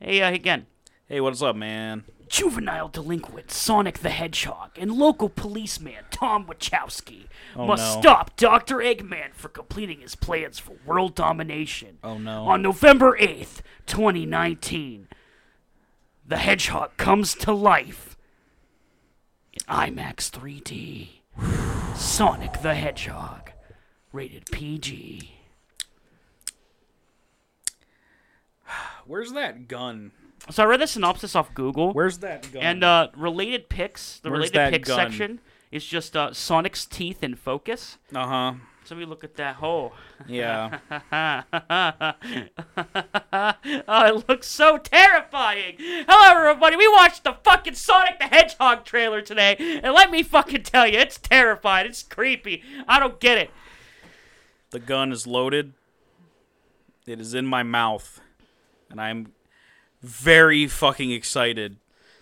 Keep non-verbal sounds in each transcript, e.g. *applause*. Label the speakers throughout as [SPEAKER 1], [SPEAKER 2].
[SPEAKER 1] Hey, uh, again.
[SPEAKER 2] Hey, what's up, man?
[SPEAKER 1] Juvenile delinquent Sonic the Hedgehog and local policeman Tom Wachowski
[SPEAKER 2] Oh,
[SPEAKER 1] must
[SPEAKER 2] no.
[SPEAKER 1] stop Dr. Eggman for completing his plans for world domination.
[SPEAKER 2] Oh, no.
[SPEAKER 1] On November 8th, 2019, the Hedgehog comes to life in IMAX 3D. *sighs* Sonic the Hedgehog, rated PG.
[SPEAKER 2] Where's that gun?
[SPEAKER 1] So I read the synopsis off Google.
[SPEAKER 2] Where's that gun?
[SPEAKER 1] And uh, related picks, the
[SPEAKER 2] Where's
[SPEAKER 1] related
[SPEAKER 2] that
[SPEAKER 1] picks
[SPEAKER 2] gun?
[SPEAKER 1] section is just uh, Sonic's teeth in focus.
[SPEAKER 2] uh huh.
[SPEAKER 1] So we look at that hole. *laughs*
[SPEAKER 2] Yeah.
[SPEAKER 1] oh, it looks so terrifying. Hello, everybody. We watched the fucking Sonic the Hedgehog trailer today, and let me fucking tell you, it's terrifying. It's creepy. I don't get it.
[SPEAKER 2] the gun is loaded. It is in my mouth, and I'm very fucking excited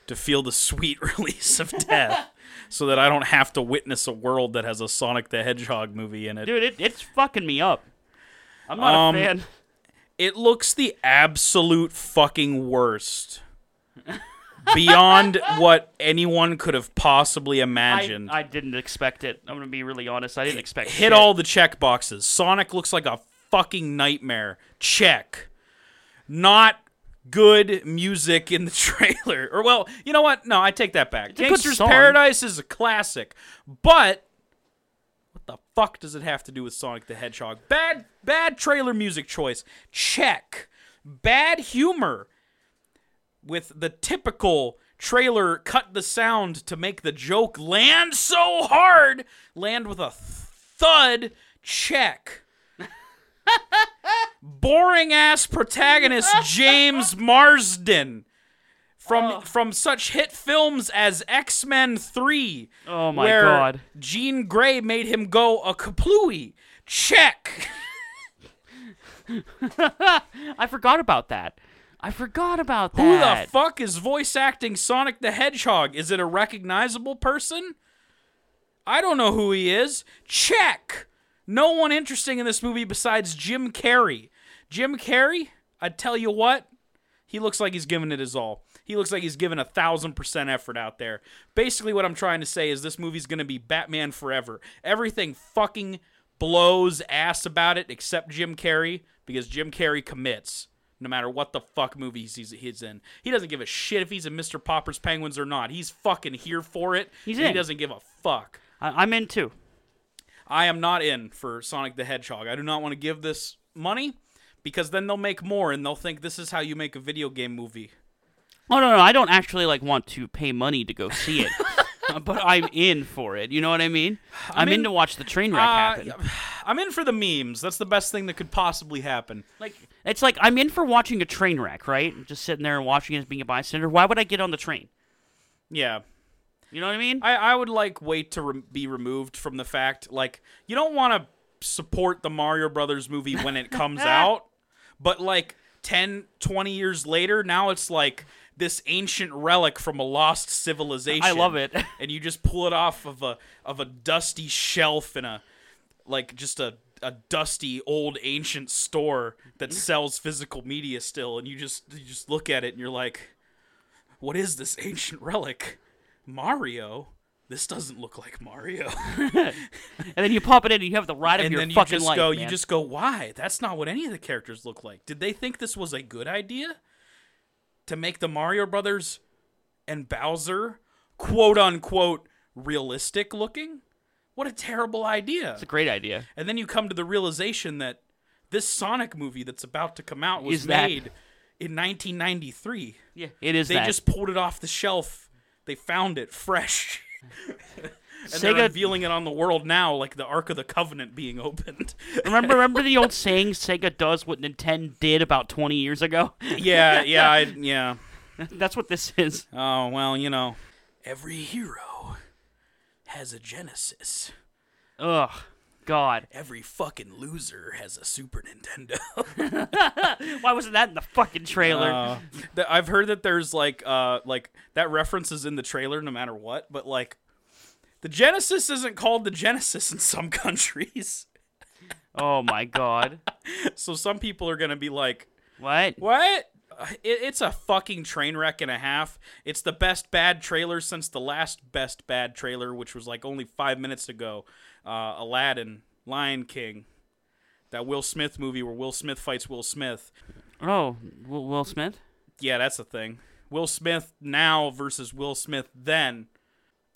[SPEAKER 2] to feel the sweet *laughs* release of death, so that I don't have to witness a world that has a Sonic the Hedgehog movie in it.
[SPEAKER 1] Dude, it, it's fucking me up. I'm not
[SPEAKER 2] Um,
[SPEAKER 1] a fan.
[SPEAKER 2] It looks the absolute fucking worst. Beyond what anyone could have possibly
[SPEAKER 1] I,
[SPEAKER 2] imagined.
[SPEAKER 1] I didn't expect it. I'm going to be really honest. I didn't expect
[SPEAKER 2] Hit
[SPEAKER 1] shit.
[SPEAKER 2] all the check boxes. Sonic looks like a fucking nightmare. Check. Not good music in the *laughs* trailer. Or well, you know what? No, I take that back.
[SPEAKER 1] a good
[SPEAKER 2] Gangster's
[SPEAKER 1] song.
[SPEAKER 2] Paradise is a classic. But what the fuck does it have to do with Sonic the Hedgehog? Bad bad trailer music choice. Check. Bad humor with the typical trailer cut the sound to make the joke land so hard, land with a thud
[SPEAKER 1] *laughs*
[SPEAKER 2] check. Boring ass protagonist James Marsden from
[SPEAKER 1] Oh.
[SPEAKER 2] from such hit films as X-Men 3.
[SPEAKER 1] Oh my
[SPEAKER 2] where
[SPEAKER 1] God.
[SPEAKER 2] Jean Grey made him go a kaplooey. Check. *laughs*
[SPEAKER 1] I forgot about that. I forgot about
[SPEAKER 2] Who
[SPEAKER 1] that.
[SPEAKER 2] the fuck is voice acting Sonic the Hedgehog? Is it a recognizable person? I don't know who he is. Check. No one interesting in this movie besides Jim Carrey. Jim Carrey, I tell you what, he looks like he's giving it his all. He looks like he's giving a thousand percent effort out there. Basically, what I'm trying to say is this movie's going to be Batman forever. Everything fucking blows ass about it except Jim Carrey because Jim Carrey commits no matter what the fuck movies he's, he's in. He doesn't give a shit if he's in Mr. Popper's Penguins or not. He's fucking here for it.
[SPEAKER 1] He's
[SPEAKER 2] and
[SPEAKER 1] in.
[SPEAKER 2] He doesn't give a fuck.
[SPEAKER 1] I- I'm in too.
[SPEAKER 2] I am not in for Sonic the Hedgehog. I do not want to give this money because then they'll make more and they'll think this is how you make a video game movie.
[SPEAKER 1] Oh no, no, I don't actually like want to pay money to go see
[SPEAKER 2] *laughs*
[SPEAKER 1] it, Uh, but I'm in for it. You know what I mean? I'm in
[SPEAKER 2] in-
[SPEAKER 1] to watch the train wreck
[SPEAKER 2] Uh,
[SPEAKER 1] happen.
[SPEAKER 2] *sighs* I'm in for the memes. That's the best thing that could possibly happen.
[SPEAKER 1] Like it's like I'm in for watching a train wreck, right? Just sitting there and watching it as being a bystander. Why would I get on the train?
[SPEAKER 2] Yeah.
[SPEAKER 1] You know what I mean?
[SPEAKER 2] I, I would like wait to re- be removed from the fact like you don't want to support the Mario Brothers movie when it comes out, but like 10, 20 years later, now it's like this ancient relic from a lost civilization.
[SPEAKER 1] I love it. *laughs*
[SPEAKER 2] and you just pull it off of a of a dusty shelf in a like just a a dusty old ancient store that sells physical media still and you just you just look at it and you're like what is this ancient relic mario this doesn't look like mario *laughs*
[SPEAKER 1] and then you pop it in and you have the ride of
[SPEAKER 2] and
[SPEAKER 1] your
[SPEAKER 2] then you
[SPEAKER 1] fucking
[SPEAKER 2] just
[SPEAKER 1] life,
[SPEAKER 2] go you
[SPEAKER 1] man.
[SPEAKER 2] just go why that's not what any of the characters look like did they think this was a good idea to make the mario brothers and bowser quote unquote realistic looking what a terrible idea
[SPEAKER 1] It's a great idea.
[SPEAKER 2] and then you come to the realization that this sonic movie that's about to come out was
[SPEAKER 1] Is that-
[SPEAKER 2] made in 1993
[SPEAKER 1] Yeah, it is
[SPEAKER 2] they
[SPEAKER 1] that.
[SPEAKER 2] just pulled it off the shelf they found it fresh *laughs* and they're
[SPEAKER 1] Sega
[SPEAKER 2] revealing it on the world now like the ark of the covenant being opened
[SPEAKER 1] *laughs*
[SPEAKER 2] *laughs*
[SPEAKER 1] remember remember the old saying Sega does what Nintendo did about 20 years ago.
[SPEAKER 2] yeah yeah I, yeah
[SPEAKER 1] *laughs* That's what this is.
[SPEAKER 2] oh well you know every hero has a genesis
[SPEAKER 1] Ugh, God,
[SPEAKER 2] every fucking loser has a super nintendo
[SPEAKER 1] why wasn't that in the fucking trailer?
[SPEAKER 2] *laughs* Uh, th- I've heard that there's like uh like that reference is in the trailer no matter what, but like the Genesis isn't called the Genesis in some *laughs* countries.
[SPEAKER 1] oh my God,
[SPEAKER 2] So some people are gonna be like,
[SPEAKER 1] what?
[SPEAKER 2] What? it, it's a fucking train wreck and a half. It's the best bad trailer since the last best bad trailer, which was like only five minutes ago. Uh, Aladdin, Lion King, that Will Smith movie where Will Smith fights Will Smith.
[SPEAKER 1] Oh, Will, Will Smith.
[SPEAKER 2] Yeah, that's a thing. Will Smith now versus Will Smith then.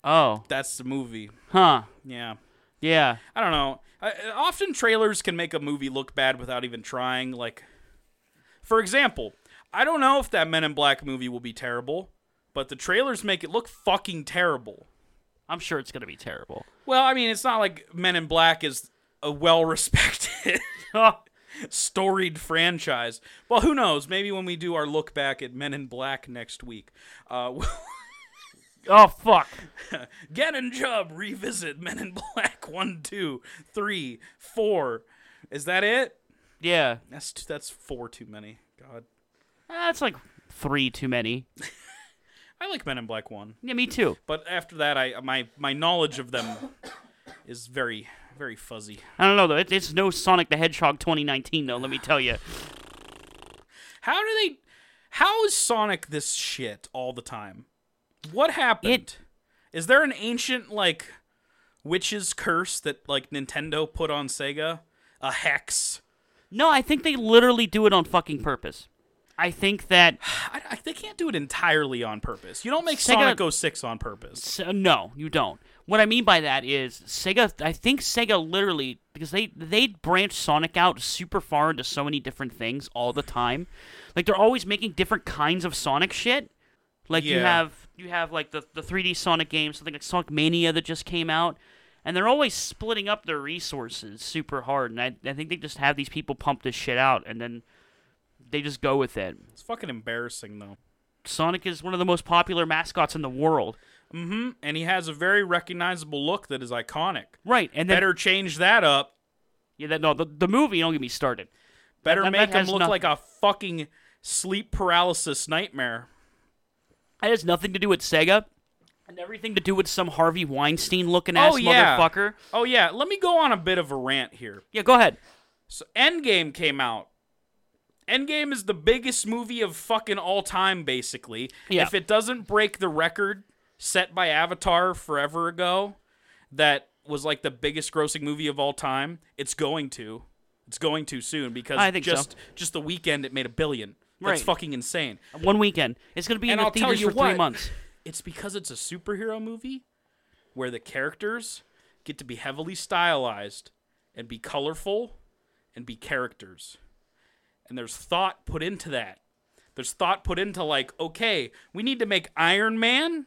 [SPEAKER 1] Oh,
[SPEAKER 2] That's the movie.
[SPEAKER 1] huh.
[SPEAKER 2] Yeah.
[SPEAKER 1] Yeah.
[SPEAKER 2] I don't know. I, I- often trailers can make a movie look bad without even trying. Like, for example, I don't know if that Men in Black movie will be terrible, but the trailers make it look fucking terrible.
[SPEAKER 1] I'm sure it's gonna be *laughs* terrible.
[SPEAKER 2] Well, I mean, it's not like Men in Black is a well respected, *laughs*
[SPEAKER 1] Oh,
[SPEAKER 2] storied franchise. Well, who knows? Maybe when we do our look back at Men in Black next week, uh, *laughs* we'll
[SPEAKER 1] oh fuck.
[SPEAKER 2] Get and Job revisit Men in Black 1, 2, 3, 4. Is that it?
[SPEAKER 1] Yeah.
[SPEAKER 2] That's t- that's four too many. God,
[SPEAKER 1] That's like three too many.
[SPEAKER 2] I like Men in Black One,
[SPEAKER 1] Yeah, me too.
[SPEAKER 2] but after that, I my my knowledge of them *coughs* is very very fuzzy.
[SPEAKER 1] I don't know though. It, it's no Sonic the Hedgehog 2019 though. Let me tell you.
[SPEAKER 2] How do they? How is Sonic this shit all the time? What happened? Is
[SPEAKER 1] It-
[SPEAKER 2] there an ancient like witch's curse that like Nintendo put on Sega? A hex?
[SPEAKER 1] No, I think they literally do it on fucking purpose. I think that
[SPEAKER 2] I, I- they can't do it entirely on purpose. You don't make
[SPEAKER 1] Sega-
[SPEAKER 2] Sonic 06 on purpose.
[SPEAKER 1] So, uh, no, you don't. What I mean by that is Sega. I think Sega literally because they they branch Sonic out super far into so many different things all the time. Like they're always making different kinds of Sonic shit. Like you
[SPEAKER 2] Yeah.
[SPEAKER 1] have you have like the the 3D Sonic game, something like Sonic Mania that just came out, and they're always splitting up their resources super hard. And I I think they just have these people pump this shit out, and then they just go with it.
[SPEAKER 2] It's fucking embarrassing though.
[SPEAKER 1] Sonic is one of the most popular mascots in the world.
[SPEAKER 2] hmm And he has a very recognizable look that is iconic.
[SPEAKER 1] Right, and then
[SPEAKER 2] better change that up.
[SPEAKER 1] Yeah, that no, the, the movie. Don't get me started.
[SPEAKER 2] Better
[SPEAKER 1] that-
[SPEAKER 2] make
[SPEAKER 1] that
[SPEAKER 2] him
[SPEAKER 1] has
[SPEAKER 2] look
[SPEAKER 1] nothing-
[SPEAKER 2] like a fucking sleep paralysis nightmare.
[SPEAKER 1] That has nothing to do with Sega, and everything to do with some Harvey Weinstein looking ass
[SPEAKER 2] Oh, yeah.
[SPEAKER 1] motherfucker.
[SPEAKER 2] Oh yeah, let me go on a bit of a rant here.
[SPEAKER 1] Yeah, go ahead.
[SPEAKER 2] So Endgame came out. Endgame is the biggest movie of fucking all time basically.
[SPEAKER 1] Yeah.
[SPEAKER 2] If it doesn't break the record set by Avatar forever ago that was like the biggest grossing movie of all time, it's going to. It's going to soon because
[SPEAKER 1] I think so.
[SPEAKER 2] just just the weekend it made a billion. That's
[SPEAKER 1] Right.
[SPEAKER 2] fucking insane.
[SPEAKER 1] One weekend. It's gonna be in
[SPEAKER 2] And
[SPEAKER 1] the
[SPEAKER 2] I'll tell
[SPEAKER 1] theaters
[SPEAKER 2] you
[SPEAKER 1] for three
[SPEAKER 2] what.
[SPEAKER 1] months.
[SPEAKER 2] It's because it's a superhero movie where the characters get to be heavily stylized and be colorful and be characters. And there's thought put into that. There's thought put into, like, okay, we need to make Iron Man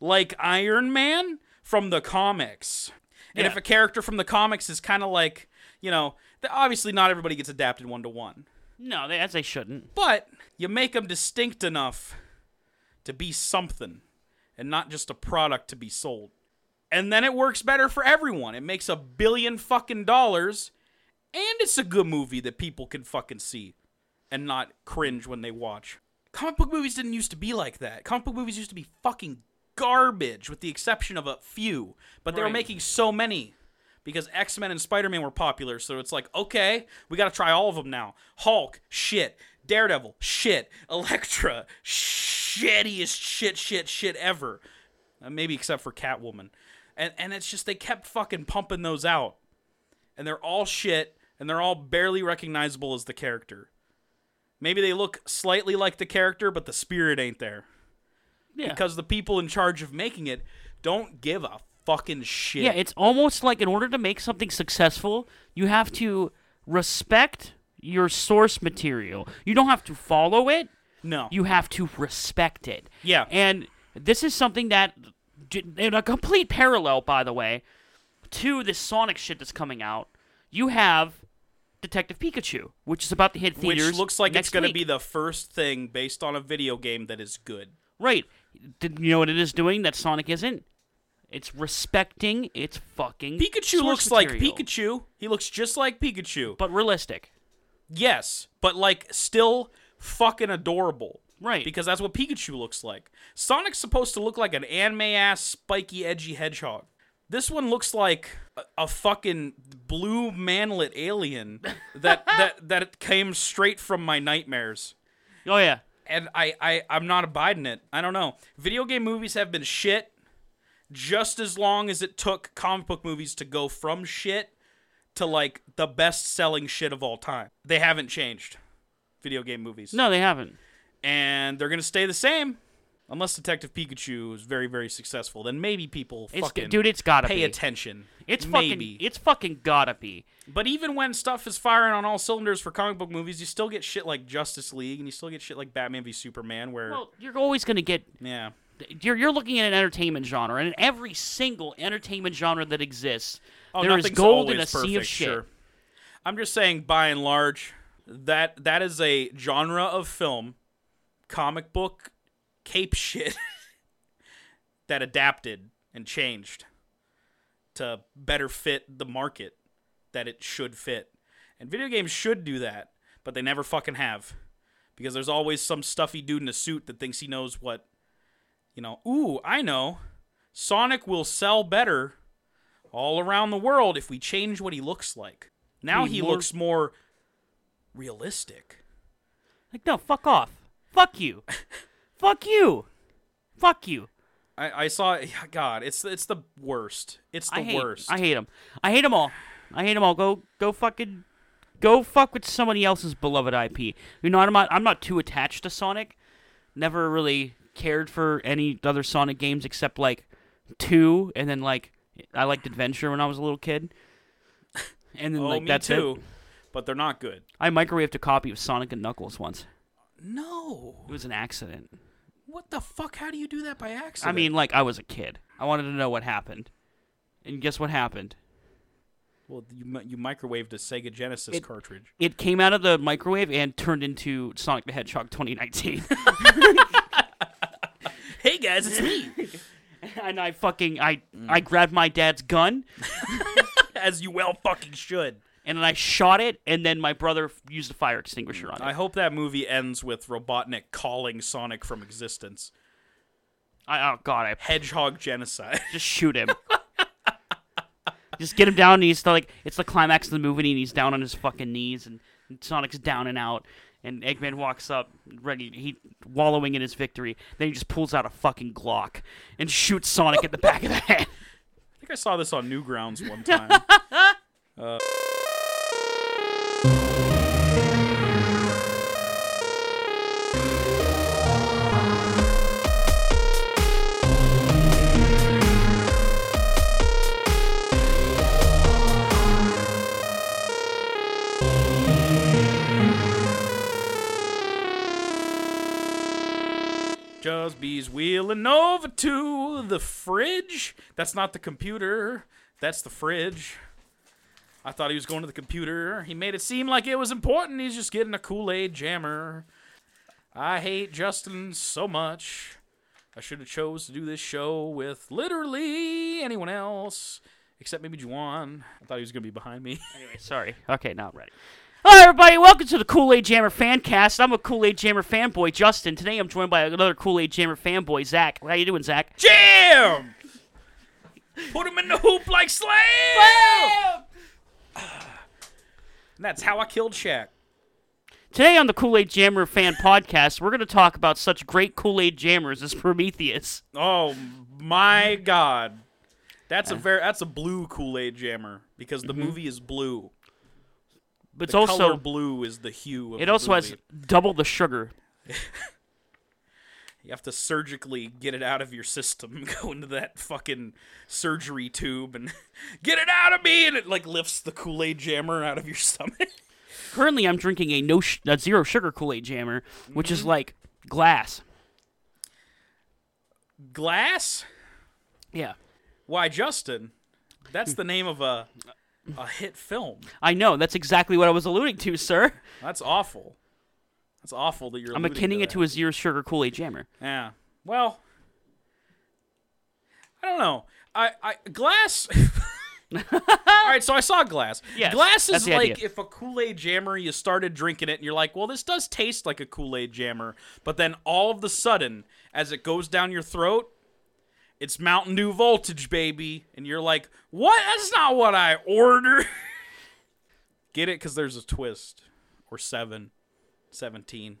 [SPEAKER 2] like Iron Man from the comics. And
[SPEAKER 1] Yeah.
[SPEAKER 2] if a character from the comics is kind of like, you know, th- obviously not everybody gets adapted one to one
[SPEAKER 1] No, they, as they shouldn't.
[SPEAKER 2] but you make them distinct enough to be something and not just a product to be sold. And then it works better for everyone. It makes a billion fucking dollars and it's a good movie that people can fucking see and not cringe when they watch. Comic book movies didn't used to be like that. Comic book movies used to be fucking garbage with the exception of a few, but they were
[SPEAKER 1] Right.
[SPEAKER 2] making so many because X Men and Spider Man were popular. So it's like, okay, we got to try all of them now. Hulk, shit. Daredevil, shit. Elektra, shittiest shit, shit, shit ever. Uh, maybe except for Catwoman. And, and it's just they kept fucking pumping those out. And they're all shit, and they're all barely recognizable as the character. Maybe they look slightly like the character, but the spirit ain't there.
[SPEAKER 1] Yeah.
[SPEAKER 2] Because the people in charge of making it don't give a fucking shit.
[SPEAKER 1] yeah, it's almost like in order to make something successful, you have to respect your source material. You don't have to follow it.
[SPEAKER 2] no.
[SPEAKER 1] You have to respect it.
[SPEAKER 2] Yeah.
[SPEAKER 1] And this is something that, in a complete parallel, by the way, to this Sonic shit that's coming out, you have Detective Pikachu, which is about to hit
[SPEAKER 2] which
[SPEAKER 1] theaters.
[SPEAKER 2] looks like it's
[SPEAKER 1] going
[SPEAKER 2] going
[SPEAKER 1] to
[SPEAKER 2] to be the first thing based on a video game that is good.
[SPEAKER 1] Right. Did you know what it is doing that Sonic isn't? It's respecting its fucking.
[SPEAKER 2] Pikachu
[SPEAKER 1] source
[SPEAKER 2] looks
[SPEAKER 1] material,
[SPEAKER 2] like Pikachu. He looks just like Pikachu.
[SPEAKER 1] But realistic.
[SPEAKER 2] yes, but like still fucking adorable.
[SPEAKER 1] Right.
[SPEAKER 2] Because that's what Pikachu looks like. Sonic's supposed to look like an anime ass, spiky, edgy hedgehog. This one looks like a, a fucking blue manlet alien that, that that came straight from my nightmares.
[SPEAKER 1] Oh, yeah.
[SPEAKER 2] and I, I I'm not abiding it. I don't know. Video game movies have been shit just as long as it took comic book movies to go from shit to like the best selling shit of all time. They haven't changed. Video game movies.
[SPEAKER 1] No, they haven't.
[SPEAKER 2] And they're gonna stay the same. Unless Detective Pikachu is very, very successful, then maybe people
[SPEAKER 1] It's
[SPEAKER 2] fucking
[SPEAKER 1] dude, it's gotta
[SPEAKER 2] pay
[SPEAKER 1] be.
[SPEAKER 2] attention.
[SPEAKER 1] It's
[SPEAKER 2] maybe.
[SPEAKER 1] fucking. It's fucking gotta be.
[SPEAKER 2] But even when stuff is firing on all cylinders for comic book movies, you still get shit like Justice League, and you still get shit like Batman v Superman, where
[SPEAKER 1] Well, you're always gonna get.
[SPEAKER 2] yeah,
[SPEAKER 1] You're you're looking at an entertainment genre, and in every single entertainment genre that exists,
[SPEAKER 2] oh,
[SPEAKER 1] there is
[SPEAKER 2] nothing's
[SPEAKER 1] gold in a
[SPEAKER 2] always
[SPEAKER 1] sea of
[SPEAKER 2] perfect,
[SPEAKER 1] shit.
[SPEAKER 2] Sure. I'm just saying, by and large, that that is a genre of film, comic book, cape shit *laughs* that adapted and changed to better fit the market that it should fit. And video games should do that, but they never fucking have. Because there's always some stuffy dude in a suit that thinks he knows what, you know, ooh, I know. Sonic will sell better all around the world if we change what he looks like. Now
[SPEAKER 1] Be
[SPEAKER 2] he
[SPEAKER 1] more-
[SPEAKER 2] looks more realistic.
[SPEAKER 1] Like no, fuck off. Fuck
[SPEAKER 2] *laughs*
[SPEAKER 1] you. fuck you. Fuck you.
[SPEAKER 2] I, I saw God, it's it's the worst. It's the
[SPEAKER 1] I hate.
[SPEAKER 2] worst.
[SPEAKER 1] I hate them. I hate them all. I hate them all. Go go fucking go fuck with somebody else's beloved IP. You know I'm not I'm not too attached to Sonic. Never really cared for any other Sonic games except like two, and then like I liked Adventure when I was a little kid. And then
[SPEAKER 2] oh,
[SPEAKER 1] like
[SPEAKER 2] me
[SPEAKER 1] that's
[SPEAKER 2] too.
[SPEAKER 1] it.
[SPEAKER 2] But they're not good.
[SPEAKER 1] I microwaved a copy of Sonic and Knuckles once.
[SPEAKER 2] No.
[SPEAKER 1] It was an accident.
[SPEAKER 2] What the fuck? How do you do that by accident?
[SPEAKER 1] I mean, like I was a kid. I wanted to know what happened, and guess what happened?
[SPEAKER 2] well, you mi- you microwaved a Sega Genesis
[SPEAKER 1] It-
[SPEAKER 2] cartridge.
[SPEAKER 1] It came out of the microwave and turned into Sonic the Hedgehog *laughs* 2019,
[SPEAKER 2] *laughs* Hey guys, it's me.
[SPEAKER 1] *laughs* and I fucking I I grabbed my dad's gun
[SPEAKER 2] As you well fucking should.
[SPEAKER 1] and then I shot it, and then my brother f- used a fire extinguisher on
[SPEAKER 2] I
[SPEAKER 1] it.
[SPEAKER 2] hope that movie ends with Robotnik calling Sonic from existence.
[SPEAKER 1] I, oh god, I
[SPEAKER 2] Hedgehog genocide. *laughs*
[SPEAKER 1] just shoot him. *laughs* Just get him down, and he's like, it's the climax of the movie, and he's down on his fucking knees, and, and Sonic's down and out, and Eggman walks up, ready, he wallowing in his victory. Then he just pulls out a fucking Glock and shoots Sonic at the back of the head. *laughs*
[SPEAKER 2] I think I saw this on Newgrounds one time. Just bees wheeling over to the fridge. That's not the computer. That's the fridge. I thought he was going to the computer. He made it seem like it was important. He's just getting a Kool Aid jammer. I hate Justin so much. I should have chose to do this show with literally anyone else except maybe Juwan. I thought he was gonna be behind me. *laughs*
[SPEAKER 1] Anyway, sorry. Okay, now I'm ready. Hello, everybody. Welcome to the Kool Aid Jammer Fancast. I'm a Kool Aid Jammer fanboy, Justin. Today I'm joined by another Kool Aid Jammer fanboy, Zach. How you doing, Zach?
[SPEAKER 2] Jam! Put him in the hoop like slam! And that's how I killed Shaq.
[SPEAKER 1] Today on the Kool Aid Jammer Fan Podcast, we're going to talk about such great Kool Aid Jammers as Prometheus.
[SPEAKER 2] Oh my god. That's a very that's a blue Kool-Aid jammer because the movie is blue.
[SPEAKER 1] But Mm-hmm. it's
[SPEAKER 2] The color
[SPEAKER 1] also
[SPEAKER 2] blue is the hue of
[SPEAKER 1] it
[SPEAKER 2] the
[SPEAKER 1] also has
[SPEAKER 2] movie.
[SPEAKER 1] double the sugar.
[SPEAKER 2] You have to surgically get it out of your system, *laughs* go into that fucking surgery tube and *laughs* get it out of me and it like lifts the Kool-Aid jammer out of your *laughs* stomach.
[SPEAKER 1] Currently, I'm drinking a no sh- a zero sugar Kool Aid Jammer, which
[SPEAKER 2] Mm-hmm.
[SPEAKER 1] is like glass.
[SPEAKER 2] Glass?
[SPEAKER 1] Yeah,
[SPEAKER 2] Why Justin? That's the name of a a hit film.
[SPEAKER 1] I know. That's exactly what I was alluding to,
[SPEAKER 2] *laughs*
[SPEAKER 1] sir.
[SPEAKER 2] That's awful. That's awful that you're
[SPEAKER 1] I'm
[SPEAKER 2] alluding
[SPEAKER 1] akinning
[SPEAKER 2] to
[SPEAKER 1] it to a zero sugar Kool Aid Jammer.
[SPEAKER 2] Yeah. Well, I don't know. I, I glass. *laughs* All right, so I saw glass.
[SPEAKER 1] Yes,
[SPEAKER 2] glass
[SPEAKER 1] that's
[SPEAKER 2] is
[SPEAKER 1] the
[SPEAKER 2] like
[SPEAKER 1] idea.
[SPEAKER 2] if a Kool Aid jammer you started drinking it and you're like, well, this does taste like a Kool Aid jammer, but then all of the sudden, as it goes down your throat, it's Mountain Dew voltage, baby, and you're like, what? That's not what I ordered. *laughs* Get it? Because there's a twist, or seven, seventeen.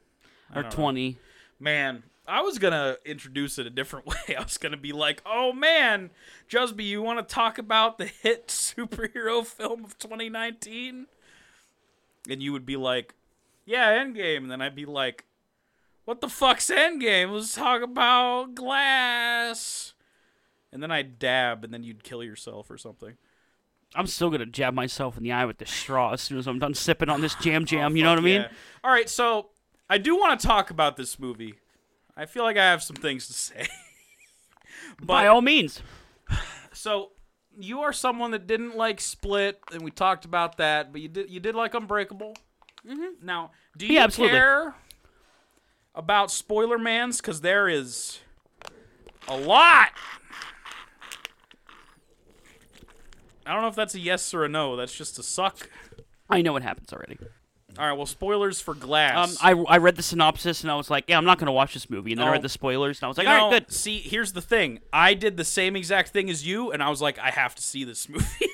[SPEAKER 1] or 20.
[SPEAKER 2] Man, I was gonna introduce it a different *laughs* way. I was gonna be like, "Oh man, Jusby, you want to talk about the hit *laughs* superhero film of 2019?" And you would be like, "Yeah, Endgame." And then I'd be like, "What the fuck's Endgame? Let's talk about Glass." And then I'd dab, and then you'd kill yourself or something.
[SPEAKER 1] I'm still gonna jab myself in the eye with this straw as soon as I'm done sipping on this jam jam.
[SPEAKER 2] *laughs*
[SPEAKER 1] you know what I
[SPEAKER 2] Oh, Fuck
[SPEAKER 1] mean?
[SPEAKER 2] yeah. All right, so I do want to talk about this movie. I feel like I have some things to *laughs* say.
[SPEAKER 1] By
[SPEAKER 2] but
[SPEAKER 1] all means.
[SPEAKER 2] so you are someone that didn't like Split, and we talked about that, but you did you did like Unbreakable. Mm-hmm. Now, do you
[SPEAKER 1] Yeah, absolutely.
[SPEAKER 2] care about spoiler mans? Because there is a lot. I don't know if that's a yes or a no. That's just a suck.
[SPEAKER 1] I know what happens already.
[SPEAKER 2] All right. Well, spoilers for
[SPEAKER 1] Um,
[SPEAKER 2] Glass.
[SPEAKER 1] I, I read the synopsis and I was like, yeah, I'm not gonna watch this movie. And then
[SPEAKER 2] No.
[SPEAKER 1] I read the spoilers and I was like,
[SPEAKER 2] Oh. You
[SPEAKER 1] all
[SPEAKER 2] know,
[SPEAKER 1] right, good.
[SPEAKER 2] See, here's the thing. I did the same exact thing as you, and I was like, I have to see this *laughs* movie. *laughs*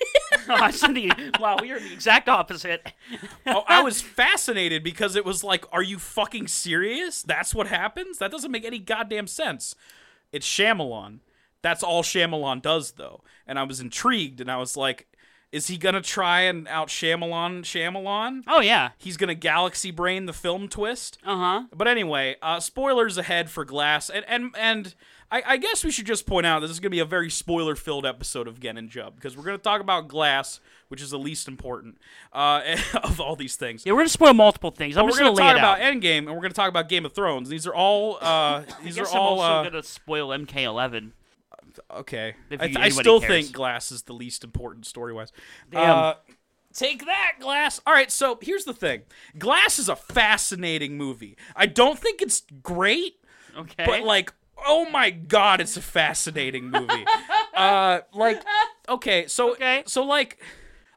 [SPEAKER 1] *laughs* I said the- wow, we are the exact opposite. *laughs*
[SPEAKER 2] oh, I was fascinated because it was like, are you fucking serious? That's what happens? That doesn't make any goddamn sense. It's Shyamalan. That's all Shyamalan does, though. And I was intrigued, and I was like, is he gonna try and out Shyamalan Shyamalan?
[SPEAKER 1] Oh yeah.
[SPEAKER 2] He's gonna galaxy brain the film twist.
[SPEAKER 1] Uh huh.
[SPEAKER 2] But anyway, uh, spoilers ahead for Glass, and and and I, I guess we should just point out this is going to be a very spoiler-filled episode of Gen and Jub because we're going to talk about Glass, which is the least important uh, *laughs* of all these things.
[SPEAKER 1] Yeah, we're gonna spoil multiple things. I'm
[SPEAKER 2] we're
[SPEAKER 1] just gonna,
[SPEAKER 2] to
[SPEAKER 1] lay
[SPEAKER 2] talk
[SPEAKER 1] it
[SPEAKER 2] about
[SPEAKER 1] out.
[SPEAKER 2] Endgame, and we're going to talk about Game of Thrones. These are all uh, these
[SPEAKER 1] *laughs* I
[SPEAKER 2] are
[SPEAKER 1] guess I'm
[SPEAKER 2] all
[SPEAKER 1] also
[SPEAKER 2] uh,
[SPEAKER 1] gonna spoil MK11.
[SPEAKER 2] okay.
[SPEAKER 1] if
[SPEAKER 2] I,
[SPEAKER 1] you-
[SPEAKER 2] th- I
[SPEAKER 1] anybody
[SPEAKER 2] still
[SPEAKER 1] cares.
[SPEAKER 2] think Glass is the least important story-wise.
[SPEAKER 1] Damn.
[SPEAKER 2] Uh, Take that, Glass. All right, so here's the thing. Glass is a fascinating movie. I don't think it's great.
[SPEAKER 1] Okay.
[SPEAKER 2] but like oh my god it's a fascinating movie
[SPEAKER 1] *laughs*
[SPEAKER 2] uh like okay so
[SPEAKER 1] Okay.
[SPEAKER 2] so like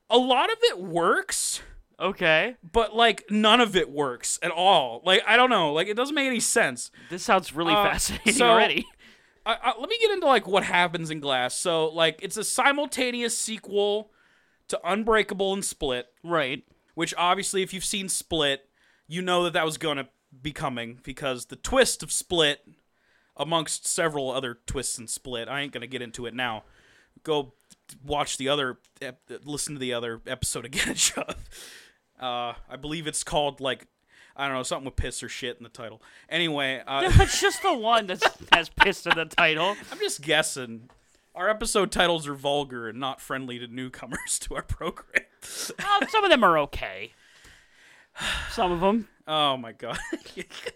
[SPEAKER 2] a lot of it works
[SPEAKER 1] okay.
[SPEAKER 2] but like none of it works at all like i don't know like it doesn't make any sense
[SPEAKER 1] This sounds really
[SPEAKER 2] Uh,
[SPEAKER 1] fascinating
[SPEAKER 2] so-
[SPEAKER 1] already. *laughs*
[SPEAKER 2] I, I, let me get into like what happens in glass so like it's a simultaneous sequel to unbreakable and split
[SPEAKER 1] Right.
[SPEAKER 2] which obviously if you've seen split you know that that was going to be coming because the twist of split amongst several other twists in split i ain't going to get into it now go watch the other ep- listen to the other episode again *laughs* shove uh i believe it's called like i don't know something with piss or shit in the title anyway uh,
[SPEAKER 1] That's just the one that has pissed in the title.
[SPEAKER 2] i'm just guessing our episode titles are vulgar and not friendly to newcomers *laughs* to our program
[SPEAKER 1] Um, some of them are okay. Some of them.
[SPEAKER 2] Oh my god.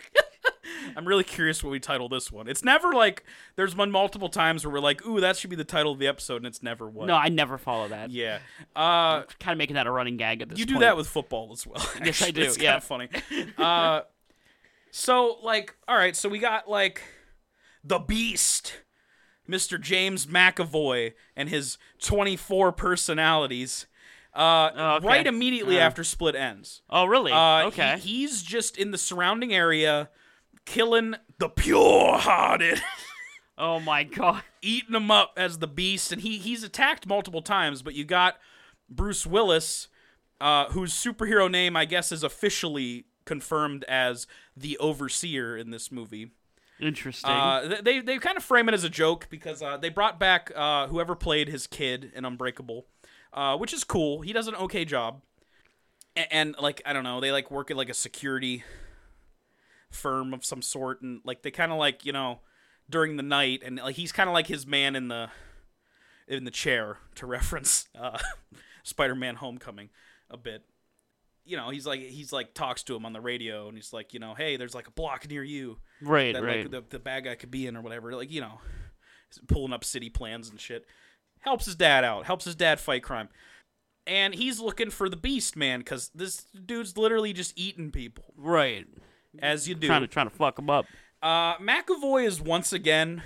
[SPEAKER 2] *laughs* I'm really curious what we title this one. It's never like there's been multiple times where we're like, "Ooh, that should be the title of the episode," and it's never what.
[SPEAKER 1] No, I never follow that.
[SPEAKER 2] Yeah. Uh,
[SPEAKER 1] Kind of making that a running gag at this
[SPEAKER 2] you
[SPEAKER 1] point.
[SPEAKER 2] do that with football as well.
[SPEAKER 1] *laughs* Yes, I
[SPEAKER 2] actually.
[SPEAKER 1] do,
[SPEAKER 2] It's
[SPEAKER 1] yeah.
[SPEAKER 2] kind of funny. Uh, so like, all right, so we got like the Beast, Mr. James McAvoy, and his 24 personalities. Uh,
[SPEAKER 1] Oh, okay.
[SPEAKER 2] right immediately
[SPEAKER 1] Uh.
[SPEAKER 2] after Split ends.
[SPEAKER 1] Oh, really?
[SPEAKER 2] Uh,
[SPEAKER 1] okay.
[SPEAKER 2] he- he's just in the surrounding area, killing the pure-hearted,
[SPEAKER 1] oh my *laughs* god.
[SPEAKER 2] eating them up as the beast, and he he's attacked multiple times. But you got Bruce Willis, uh, whose superhero name I guess is officially confirmed as the Overseer in this movie.
[SPEAKER 1] Interesting.
[SPEAKER 2] Uh, th- they they kind of frame it as a joke because uh, they brought back uh, whoever played his kid in Unbreakable, uh, which is cool. He does an okay job, and, and like I don't know, they like work at like a security firm of some sort, and like they kind of like you know during the night, and like he's kind of like his man in the in the chair to *laughs* reference uh, Spider-Man: Homecoming a bit you know he's like he's like talks to him on the radio and he's like you know hey there's like a block near you
[SPEAKER 1] right,
[SPEAKER 2] that
[SPEAKER 1] right.
[SPEAKER 2] like the, the bad guy could be in or whatever. Like you know, pulling up city plans and shit. Helps his dad out. Helps his dad fight crime. And he's looking for the beast man because this dude's literally just eating people
[SPEAKER 1] right.
[SPEAKER 2] as you do.
[SPEAKER 1] Trying to trying to fuck him up.
[SPEAKER 2] Uh, McAvoy is once again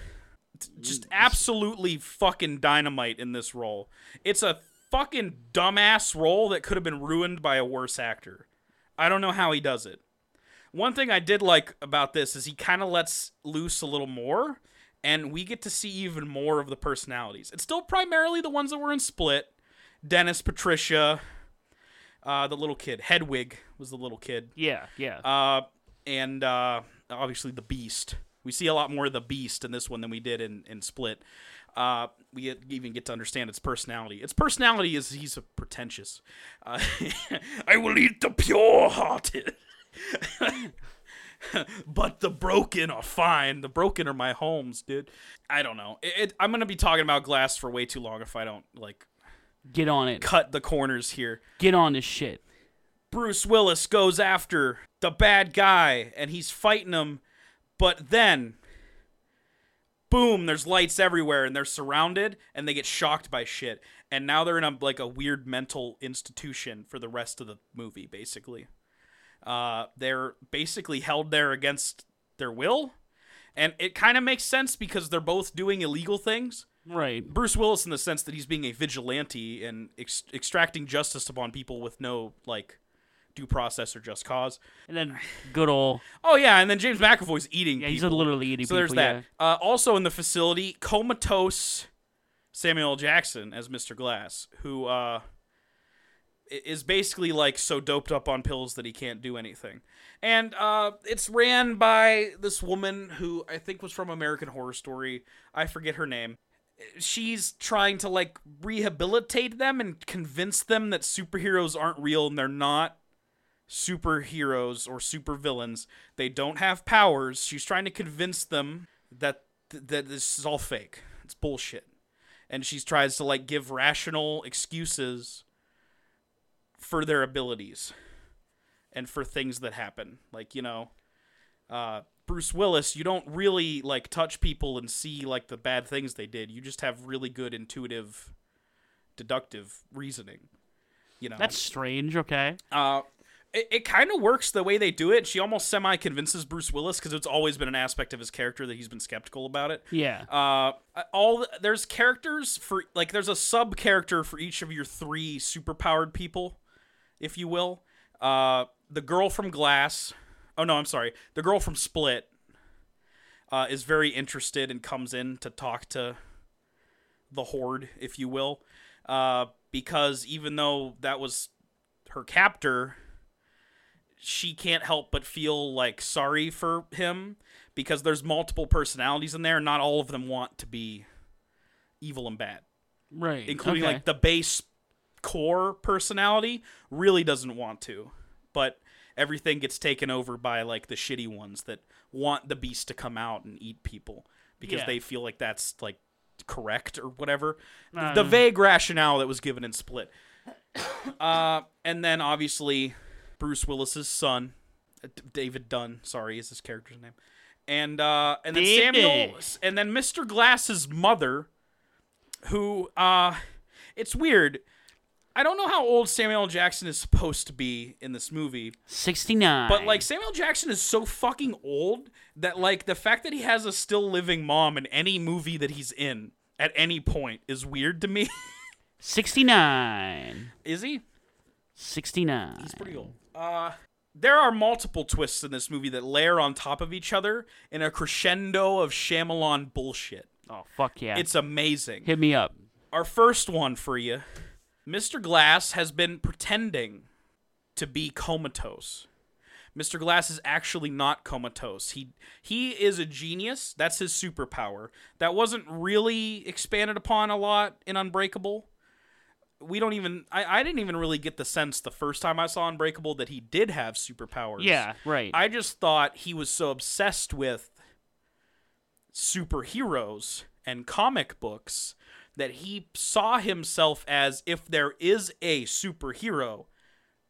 [SPEAKER 2] t- just absolutely fucking dynamite in this role. It's a fucking dumbass role that could have been ruined by a worse actor. I don't know how he does it. One thing I did like about this is he kind of lets loose a little more, and we get to see even more of the personalities. It's still primarily the ones that were in Split Dennis, Patricia, uh, the little kid. Hedwig was the little kid
[SPEAKER 1] Yeah, yeah.
[SPEAKER 2] uh, and uh, obviously the Beast. We see a lot more of the Beast in this one than we did in in Split. Uh, we get- even get to understand its personality. Its personality is he's a pretentious. Uh, *laughs* I will eat the pure-hearted. *laughs* but the broken are fine. The broken are my homes, dude. I don't know. It, it, I'm gonna be talking about glass for way too long if I don't like
[SPEAKER 1] Get on it.
[SPEAKER 2] cut the corners here.
[SPEAKER 1] Get on this shit.
[SPEAKER 2] Bruce Willis goes after the bad guy and he's fighting him, but then boom, there's lights everywhere and they're surrounded and they get shocked by shit. And now they're in a like a weird mental institution for the rest of the movie, basically. Uh, they're basically held there against their will. And it kind of makes sense because they're both doing illegal things.
[SPEAKER 1] Right.
[SPEAKER 2] Bruce Willis in the sense that he's being a vigilante and ex- extracting justice upon people with no like due process or just cause.
[SPEAKER 1] And then good old
[SPEAKER 2] Oh yeah, and then James McAvoy's eating.
[SPEAKER 1] yeah, he's
[SPEAKER 2] people.
[SPEAKER 1] literally eating
[SPEAKER 2] so
[SPEAKER 1] people.
[SPEAKER 2] there's
[SPEAKER 1] yeah.
[SPEAKER 2] that. Uh, also in the facility, comatose Samuel L. Jackson as Mr. Glass, who uh, i- is basically like so doped up on pills that he can't do anything. And uh, it's ran by this woman who I think was from American Horror Story. I forget her name. She's trying to like rehabilitate them and convince them that superheroes aren't real and they're not superheroes or supervillains. They don't have powers. She's trying to convince them that th- that this is all fake. It's bullshit. And she tries to like give rational excuses for their abilities and for things that happen. Like, you know, uh Bruce Willis, you don't really like touch people and see like the bad things they did. You just have really good intuitive deductive reasoning. You know.
[SPEAKER 1] That's strange. Okay.
[SPEAKER 2] Uh, it, it kind of works the way they do it. She almost semi convinces Bruce Willis because it's always been an aspect of his character that he's been skeptical about it.
[SPEAKER 1] Yeah.
[SPEAKER 2] Uh, all the, there's characters for like there's a sub character for each of your three superpowered people, if you will. Uh, the girl from Glass. Oh no, I'm sorry. The girl from Split. Uh, is very interested and comes in to talk to the horde, if you will, uh, because even though that was her captor, she can't help but feel like sorry for him because there's multiple personalities in there, and not all of them want to be evil and bad,
[SPEAKER 1] Right.
[SPEAKER 2] including
[SPEAKER 1] okay.
[SPEAKER 2] like the base core personality really doesn't want to, but everything gets taken over by like the shitty ones that want the beast to come out and eat people because
[SPEAKER 1] Yeah.
[SPEAKER 2] they feel like that's like correct or whatever.
[SPEAKER 1] I
[SPEAKER 2] the
[SPEAKER 1] don't know.
[SPEAKER 2] vague rationale that was given in Split. uh, and then obviously Bruce Willis's son, uh, D- David Dunn, sorry, is his character's name. And uh, and then
[SPEAKER 1] David.
[SPEAKER 2] Samuel and then Mr. Glass's mother who uh it's weird. I don't know how old Samuel L. Jackson is supposed to be in this movie,
[SPEAKER 1] sixty nine.
[SPEAKER 2] but like Samuel Jackson is so fucking old that like the fact that he has a still living mom in any movie that he's in at any point is weird to me. *laughs*
[SPEAKER 1] sixty nine.
[SPEAKER 2] is he?
[SPEAKER 1] Sixty nine.
[SPEAKER 2] He's pretty old. Uh there are multiple twists in this movie that layer on top of each other in a crescendo of Shyamalan bullshit.
[SPEAKER 1] Oh fuck yeah.
[SPEAKER 2] It's amazing.
[SPEAKER 1] Hit me up.
[SPEAKER 2] our first one for you. Mr. Glass has been pretending to be comatose. Mr. Glass is actually not comatose. He he is a genius. That's his superpower. That wasn't really expanded upon a lot in Unbreakable. We don't even I, I didn't even really get the sense the first time I saw Unbreakable that he did have superpowers.
[SPEAKER 1] Yeah. Right.
[SPEAKER 2] I just thought he was so obsessed with superheroes and comic books that he saw himself as if there is a superhero,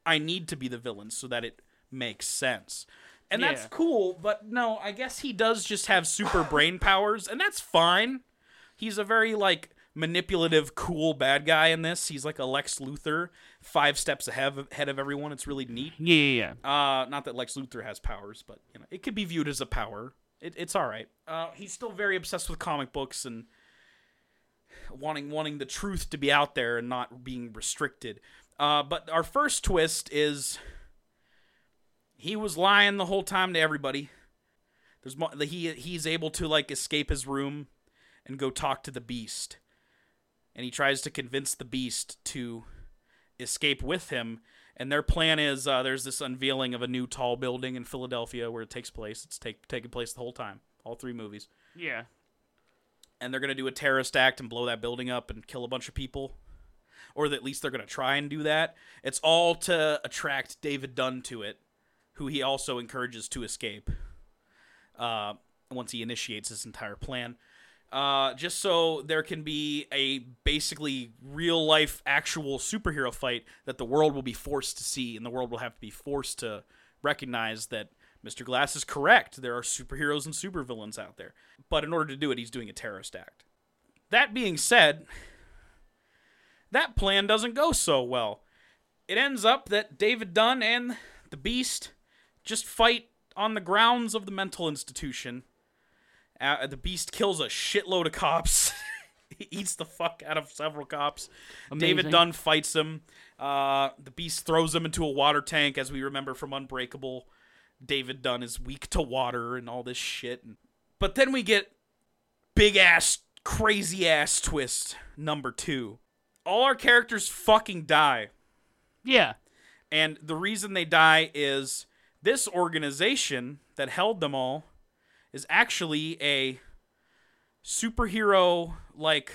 [SPEAKER 2] I need to be the villain so that it makes sense. And that's
[SPEAKER 1] Yeah.
[SPEAKER 2] cool, but no, I guess he does just have super brain powers, and that's fine. He's a very like manipulative, cool bad guy in this. He's like a Lex Luthor, five steps ahead of, ahead of everyone. It's really neat.
[SPEAKER 1] yeah. Yeah. yeah.
[SPEAKER 2] Uh, not that Lex Luthor has powers, but you know it could be viewed as a power. It, it's all right. Uh, he's still very obsessed with comic books and wanting wanting the truth to be out there and not being restricted. Uh, but our first twist is he was lying the whole time to everybody. There's mo- the- he he's able to like escape his room and go talk to the beast, and he tries to convince the beast to escape with him And their plan is uh, there's this unveiling of a new tall building in Philadelphia where it takes place. It's take, taking place the whole time, all three movies.
[SPEAKER 1] Yeah.
[SPEAKER 2] And they're going to do a terrorist act and blow that building up and kill a bunch of people. Or at least they're going to try and do that. It's all to attract David Dunn to it, who he also encourages to escape uh, once he initiates his entire plan. Uh, just so there can be a basically real life actual superhero fight that the world will be forced to see and the world will have to be forced to recognize that Mr. Glass is correct. There are superheroes and supervillains out there. But in order to do it, he's doing a terrorist act. That being said, that plan doesn't go so well. It ends up that David Dunn and the Beast just fight on the grounds of the mental institution. Uh, the Beast kills a shitload of cops. *laughs* he eats the fuck out of several cops.
[SPEAKER 1] Amazing.
[SPEAKER 2] David Dunn fights him. Uh, the Beast throws him into a water tank, as we remember from Unbreakable. David Dunn is weak to water and all this shit. But then we get big ass, crazy ass twist number two. All our characters fucking die.
[SPEAKER 1] Yeah.
[SPEAKER 2] And the reason they die is this organization that held them all is actually a superhero, like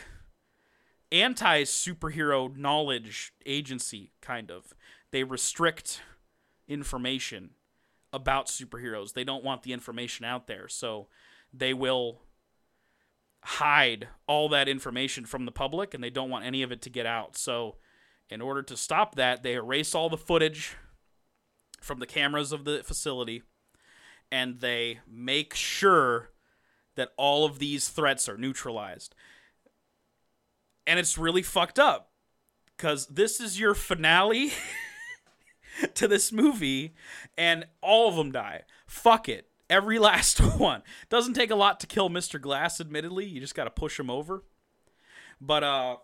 [SPEAKER 2] anti superhero knowledge agency, kind of. They restrict information about superheroes, they don't want the information out there. So they will hide all that information from the public and they don't want any of it to get out. So in order to stop that, they erase all the footage from the cameras of the facility and they make sure that all of these threats are neutralized. And it's really fucked up because this is your finale *laughs* to this movie and all of them die. Fuck it. Every *laughs* last one. Doesn't take a lot to kill Mr. Glass, admittedly. You just got to push him over. But, uh,.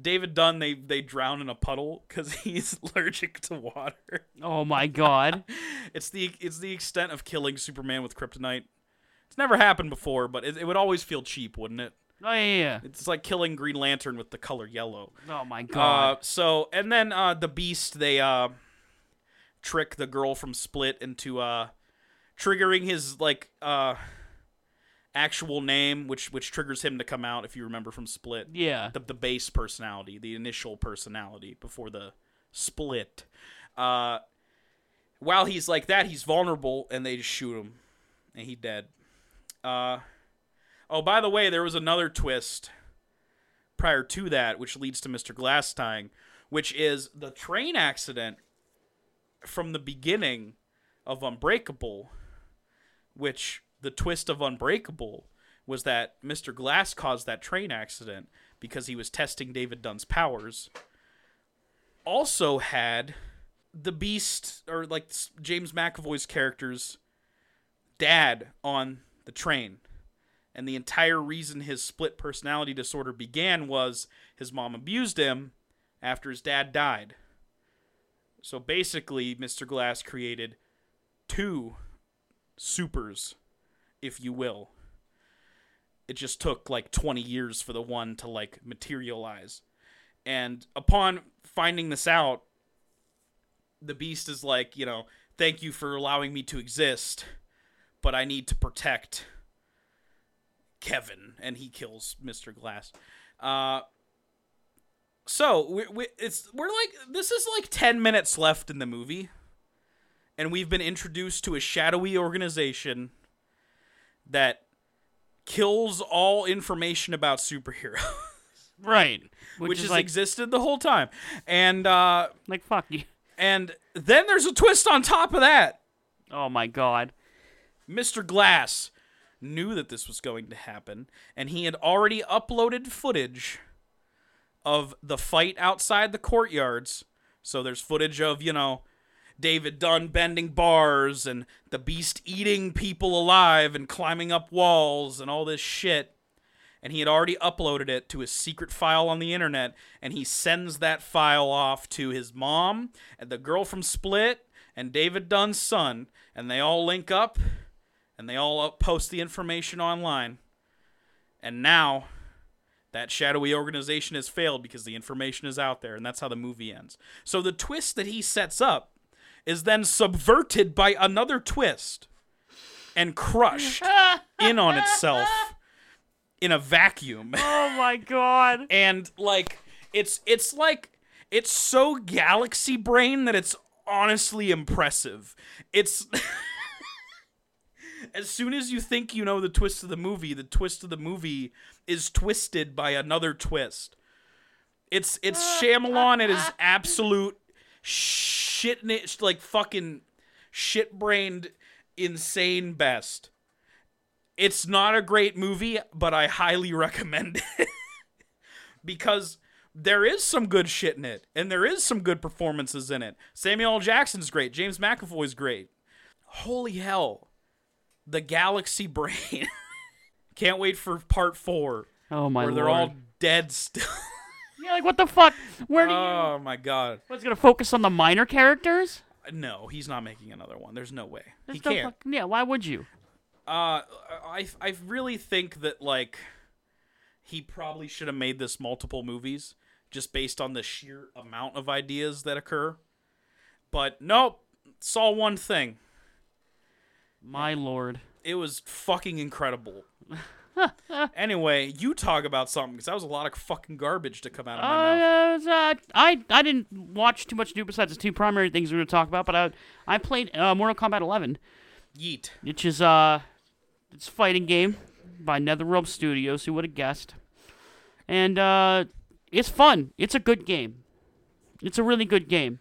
[SPEAKER 2] David Dunn, they they drown in a puddle because *laughs* he's allergic to water.
[SPEAKER 1] Oh my
[SPEAKER 2] *laughs*
[SPEAKER 1] god.
[SPEAKER 2] It's the it's the extent of killing Superman with kryptonite. It's never happened before, but it, it would always feel cheap, wouldn't it?
[SPEAKER 1] Oh yeah. yeah.
[SPEAKER 2] It's like killing Green Lantern with the color yellow.
[SPEAKER 1] Oh my
[SPEAKER 2] Uh,
[SPEAKER 1] god.
[SPEAKER 2] so and then uh, the Beast, they uh, trick the girl from Split into uh, triggering his like uh, actual name, which which triggers him to come out. If you remember from Split,
[SPEAKER 1] yeah.
[SPEAKER 2] the, the base personality, the initial personality before the split. Uh, while he's like that, he's vulnerable, and they just shoot him, and he dead. Uh, oh, by the way, there was another twist prior to that, which leads to Mister Glass dying, which is the train accident from the beginning of Unbreakable, which the twist of Unbreakable was that Mr. Glass caused that train accident because he was testing David Dunn's powers. Also had the Beast or like s- James McAvoy's character's dad on the train. And the entire reason his split personality disorder began was his mom abused him after his dad died. So basically, Mr. Glass created two supers, if you will. It just took like 20 years for the one to like materialize. And upon finding this out, the beast is like, you know, thank you for allowing me to exist, but I need to protect Kevin. And he kills Mr. Glass. Uh, so we, we it's we're like this is like 10 minutes left in the movie and we've been introduced to a shadowy organization that kills all information about superheroes *laughs*
[SPEAKER 1] right. Which,
[SPEAKER 2] which
[SPEAKER 1] is
[SPEAKER 2] has
[SPEAKER 1] like
[SPEAKER 2] existed the whole time and uh
[SPEAKER 1] like fuck you.
[SPEAKER 2] and then there's a twist on top of that
[SPEAKER 1] Oh my
[SPEAKER 2] *laughs*
[SPEAKER 1] god.
[SPEAKER 2] Mr. Glass knew that this was going to happen, and he had already uploaded footage of the fight outside the courtyards. So there's footage of, you know, David Dunn bending bars and the beast eating people alive and climbing up walls and all this shit. And he had already uploaded it to his secret file on the internet, and he sends that file off to his mom and the girl from Split and David Dunn's son, and they all link up and they all up- post the information online. And now That shadowy organization has failed because the information is out there, and that's how the movie ends. So the twist that he sets up is then subverted by another twist and crushed in on itself in a vacuum.
[SPEAKER 1] Oh my god.
[SPEAKER 2] and like it's it's like it's so galaxy brain that it's honestly impressive it's *laughs* as soon as you think you know the twist of the movie the twist of the movie is twisted by another twist it's it's Shyamalan at his absolute shit like fucking shit brained insane best it's not a great movie but i highly recommend it because there is some good shit in it and there is some good performances in it. Samuel L. Jackson's great, James McAvoy's great. Holy hell. The galaxy brain. *laughs* Can't wait for part 4
[SPEAKER 1] Oh my
[SPEAKER 2] where
[SPEAKER 1] lord.
[SPEAKER 2] they're all dead still.
[SPEAKER 1] Yeah, like what the fuck? Where do you?
[SPEAKER 2] *laughs* oh my god.
[SPEAKER 1] What's gonna focus on the minor characters?
[SPEAKER 2] No, he's not making another one. There's no way.
[SPEAKER 1] There's
[SPEAKER 2] he
[SPEAKER 1] no
[SPEAKER 2] can't.
[SPEAKER 1] fuck- yeah, why would you?
[SPEAKER 2] Uh, I I really think that like he probably should have made this multiple movies just based on the sheer amount of ideas that occur. But nope, saw one thing.
[SPEAKER 1] My lord.
[SPEAKER 2] It was fucking incredible.
[SPEAKER 1] *laughs*
[SPEAKER 2] anyway, you talk about something because that was a lot of fucking garbage to come out of
[SPEAKER 1] Uh,
[SPEAKER 2] my mouth.
[SPEAKER 1] uh, I I didn't watch too much new besides the two primary things we are going to talk about, but I I played uh, Mortal Kombat 11,
[SPEAKER 2] Yeet.
[SPEAKER 1] which is uh it's a fighting game by NetherRealm Studios. Who would have guessed? And uh, it's fun. It's a good game. It's a really good game.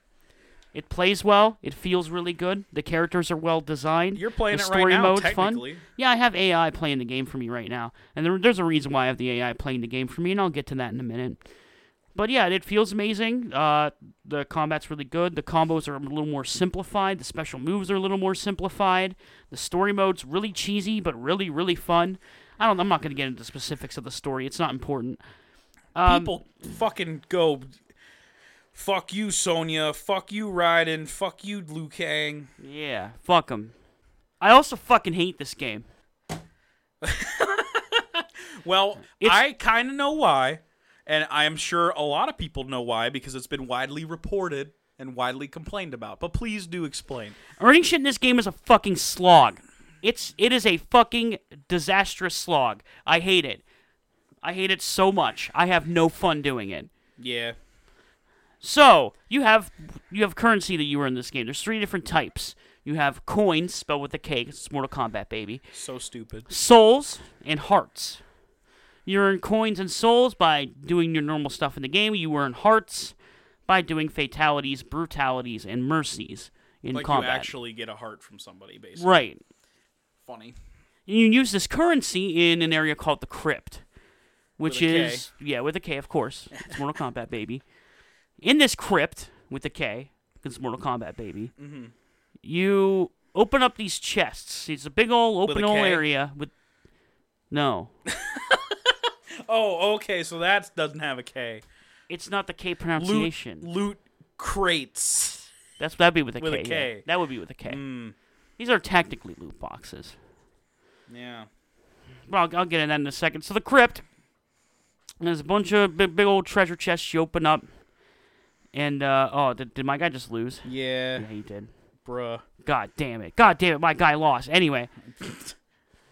[SPEAKER 1] It plays well. It feels really good. The characters are well designed.
[SPEAKER 2] You're playing
[SPEAKER 1] the
[SPEAKER 2] it right
[SPEAKER 1] story
[SPEAKER 2] now,
[SPEAKER 1] mode's
[SPEAKER 2] technically.
[SPEAKER 1] Fun. Yeah, I have AI playing the game for me right now, and there, there's a reason why I have the AI playing the game for me, and I'll get to that in a minute. But yeah, it feels amazing. Uh, the combat's really good. The combos are a little more simplified. The special moves are a little more simplified. The story mode's really cheesy, but really, really fun. I don't. I'm not going to get into specifics of the story. It's not important. Um,
[SPEAKER 2] People fucking go. Fuck you, Sonya. Fuck you, Raiden. Fuck you, Liu Kang.
[SPEAKER 1] Yeah, fuck them. I also fucking hate this game.
[SPEAKER 2] Well,
[SPEAKER 1] It's-
[SPEAKER 2] I kind of know why, and I am sure a lot of people know why because it's been widely reported and widely complained about. But please do explain.
[SPEAKER 1] Earning shit in this game is a fucking slog. It's it is a fucking disastrous slog. I hate it. I hate it so much. I have no fun doing it.
[SPEAKER 2] Yeah.
[SPEAKER 1] So you have you have currency that you earn in this game. There's three different types. You have coins spelled with a K. 'cause It's Mortal Kombat, baby.
[SPEAKER 2] So stupid.
[SPEAKER 1] souls and hearts. You earn coins and souls by doing your normal stuff in the game. You earn hearts by doing fatalities, brutalities, and mercies in
[SPEAKER 2] Like
[SPEAKER 1] combat.
[SPEAKER 2] you actually get a heart from somebody, basically.
[SPEAKER 1] right.
[SPEAKER 2] Funny.
[SPEAKER 1] And you use this currency in an area called the crypt, which
[SPEAKER 2] With a K.
[SPEAKER 1] is yeah, with a K, of course. It's Mortal Kombat, baby. In this crypt with a K, because it's Mortal Kombat, baby.
[SPEAKER 2] Mm-hmm.
[SPEAKER 1] You open up these chests. It's a big old
[SPEAKER 2] With
[SPEAKER 1] open
[SPEAKER 2] a
[SPEAKER 1] old
[SPEAKER 2] K?
[SPEAKER 1] area with no.
[SPEAKER 2] Oh, okay. So that doesn't have a K.
[SPEAKER 1] It's not the K
[SPEAKER 2] Loot,
[SPEAKER 1] pronunciation.
[SPEAKER 2] loot crates.
[SPEAKER 1] That's that'd be with a K.
[SPEAKER 2] With a
[SPEAKER 1] yeah.
[SPEAKER 2] K.
[SPEAKER 1] That would be with a K.
[SPEAKER 2] Hmm.
[SPEAKER 1] These are technically loot boxes.
[SPEAKER 2] Yeah.
[SPEAKER 1] Well, I'll, I'll get into that in a second. So the crypt. There's a bunch of big, big old treasure chests you open up, and uh, oh, did, did my guy just lose?
[SPEAKER 2] Yeah.
[SPEAKER 1] Yeah, he did.
[SPEAKER 2] Bruh.
[SPEAKER 1] God damn it! God damn it! My guy lost. Anyway,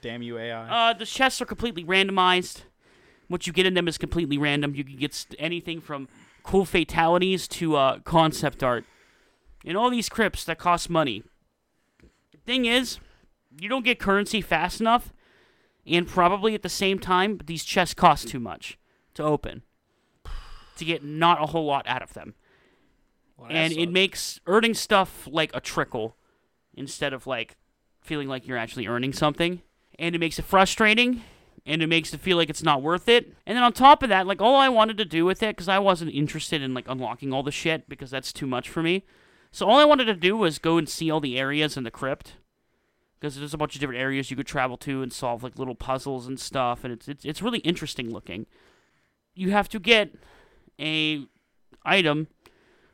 [SPEAKER 2] Damn you, AI.
[SPEAKER 1] Uh, the chests are completely randomized. What you get in them is completely random. You can get st- anything from cool fatalities to uh, concept art, and all these crypts that cost money. Thing is, you don't get currency fast enough, and probably at the same time, these chests cost too much to open to get not a whole lot out of them,
[SPEAKER 2] Well, that
[SPEAKER 1] and it
[SPEAKER 2] sucks.
[SPEAKER 1] makes earning stuff like a trickle instead of like feeling like you're actually earning something. And it makes it frustrating and it makes it feel like it's not worth it. And then on top of that, like all I wanted to do with it, because I wasn't interested in like unlocking all the shit because that's too much for me. So all I wanted to do was go and see all the areas in the crypt. Because there's a bunch of different areas you could travel to and solve like little puzzles and stuff, and it's it's, it's really interesting looking. You have to get a item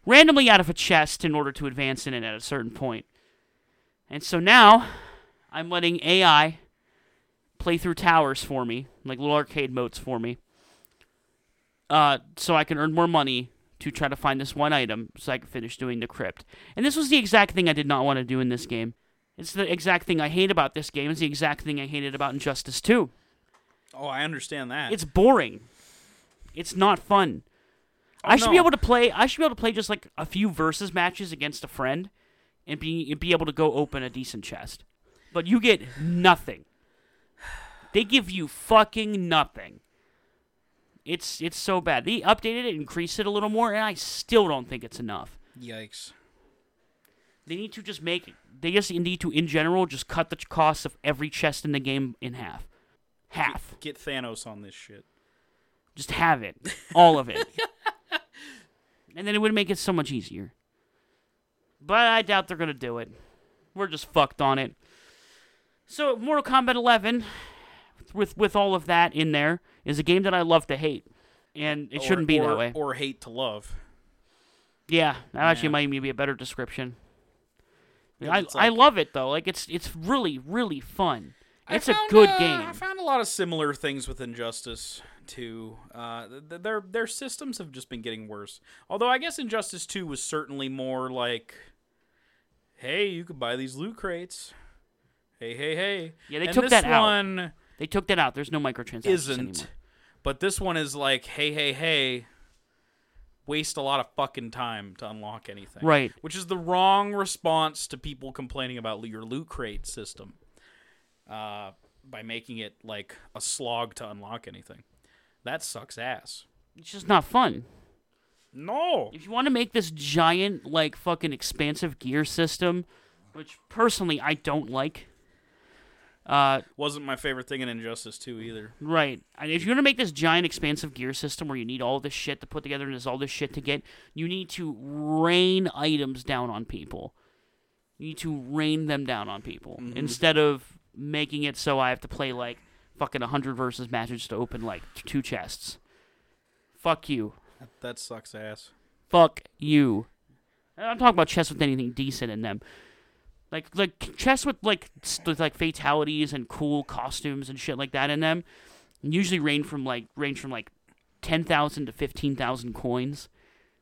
[SPEAKER 1] randomly out of a chest in order to advance in it at a certain point. And so now I'm letting AI play through towers for me, like little arcade modes for me. uh, so I can earn more money to try to find this one item so I can finish doing the crypt. And this was the exact thing I did not want to do in this game. It's the exact thing I hate about this game. It's the exact thing I hated about Injustice 2.
[SPEAKER 2] Oh, I understand
[SPEAKER 1] *laughs*
[SPEAKER 2] that.
[SPEAKER 1] It's boring. It's not fun. I should be
[SPEAKER 2] no.
[SPEAKER 1] able to play. I should be able to play just like a few versus matches against a friend, and be and be able to go open a decent chest. But you get nothing. They give you fucking nothing. It's it's so bad. They updated it, increased it a little more, and I still don't think it's enough.
[SPEAKER 2] yikes.
[SPEAKER 1] They need to just make. They just need to, in general, just cut the ch- cost of every chest in the game in half. Half.
[SPEAKER 2] Get Thanos on this shit.
[SPEAKER 1] Just have it. All of it. *laughs* and then it would make it so much easier. But I doubt they're going to do it. We're just fucked on it. So, Mortal Kombat 11, with, with all of that in there, is a game that I love to hate. And it
[SPEAKER 2] Or-
[SPEAKER 1] shouldn't be
[SPEAKER 2] or-
[SPEAKER 1] that way.
[SPEAKER 2] Or hate to love.
[SPEAKER 1] yeah, that actually
[SPEAKER 2] Yeah.
[SPEAKER 1] might even be a better description.
[SPEAKER 2] Yeah,
[SPEAKER 1] I,
[SPEAKER 2] it's
[SPEAKER 1] I
[SPEAKER 2] like-
[SPEAKER 1] love it, though. Like, it's, it's really, really fun.
[SPEAKER 2] I
[SPEAKER 1] It's a
[SPEAKER 2] found,
[SPEAKER 1] good
[SPEAKER 2] uh,
[SPEAKER 1] game.
[SPEAKER 2] I found a lot of similar things with Injustice 2. Uh, th- th- their their systems have just been getting worse. Although I guess Injustice 2 was certainly more like, hey, you could buy these loot crates. Hey, hey, hey.
[SPEAKER 1] Yeah, they
[SPEAKER 2] and
[SPEAKER 1] took
[SPEAKER 2] this
[SPEAKER 1] that out.
[SPEAKER 2] one
[SPEAKER 1] they took that out. There's no microtransactions
[SPEAKER 2] isn't,
[SPEAKER 1] anymore.
[SPEAKER 2] but this one is like, hey, hey, hey. Waste a lot of fucking time to unlock anything.
[SPEAKER 1] Right.
[SPEAKER 2] Which is the wrong response to people complaining about your loot crate system uh, by making it like a slog to unlock anything. That sucks ass.
[SPEAKER 1] It's just not fun.
[SPEAKER 2] No.
[SPEAKER 1] If you want to make this giant, like, fucking expansive gear system, which personally I don't like, uh,
[SPEAKER 2] Wasn't my favorite thing in Injustice 2 either.
[SPEAKER 1] right. And if you're going to make this giant, expansive gear system where you need all this shit to put together and there's all this shit to get, you need to rain items down on people. You need to rain them down on people instead of making it so I have to play, like, fucking 100 versus matches to open, like, t- two chests. Fuck you.
[SPEAKER 2] That sucks ass.
[SPEAKER 1] Fuck you. And I'm talking about chests with anything decent in them. Like like chests with like s- with like fatalities and cool costumes and shit like that in them. Usually range from like range from like ten thousand to fifteen thousand coins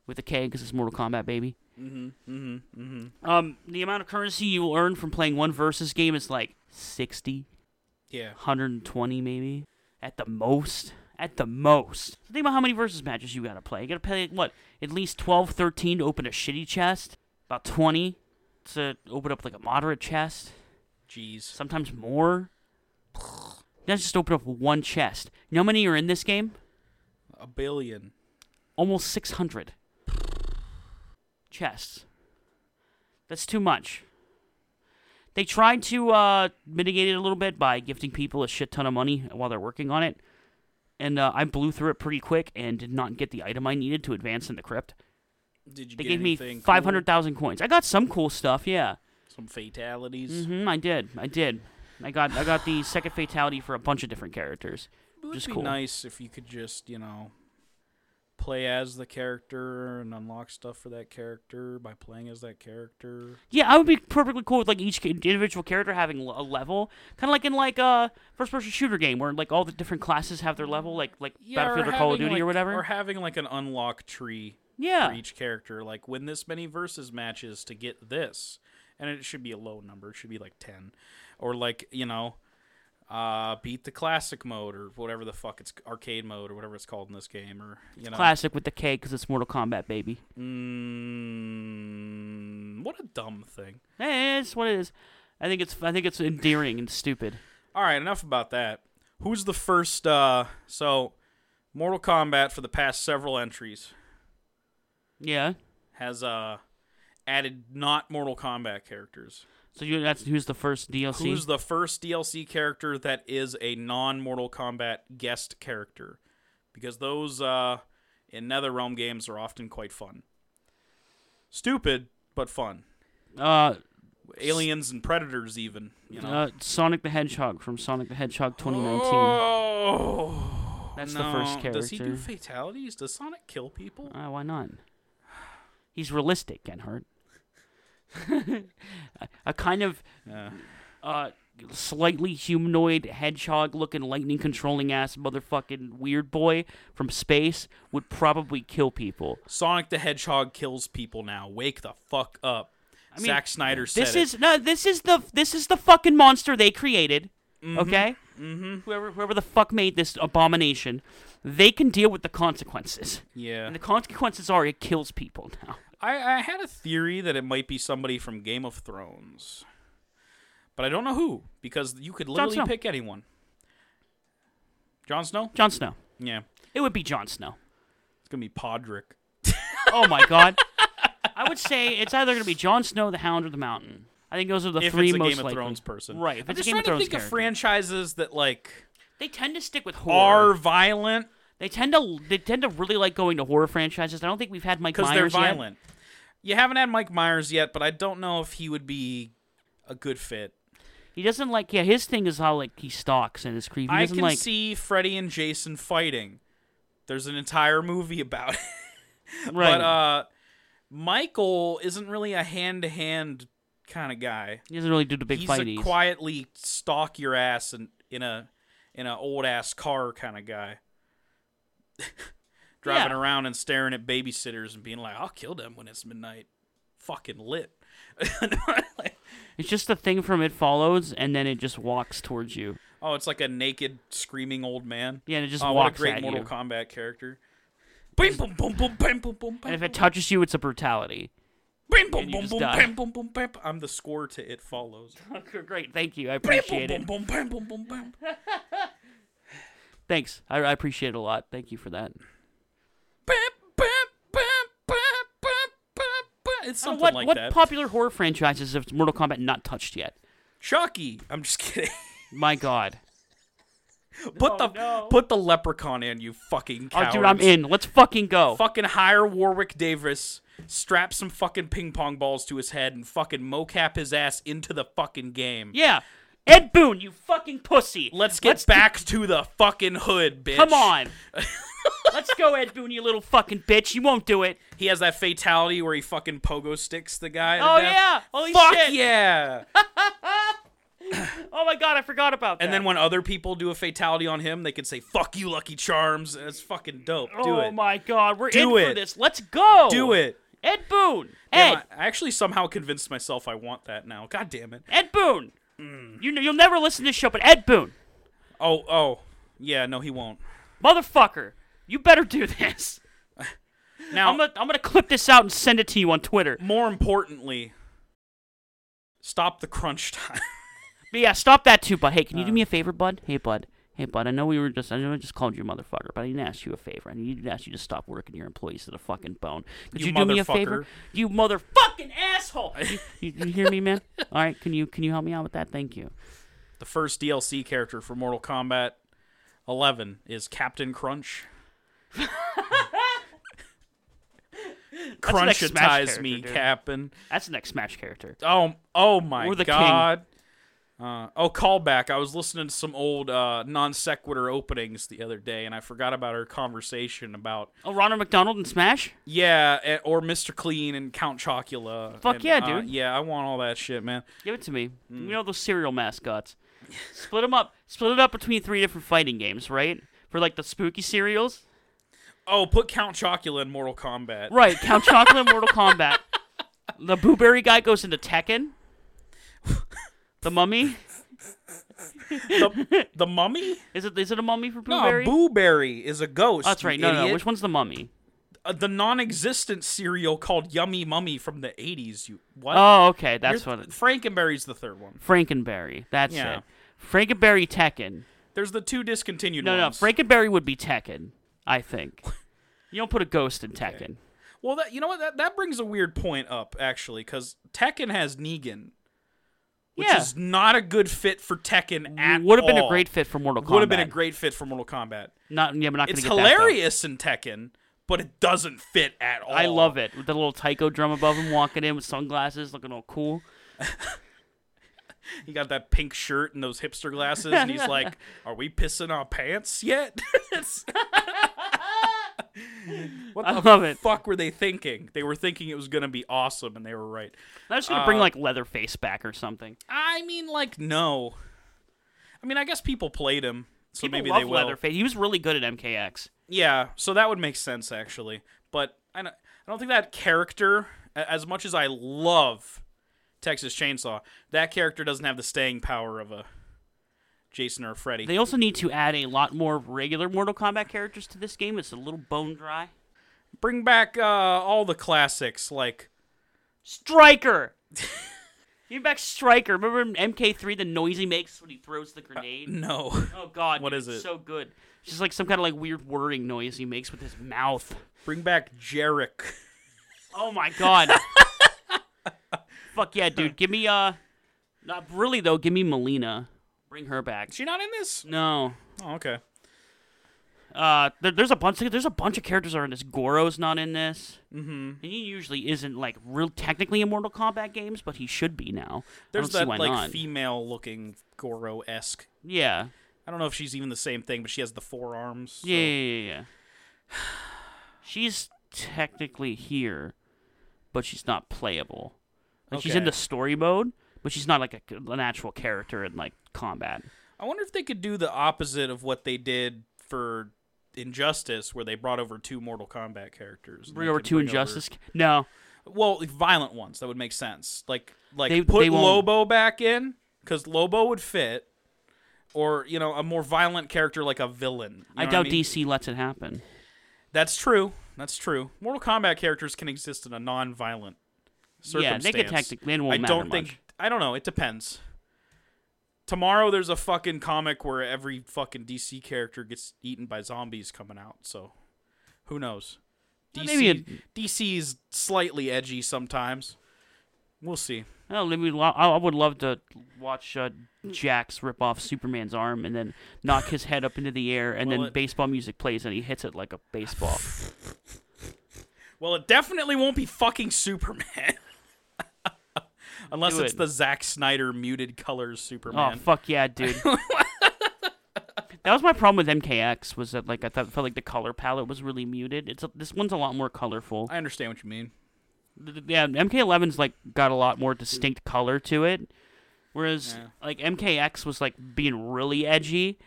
[SPEAKER 1] with a K because it's Mortal Kombat, baby.
[SPEAKER 2] Mm-hmm. Mm-hmm.
[SPEAKER 1] Um, the amount of currency you will earn from playing one versus game is like 60,
[SPEAKER 2] Yeah.
[SPEAKER 1] 120 maybe at the most. At the most. Think about how many versus matches you gotta play. You gotta play what? At least 12, 13 to open a shitty chest. About 20 to open up like a moderate chest.
[SPEAKER 2] Jeez.
[SPEAKER 1] Sometimes more. *sighs* That's just open up one chest. You know how many are in this game?
[SPEAKER 2] A billion.
[SPEAKER 1] Almost 600 chests. That's too much. They tried to uh, mitigate it a little bit by gifting people a shit ton of money while they're working on it. And uh, I blew through it pretty quick and did not get the item I needed to advance in the crypt.
[SPEAKER 2] Did you
[SPEAKER 1] They
[SPEAKER 2] get
[SPEAKER 1] gave me
[SPEAKER 2] anything cool?
[SPEAKER 1] 500,000 coins. I got some cool stuff, yeah.
[SPEAKER 2] Some fatalities.
[SPEAKER 1] hmm I did. I did. I got I got the second fatality for a bunch of different characters.
[SPEAKER 2] It would
[SPEAKER 1] Just
[SPEAKER 2] be
[SPEAKER 1] cool.
[SPEAKER 2] nice if you could just, you know, play as the character and unlock stuff for that character by playing as that character.
[SPEAKER 1] Yeah, I would be perfectly cool with like each ca- individual character having l- a level, kind of like in like a first-person shooter game where like all the different classes have their level, like like Battlefield or Call of Duty or whatever.
[SPEAKER 2] Or having like an unlock tree
[SPEAKER 1] yeah,
[SPEAKER 2] for each character, like win this many versus matches to get this. And it should be a low number, it should be like 10 or like, you know, uh, beat the classic mode or whatever the fuck it's arcade mode or whatever it's called in this game or you know
[SPEAKER 1] classic with the K because it's Mortal Kombat, baby.
[SPEAKER 2] Mm, what a dumb thing
[SPEAKER 1] Eh, it's what it is. I think it's I think it's endearing and stupid.
[SPEAKER 2] All right, enough about that. Who's the first? Uh, so, Mortal Kombat for the past several entries
[SPEAKER 1] Yeah.
[SPEAKER 2] has uh, added not Mortal Kombat characters.
[SPEAKER 1] So you that's who's the first DLC?
[SPEAKER 2] Who's the first DLC character that is a non Mortal Kombat guest character? Because those uh, in NetherRealm games are often quite fun. Stupid, but fun.
[SPEAKER 1] uh,
[SPEAKER 2] Aliens and Predators, even. You know.
[SPEAKER 1] uh Sonic the Hedgehog from Sonic the Hedgehog 2019.
[SPEAKER 2] Oh,
[SPEAKER 1] That's the first
[SPEAKER 2] no. Does he do
[SPEAKER 1] character.
[SPEAKER 2] fatalities? Does Sonic kill people?
[SPEAKER 1] Uh, why not? He's realistic, Ken Hart. *laughs* a kind of
[SPEAKER 2] Yeah.
[SPEAKER 1] uh, slightly humanoid hedgehog looking lightning controlling ass motherfucking weird boy from space would probably kill people.
[SPEAKER 2] Sonic the Hedgehog kills people now. Wake the fuck up.
[SPEAKER 1] mean,
[SPEAKER 2] Zack Snyder
[SPEAKER 1] This
[SPEAKER 2] said it.
[SPEAKER 1] is no this is the this is the fucking monster they created. Okay? Mm-hmm. Whoever whoever the fuck made this abomination, they can deal with the consequences.
[SPEAKER 2] Yeah.
[SPEAKER 1] And the consequences are it kills people now.
[SPEAKER 2] I, I had a theory that it might be somebody from Game of Thrones. But I don't know who, because you could literally
[SPEAKER 1] Snow.
[SPEAKER 2] pick anyone. Jon Snow?
[SPEAKER 1] Jon Snow.
[SPEAKER 2] Yeah.
[SPEAKER 1] It would be Jon Snow.
[SPEAKER 2] It's going to be Podrick.
[SPEAKER 1] Oh my god. I would say it's either going to be Jon Snow, the Hound, or the Mountain. I think those are the
[SPEAKER 2] If
[SPEAKER 1] three
[SPEAKER 2] it's a
[SPEAKER 1] most
[SPEAKER 2] Game of
[SPEAKER 1] likely.
[SPEAKER 2] Thrones person.
[SPEAKER 1] Right, if
[SPEAKER 2] I'm
[SPEAKER 1] it's a
[SPEAKER 2] just
[SPEAKER 1] Game
[SPEAKER 2] trying
[SPEAKER 1] of
[SPEAKER 2] to
[SPEAKER 1] Thrones
[SPEAKER 2] think of
[SPEAKER 1] character.
[SPEAKER 2] franchises that, like,
[SPEAKER 1] They tend to stick with horror.
[SPEAKER 2] are violent
[SPEAKER 1] They tend to they tend to really like going to horror franchises. I don't think we've had Mike
[SPEAKER 2] because
[SPEAKER 1] Myers
[SPEAKER 2] they're
[SPEAKER 1] yet.
[SPEAKER 2] violent. You haven't had Mike Myers yet, but I don't know if he would be a good fit.
[SPEAKER 1] He doesn't like yeah. His thing is how like he stalks and is creepy. He
[SPEAKER 2] I
[SPEAKER 1] doesn't
[SPEAKER 2] can
[SPEAKER 1] like
[SPEAKER 2] see Freddy and Jason fighting. There's an entire movie about it. *laughs*
[SPEAKER 1] right.
[SPEAKER 2] But uh, Michael isn't really a hand to hand kind of guy.
[SPEAKER 1] he doesn't really do the big
[SPEAKER 2] He's
[SPEAKER 1] fighties.
[SPEAKER 2] a quietly stalk your ass and in a in a old ass car kind of guy. *laughs* Driving
[SPEAKER 1] Yeah.
[SPEAKER 2] around and staring at babysitters and being like, "I'll kill them when it's midnight." Fucking lit. *laughs* Like,
[SPEAKER 1] It's just the thing from It Follows, and then it just walks towards you.
[SPEAKER 2] oh, it's like a naked screaming old man.
[SPEAKER 1] Yeah, and it just
[SPEAKER 2] oh, what a
[SPEAKER 1] walks
[SPEAKER 2] great
[SPEAKER 1] at
[SPEAKER 2] Mortal
[SPEAKER 1] you.
[SPEAKER 2] Kombat character. Bim, bum, bum, bum, bim, bum, bum,
[SPEAKER 1] and if
[SPEAKER 2] bum,
[SPEAKER 1] it touches you, it's a brutality. *laughs*
[SPEAKER 2] bim, bum,
[SPEAKER 1] and you
[SPEAKER 2] bum,
[SPEAKER 1] just
[SPEAKER 2] bum,
[SPEAKER 1] die.
[SPEAKER 2] bim, bum, bum, bim. I'm the score to It Follows.
[SPEAKER 1] Great, thank you. I appreciate it.
[SPEAKER 2] Boom, boom, boom, boom, boom, boom.
[SPEAKER 1] Thanks. I, I appreciate it a lot. Thank you for that.
[SPEAKER 2] Bam, bam, bam, bam, bam, bam, bam. It's
[SPEAKER 1] So
[SPEAKER 2] something
[SPEAKER 1] Uh, what
[SPEAKER 2] like
[SPEAKER 1] what
[SPEAKER 2] that.
[SPEAKER 1] popular horror franchises have Mortal Kombat not touched yet?
[SPEAKER 2] Chucky. I'm just *laughs* kidding.
[SPEAKER 1] My God.
[SPEAKER 2] put the
[SPEAKER 1] Oh, no.
[SPEAKER 2] put the leprechaun in, you fucking
[SPEAKER 1] Oh,
[SPEAKER 2] cowards.
[SPEAKER 1] dude, I'm in. Let's fucking go.
[SPEAKER 2] Fucking hire Warwick Davis, strap some fucking ping pong balls to his head, and fucking mocap his ass into the fucking game.
[SPEAKER 1] Yeah. Ed Boone, you fucking pussy.
[SPEAKER 2] Let's get
[SPEAKER 1] do-
[SPEAKER 2] back to the fucking hood, bitch.
[SPEAKER 1] Come on. Let's go, Ed Boone, you little fucking bitch. You won't do it.
[SPEAKER 2] He has that fatality where he fucking pogo sticks the guy. to
[SPEAKER 1] Oh,
[SPEAKER 2] death.
[SPEAKER 1] yeah. Holy
[SPEAKER 2] Fuck
[SPEAKER 1] shit.
[SPEAKER 2] yeah.
[SPEAKER 1] Oh, my God. I forgot about that.
[SPEAKER 2] And then when other people do a fatality on him, they can say "fuck you, Lucky Charms," and it's fucking dope. Do
[SPEAKER 1] oh,
[SPEAKER 2] it.
[SPEAKER 1] my God. We're
[SPEAKER 2] Do
[SPEAKER 1] in
[SPEAKER 2] it.
[SPEAKER 1] for this. Let's go.
[SPEAKER 2] Do it.
[SPEAKER 1] Ed Boone.
[SPEAKER 2] Damn,
[SPEAKER 1] Ed.
[SPEAKER 2] I I actually somehow convinced myself I want that now. God damn it.
[SPEAKER 1] Ed Boone.
[SPEAKER 2] Mm.
[SPEAKER 1] You know, you'll never listen to this show, but Ed Boone.
[SPEAKER 2] Oh, oh, yeah. No, he won't.
[SPEAKER 1] Motherfucker. You better do this.
[SPEAKER 2] *laughs* Now,
[SPEAKER 1] I'm going to I'm gonna clip this out and send it to you on Twitter.
[SPEAKER 2] more importantly, stop the crunch *laughs* time.
[SPEAKER 1] But yeah, stop that too, bud. Hey, can you do me
[SPEAKER 2] Uh.
[SPEAKER 1] a favor, bud? Hey, bud. Hey, bud. I know we were just I know I just called you a motherfucker, but I didn't ask you a favor. I didn't ask you to stop working your employees to the fucking bone. Could
[SPEAKER 2] You
[SPEAKER 1] you, do me a
[SPEAKER 2] motherfucker.
[SPEAKER 1] favor? You motherfucking asshole!
[SPEAKER 2] *laughs*
[SPEAKER 1] you, you, you hear me, man? All right, can you can you help me out with that? Thank you.
[SPEAKER 2] the first DLC character for Mortal Kombat 11 is Captain Crunch.
[SPEAKER 1] next Smash
[SPEAKER 2] Crunchitize
[SPEAKER 1] character,
[SPEAKER 2] me,
[SPEAKER 1] dude.
[SPEAKER 2] Captain.
[SPEAKER 1] That's the next Smash character.
[SPEAKER 2] Oh, oh my
[SPEAKER 1] Or the king.
[SPEAKER 2] god. Uh, oh, callback. I was listening to some old uh, non sequitur openings the other day, and I forgot about our conversation about
[SPEAKER 1] Oh, Ronald McDonald and Smash.
[SPEAKER 2] yeah, eh, or Mister Clean and Count Chocula.
[SPEAKER 1] Fuck
[SPEAKER 2] and,
[SPEAKER 1] yeah,
[SPEAKER 2] uh,
[SPEAKER 1] dude.
[SPEAKER 2] yeah, I want all that shit, man.
[SPEAKER 1] Give it to me.
[SPEAKER 2] Mm.
[SPEAKER 1] You know those cereal mascots. Split them up. Split it up between three different fighting games, right? For like the spooky cereals.
[SPEAKER 2] Oh, put Count Chocula in Mortal Kombat.
[SPEAKER 1] Right,
[SPEAKER 2] *laughs*
[SPEAKER 1] Count Chocula in Mortal Kombat. The blueberry guy goes into Tekken. The mummy?
[SPEAKER 2] The, the Mummy?
[SPEAKER 1] Is it is it a mummy for
[SPEAKER 2] No,
[SPEAKER 1] blueberry?
[SPEAKER 2] Booberry is a ghost.
[SPEAKER 1] Oh, That's right.
[SPEAKER 2] you
[SPEAKER 1] No, no.
[SPEAKER 2] idiot.
[SPEAKER 1] Which one's the mummy?
[SPEAKER 2] Uh, the non-existent cereal called Yummy Mummy from the '80s. You what?
[SPEAKER 1] Oh, okay. That's
[SPEAKER 2] You're-
[SPEAKER 1] what it,
[SPEAKER 2] Frankenberry's the third one.
[SPEAKER 1] Frankenberry. That's
[SPEAKER 2] Yeah.
[SPEAKER 1] it. Frankenberry Tekken.
[SPEAKER 2] There's the two discontinued
[SPEAKER 1] No, no.
[SPEAKER 2] ones.
[SPEAKER 1] Frankenberry would be Tekken, I
[SPEAKER 2] *laughs*
[SPEAKER 1] think. You don't put a ghost in Tekken.
[SPEAKER 2] Well, that you know what that that brings a weird point up actually because Tekken has Negan, which
[SPEAKER 1] yeah.
[SPEAKER 2] is not a good fit for Tekken at
[SPEAKER 1] would have been a
[SPEAKER 2] all.
[SPEAKER 1] great fit for Mortal Kombat.
[SPEAKER 2] Would have been a great fit for Mortal Kombat.
[SPEAKER 1] Not yeah, but not
[SPEAKER 2] It's
[SPEAKER 1] gonna get that, though.
[SPEAKER 2] hilarious in Tekken, but it doesn't fit at all.
[SPEAKER 1] I love it. With the little taiko drum above him walking in with sunglasses, looking all cool.
[SPEAKER 2] He got that pink shirt and those hipster glasses, and he's
[SPEAKER 1] *laughs*
[SPEAKER 2] like, "Are we pissing our pants yet?" *laughs* It's- what the
[SPEAKER 1] I love it.
[SPEAKER 2] fuck were they thinking? They were thinking it was gonna be awesome, and they were right.
[SPEAKER 1] I was gonna bring like Leatherface back or something.
[SPEAKER 2] I mean, like, no. I mean, I guess people played him, so
[SPEAKER 1] People
[SPEAKER 2] maybe
[SPEAKER 1] love
[SPEAKER 2] they will.
[SPEAKER 1] Leatherface. He was really good at MKX.
[SPEAKER 2] Yeah, so that would make sense actually. But I don't, I don't think that character, a- as much as I love Texas Chainsaw, that character doesn't have the staying power of a Jason or a Freddy.
[SPEAKER 1] They also need to add a lot more regular Mortal Kombat characters to this game. It's a little bone dry.
[SPEAKER 2] Bring back uh, all the classics like *laughs*
[SPEAKER 1] Striker. Give me back Striker. Remember in MK3 the noise he makes when he throws the grenade?
[SPEAKER 2] no. *laughs*
[SPEAKER 1] Oh god,
[SPEAKER 2] Uh, what
[SPEAKER 1] dude,
[SPEAKER 2] is
[SPEAKER 1] it's
[SPEAKER 2] it?
[SPEAKER 1] So good. It's just like some kind of like weird whirring noise he makes with his mouth.
[SPEAKER 2] Bring back Jarek.
[SPEAKER 1] Oh my
[SPEAKER 2] *laughs*
[SPEAKER 1] god. Fuck yeah, dude. Give me uh not really though, give me Melina. Bring her back.
[SPEAKER 2] Is she not in this?
[SPEAKER 1] No.
[SPEAKER 2] Oh, okay.
[SPEAKER 1] Uh there, there's a bunch of there's a bunch of characters that are in this. Goro's not in this. Mm-hmm. And he usually isn't like real technically in Mortal Kombat games, but he should be now. I
[SPEAKER 2] There's
[SPEAKER 1] don't see
[SPEAKER 2] that
[SPEAKER 1] why
[SPEAKER 2] like
[SPEAKER 1] not.
[SPEAKER 2] female looking Goro esque.
[SPEAKER 1] yeah.
[SPEAKER 2] I don't know if she's even the same thing, but she has the forearms. so-
[SPEAKER 1] Yeah, yeah, yeah, *sighs* yeah. She's technically here, but she's not playable. Like she's in
[SPEAKER 2] Okay.
[SPEAKER 1] the story mode, but she's not like a, an actual character in like combat.
[SPEAKER 2] I wonder if they could do the opposite of what they did for Injustice, where they brought over two Mortal Kombat characters. and
[SPEAKER 1] Bring
[SPEAKER 2] they
[SPEAKER 1] over
[SPEAKER 2] could
[SPEAKER 1] two
[SPEAKER 2] bring
[SPEAKER 1] injustice. No,
[SPEAKER 2] over- well, violent ones that would make sense. Like like
[SPEAKER 1] They-
[SPEAKER 2] put
[SPEAKER 1] they won't.
[SPEAKER 2] Lobo back in because Lobo would fit, or you know a more violent character like a villain. You
[SPEAKER 1] I
[SPEAKER 2] know what
[SPEAKER 1] doubt
[SPEAKER 2] mean?
[SPEAKER 1] DC lets it happen.
[SPEAKER 2] That's true. That's true. Mortal Kombat characters can exist in a non-violent
[SPEAKER 1] Yeah,
[SPEAKER 2] circumstance.
[SPEAKER 1] they could technically. It won't
[SPEAKER 2] I
[SPEAKER 1] matter
[SPEAKER 2] don't think.
[SPEAKER 1] much.
[SPEAKER 2] I don't know. It depends. Tomorrow there's a fucking comic where every fucking DC character gets eaten by zombies coming out. So, who knows?
[SPEAKER 1] Well,
[SPEAKER 2] DC
[SPEAKER 1] maybe it-
[SPEAKER 2] DC is slightly edgy sometimes. We'll see.
[SPEAKER 1] Oh, let me. lo- I I would love to watch uh, Jax rip off Superman's arm and then knock his head up into the air, and
[SPEAKER 2] Well,
[SPEAKER 1] then
[SPEAKER 2] it-
[SPEAKER 1] baseball music plays, and he hits it like a baseball.
[SPEAKER 2] Well, it definitely won't be fucking Superman. *laughs* Unless
[SPEAKER 1] Do
[SPEAKER 2] it's
[SPEAKER 1] it.
[SPEAKER 2] the Zack Snyder muted colors Superman.
[SPEAKER 1] Oh fuck yeah, dude.
[SPEAKER 2] *laughs*
[SPEAKER 1] that was my problem with MKX was that like I thought felt like the color palette was really muted. It's a, this one's a lot more colorful.
[SPEAKER 2] I understand what you mean.
[SPEAKER 1] Th- th- Yeah, MK11's like got a lot more distinct color to it, whereas
[SPEAKER 2] Yeah.
[SPEAKER 1] like MKX was like being really edgy,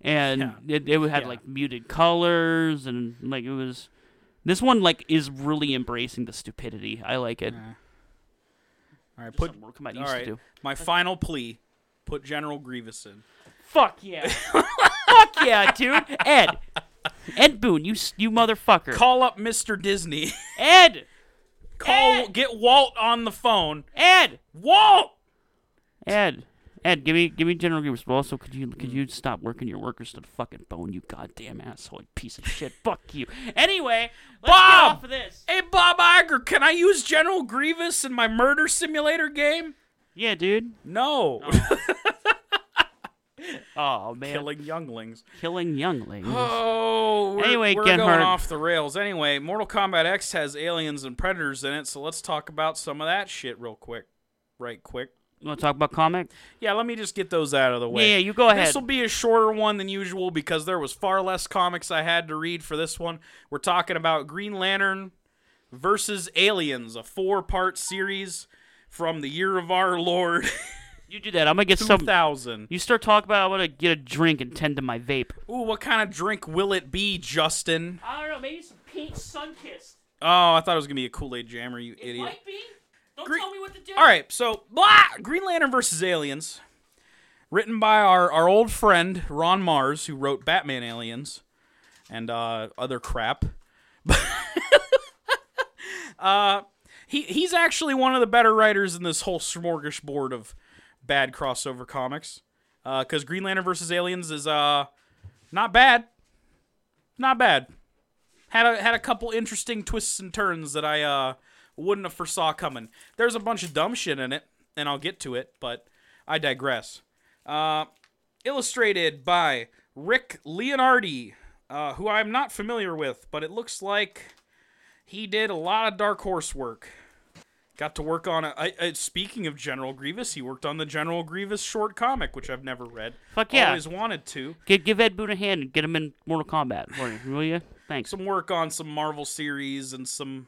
[SPEAKER 1] and
[SPEAKER 2] Yeah.
[SPEAKER 1] it it had
[SPEAKER 2] Yeah.
[SPEAKER 1] like muted colors and like it was. This one like is really embracing the stupidity. I like it.
[SPEAKER 2] Yeah. All right,
[SPEAKER 1] Put,
[SPEAKER 2] put
[SPEAKER 1] Something we're coming out
[SPEAKER 2] all
[SPEAKER 1] used
[SPEAKER 2] right.
[SPEAKER 1] to do.
[SPEAKER 2] my final plea. Put General Grievous in.
[SPEAKER 1] Fuck
[SPEAKER 2] *laughs*
[SPEAKER 1] yeah. Fuck yeah, dude. Ed. Ed Boone, you s- you motherfucker.
[SPEAKER 2] Call up Mr. Disney. *laughs*
[SPEAKER 1] Ed.
[SPEAKER 2] Call
[SPEAKER 1] Ed!
[SPEAKER 2] get Walt on the phone.
[SPEAKER 1] Ed.
[SPEAKER 2] Walt.
[SPEAKER 1] Ed. Ed, give me give me General Grievous. But also, could you could
[SPEAKER 2] Mm.
[SPEAKER 1] you stop working your workers to the fucking bone, you goddamn asshole, you piece of shit. Fuck you. Anyway, let's
[SPEAKER 2] Bob!
[SPEAKER 1] get off of this.
[SPEAKER 2] Hey Bob Iger, can I use General Grievous in my murder simulator game?
[SPEAKER 1] Yeah, dude.
[SPEAKER 2] No. *laughs*
[SPEAKER 1] Oh man, killing,
[SPEAKER 2] Killing younglings. *gasps*
[SPEAKER 1] younglings.
[SPEAKER 2] Oh. We're,
[SPEAKER 1] Anyway,
[SPEAKER 2] we're
[SPEAKER 1] get
[SPEAKER 2] going
[SPEAKER 1] hurt.
[SPEAKER 2] off the rails. Anyway, Mortal Kombat X has aliens and predators in it, so let's talk about some of that shit real quick. Right quick.
[SPEAKER 1] you want to talk about comic?
[SPEAKER 2] Yeah, let me just get those out of the way.
[SPEAKER 1] Yeah, you go ahead.
[SPEAKER 2] This will be a shorter one than usual because there was far less comics I had to read for this one. We're talking about Green Lantern versus Aliens, a four-part series from the year of our Lord *laughs*
[SPEAKER 1] You do that. I'm gonna get some.
[SPEAKER 2] 2000.
[SPEAKER 1] You start talking about. I'm gonna get a drink and tend to my vape.
[SPEAKER 2] Ooh, what kind of drink will it be, Justin?
[SPEAKER 1] I don't know. Maybe some pink sun kissed.
[SPEAKER 2] Oh, I thought it was gonna be a Kool-Aid Jammer, you idiot.
[SPEAKER 1] be. Don't
[SPEAKER 2] Gre- tell
[SPEAKER 1] me what to do.
[SPEAKER 2] All right, so blah, Green Lantern versus Aliens, written by our, our old friend Ron Mars, who wrote Batman Aliens and uh, other crap. *laughs* uh, he he's actually one of the better writers in this whole smorgasbord of bad crossover comics. Because Green Lantern versus Aliens is uh not bad, not bad. Had a had a couple interesting twists and turns that I uh wouldn't have foresaw coming. There's a bunch of dumb shit in it, and I'll get to it, but I digress. Uh, illustrated by Rick Leonardi, uh, who I'm not familiar with, but it looks like he did a lot of Dark Horse work. Got to work on a. I, I, speaking of General Grievous, he worked on the General Grievous short comic, which I've never read.
[SPEAKER 1] Fuck yeah.
[SPEAKER 2] Always wanted to.
[SPEAKER 1] Give, give Ed Boon a hand and get him in Mortal Kombat for you, will you? Thanks.
[SPEAKER 2] some work on some Marvel series and some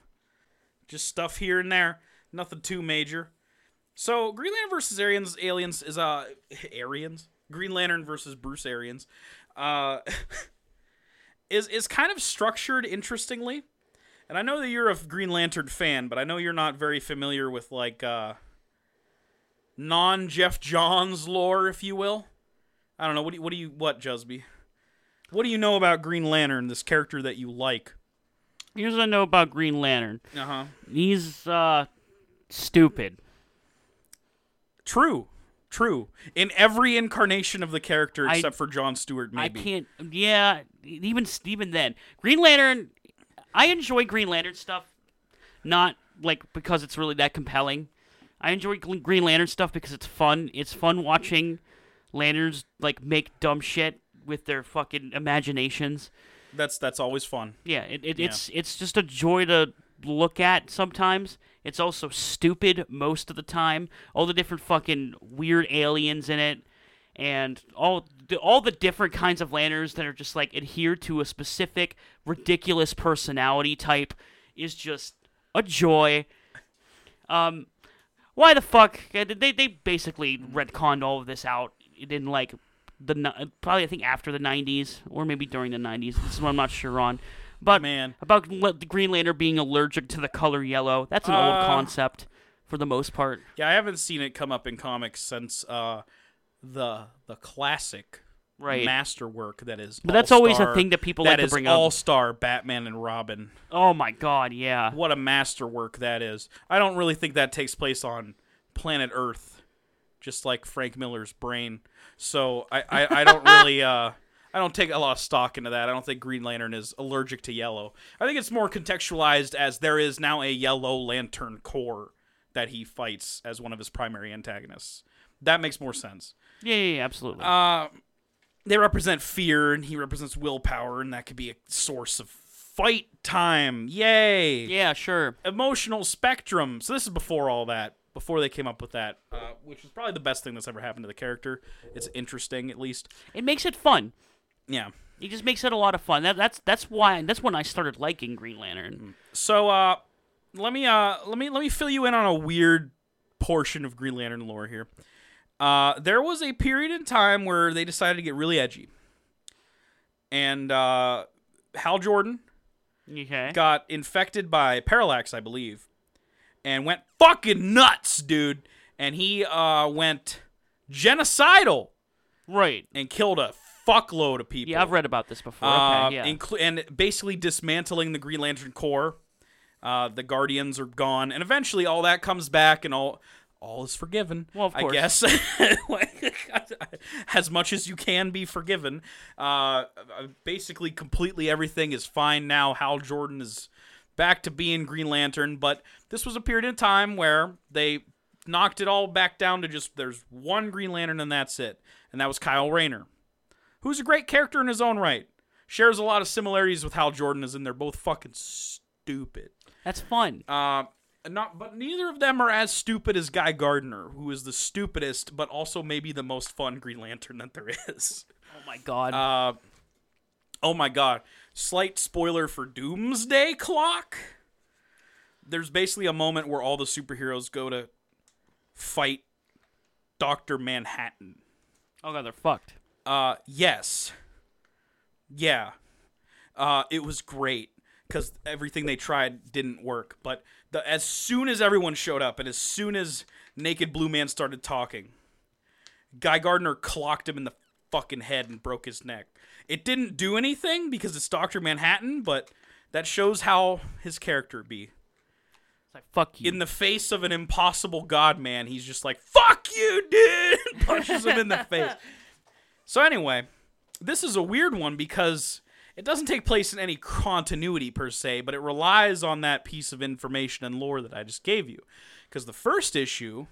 [SPEAKER 2] just stuff here and there. Nothing too major. So Green Lantern versus Aliens, Aliens is uh *laughs* Arians. Green Lantern versus Bruce Arians, uh, *laughs* is is kind of structured interestingly. And I know that you're a Green Lantern fan, but I know you're not very familiar with like uh, non Jeff Johns lore, if you will. I don't know. What do you, what do you what Jusby? What do you know about Green Lantern, this character that you like?
[SPEAKER 1] Here's what I know about Green Lantern.
[SPEAKER 2] Uh huh.
[SPEAKER 1] He's uh, stupid.
[SPEAKER 2] True. True. In every incarnation of the character
[SPEAKER 1] I-
[SPEAKER 2] except for John Stewart, maybe.
[SPEAKER 1] I can't. Yeah, even even then, Green Lantern. I enjoy Green Lantern stuff, not like because it's really that compelling. I enjoy Gl- Green Lantern stuff because it's fun. It's fun watching lanterns like make dumb shit with their fucking imaginations.
[SPEAKER 2] That's that's always fun.
[SPEAKER 1] Yeah, it, it, it's it's just a joy to look at sometimes. It's also stupid most of the time. All the different fucking weird aliens in it, and all the, all the different kinds of lanterns that are just like adhered to a specific ridiculous personality type is just a joy. Um, why the fuck Uh, they they basically retconned all of this out in like the ni- probably I think after the '90s or maybe during the '90s. This is what I'm not sure on. But
[SPEAKER 2] Man.
[SPEAKER 1] about le- the Green Lantern being allergic to the color yellow. That's an old
[SPEAKER 2] Uh,
[SPEAKER 1] concept for the most part.
[SPEAKER 2] Yeah, I haven't seen it come up in comics since uh, the the classic
[SPEAKER 1] Right.
[SPEAKER 2] masterwork that is.
[SPEAKER 1] But that's always a
[SPEAKER 2] All-Star-
[SPEAKER 1] thing that people like to bring up.
[SPEAKER 2] All Star Batman and Robin.
[SPEAKER 1] Oh my god, yeah.
[SPEAKER 2] What a masterwork that is. I don't really think that takes place on planet Earth, just like Frank Miller's brain. So I, I, I don't really uh, I don't take a lot of stock into that. I don't think Green Lantern is allergic to yellow. I think it's more contextualized as there is now a yellow lantern core that he fights as one of his primary antagonists. That makes more sense.
[SPEAKER 1] Yeah, yeah, yeah, absolutely.
[SPEAKER 2] Uh, they represent fear, and he represents willpower, and that could be a source of fight time. Yay!
[SPEAKER 1] yeah, sure.
[SPEAKER 2] emotional spectrum. So this is before all that, before they came up with that, uh, which was probably the best thing that's ever happened to the character. It's interesting, at least.
[SPEAKER 1] It makes it fun.
[SPEAKER 2] Yeah.
[SPEAKER 1] It just makes it a lot of fun. That, that's that's why that's when I started liking Green Lantern.
[SPEAKER 2] So uh, let me uh, let me let me fill you in on a weird portion of Green Lantern lore here. Uh, there was a period in time where they decided to get really edgy, and uh, Hal Jordan
[SPEAKER 1] Okay.
[SPEAKER 2] Mm. got infected by parallax, I believe, and went fucking nuts, dude. And he uh, went genocidal
[SPEAKER 1] Right.
[SPEAKER 2] and killed a fuckload of people.
[SPEAKER 1] Yeah, I've read about this before.
[SPEAKER 2] Uh,
[SPEAKER 1] okay, yeah.
[SPEAKER 2] inclu- and basically dismantling the Green Lantern Corps. Uh, the Guardians are gone, and eventually all that comes back, and all all is forgiven.
[SPEAKER 1] Well, of
[SPEAKER 2] I
[SPEAKER 1] course.
[SPEAKER 2] guess *laughs* Like, as much as you can be forgiven. Uh, basically, completely everything is fine now. Hal Jordan is back to being Green Lantern, but this was a period in time where they knocked it all back down to just there's one Green Lantern and that's it, and that was Kyle Rayner who's a great character in his own right. Shares a lot of similarities with Hal Jordan, as in they're both fucking stupid.
[SPEAKER 1] That's fun.
[SPEAKER 2] Uh, not, but neither of them are as stupid as Guy Gardner, who is the stupidest, but also maybe the most fun Green Lantern that there is. *laughs*
[SPEAKER 1] Oh my god.
[SPEAKER 2] Uh, oh my god! Slight spoiler for Doomsday Clock. There's basically a moment where all the superheroes go to fight Doctor Manhattan.
[SPEAKER 1] oh god, they're fucked.
[SPEAKER 2] Uh, yes. Yeah. Uh, it was great because everything they tried didn't work. But the, as soon as everyone showed up and as soon as Naked Blue Man started talking, Guy Gardner clocked him in the fucking head and broke his neck. It didn't do anything because it's Dr. Manhattan, but that shows how his character be.
[SPEAKER 1] It's like fuck you.
[SPEAKER 2] In the face of an impossible god man, he's just like, fuck you, dude! *laughs* and punches him in the face. So anyway, this is a weird one because it doesn't take place in any continuity per se, but it relies on that piece of information and lore that I just gave you. Because the first issue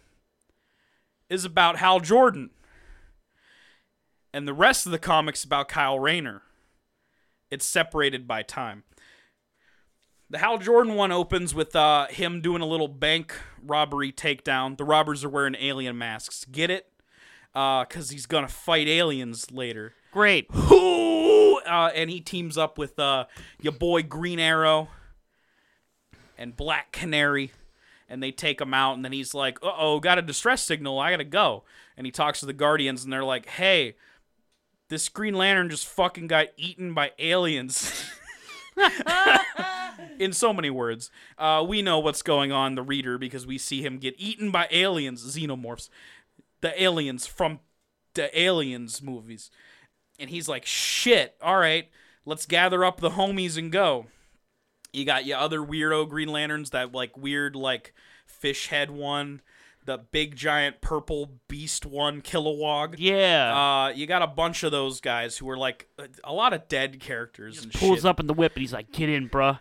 [SPEAKER 2] is about Hal Jordan, and the rest of the comics about Kyle Rayner. It's separated by time. The Hal Jordan one opens with uh, him doing a little bank robbery takedown. The robbers are wearing alien masks. Get it? Because he's gonna fight aliens later.
[SPEAKER 1] Great.
[SPEAKER 2] Who? Uh, and he teams up with uh, your boy Green Arrow and Black Canary, and and they take him out, and then he's like, "Uh oh, got a distress signal. I gotta go." And he talks to the Guardians, and they're like, "Hey, this Green Lantern just fucking got eaten by aliens." In so many words, uh, we know what's going on, the reader, because we see him get eaten by aliens, xenomorphs, the aliens from the aliens movies. And he's like, shit, all right, let's gather up the homies and go. You got your other weirdo Green Lanterns, that like weird, like fish head one, the big giant purple beast one, Kilowog.
[SPEAKER 1] *sighs* Yeah.
[SPEAKER 2] Uh, you got a bunch of those guys who are like a- a lot of dead characters and
[SPEAKER 1] pulls
[SPEAKER 2] shit.
[SPEAKER 1] up in the whip and he's like, "Get in,
[SPEAKER 2] *laughs*
[SPEAKER 1] bruh."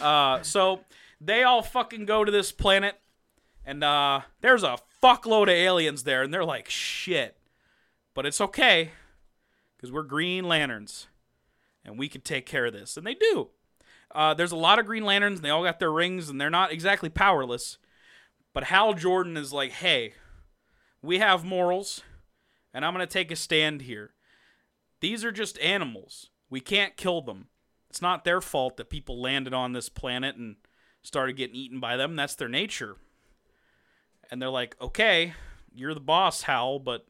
[SPEAKER 2] Uh, so they all fucking go to this planet, and uh, there's a fuckload of aliens there, and they're like, shit. But it's okay, because we're Green Lanterns, and we can take care of this. And they do. Uh, there's a lot of Green Lanterns, and they all got their rings, and they're not exactly powerless. But Hal Jordan is like, hey, we have morals, and I'm going to take a stand here. These are just animals. We can't kill them. It's not their fault that people landed on this planet and started getting eaten by them. That's their nature. And they're like, okay, you're the boss, Hal, but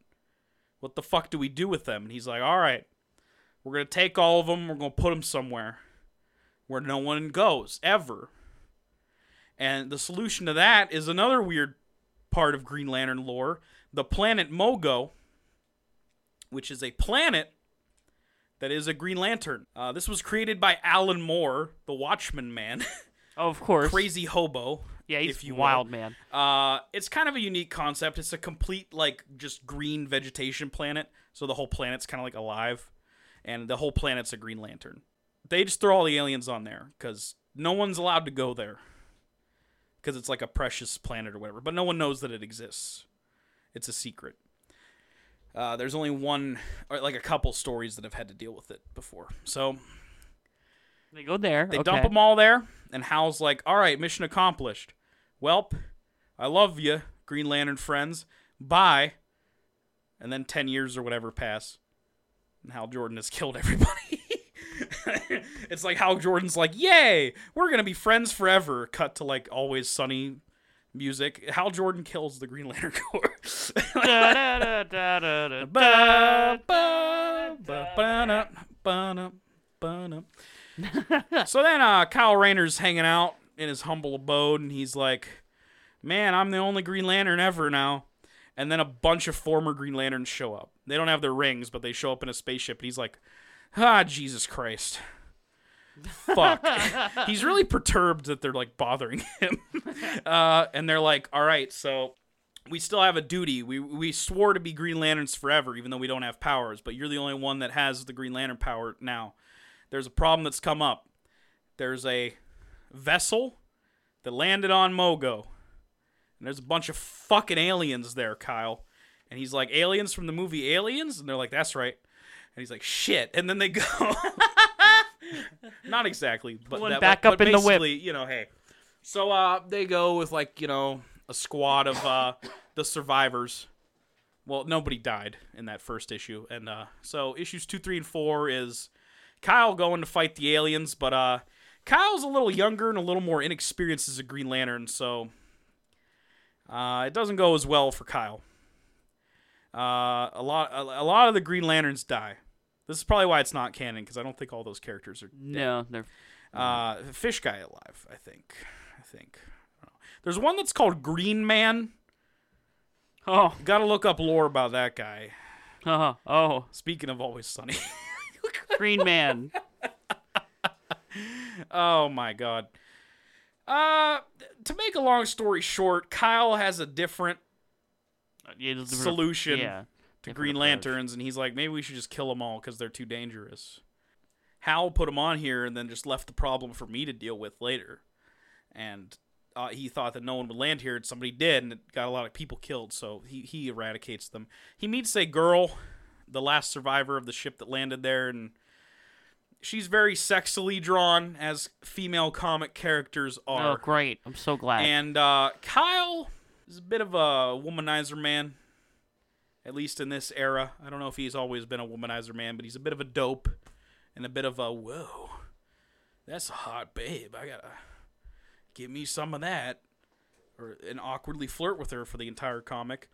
[SPEAKER 2] what the fuck do we do with them? And he's like, all right, we're going to take all of them, we're going to put them somewhere where no one goes ever. And the solution to that is another weird part of Green Lantern lore the planet Mogo, which is a planet that is a Green Lantern. Uh, this was created by Alan Moore, the Watchman man,
[SPEAKER 1] of course.
[SPEAKER 2] crazy hobo.
[SPEAKER 1] Yeah, he's
[SPEAKER 2] if you will.
[SPEAKER 1] wild, man.
[SPEAKER 2] Uh, it's kind of a unique concept. It's a complete like just green vegetation planet, so the whole planet's kind of like alive, and the whole planet's a Green Lantern. They just throw all the aliens on there because no one's allowed to go there because it's like a precious planet or whatever. But no one knows that it exists. It's a secret. Uh, there's only one, or like a couple stories that have had to deal with it before. So
[SPEAKER 1] They go there.
[SPEAKER 2] they
[SPEAKER 1] *laughs*
[SPEAKER 2] dump them all there, and Hal's like, "All right, mission accomplished. Welp, I love you, Green Lantern friends. Bye." And then ten years or whatever pass, and Hal Jordan has *laughs* killed everybody. it's like Hal Jordan's like, "Yay, we're gonna be friends forever." Cut to like always sunny music. Hal Jordan kills the Green Lantern *laughs* Corps. *laughs* Ba, ba, ba, ba-na, ba-na, ba-na. so then uh, Kyle Rayner's hanging out in his humble abode, and he's like, Man, I'm the only Green Lantern ever now. And then a bunch of former Green Lanterns show up. They don't have their rings, but they show up in a spaceship, and he's like, Ah, Jesus Christ. Fuck. he's really perturbed that they're like bothering him. uh, and they're like, All right, so we still have a duty. We we swore to be Green Lanterns forever, even though we don't have powers. But you're the only one that has the Green Lantern power now. There's a problem that's come up. There's a vessel that landed on Mogo, and there's a bunch of fucking aliens there, Kyle. And he's like, aliens from the movie Aliens, and they're like, that's right. And he's like, shit. And then they go. *laughs* Not exactly, but
[SPEAKER 1] Pulling
[SPEAKER 2] that,
[SPEAKER 1] back
[SPEAKER 2] but
[SPEAKER 1] up in the whip.
[SPEAKER 2] basically, You know, hey. So uh, they go with like you know a squad of uh, the survivors. Well, nobody died in that first issue, and uh, so issues two, three, and four is Kyle going to fight the aliens, but uh, Kyle's a little younger and a little more inexperienced as a Green Lantern, so uh, it doesn't go as well for Kyle. Uh, a lot, a, a lot of the Green Lanterns die. This is probably why it's not canon because I don't think all those characters are
[SPEAKER 1] No, they're
[SPEAKER 2] uh, fish guy alive, I think. I think. I don't know. There's one that's called Green Man.
[SPEAKER 1] oh
[SPEAKER 2] Got to look up lore about that guy.
[SPEAKER 1] oh oh
[SPEAKER 2] Speaking of Always Sunny.
[SPEAKER 1] Green
[SPEAKER 2] *laughs*
[SPEAKER 1] Man.
[SPEAKER 2] oh my god. Uh, to make a long story short, Kyle has a different
[SPEAKER 1] Yeah, there's different-
[SPEAKER 2] Solution
[SPEAKER 1] Yeah.
[SPEAKER 2] to
[SPEAKER 1] different
[SPEAKER 2] Green
[SPEAKER 1] approach.
[SPEAKER 2] Lanterns, and he's like, maybe we should just kill them all because they're too dangerous. Hal put them on here and then just left the problem for me to deal with later. And uh, he thought that no one would land here, and somebody did, and it got a lot of people killed, so he, he eradicates them. He meets a girl, the last survivor of the ship that landed there, and she's very sexily drawn, as female comic characters are.
[SPEAKER 1] Oh, great! I'm so glad.
[SPEAKER 2] And uh, Kyle is a bit of a womanizer man, at least in this era. I don't know if he's always been a womanizer man, but he's a bit of a dope and a bit of a whoa. that's a hot babe. I gotta give me some of that, or and awkwardly flirt with her for the entire comic.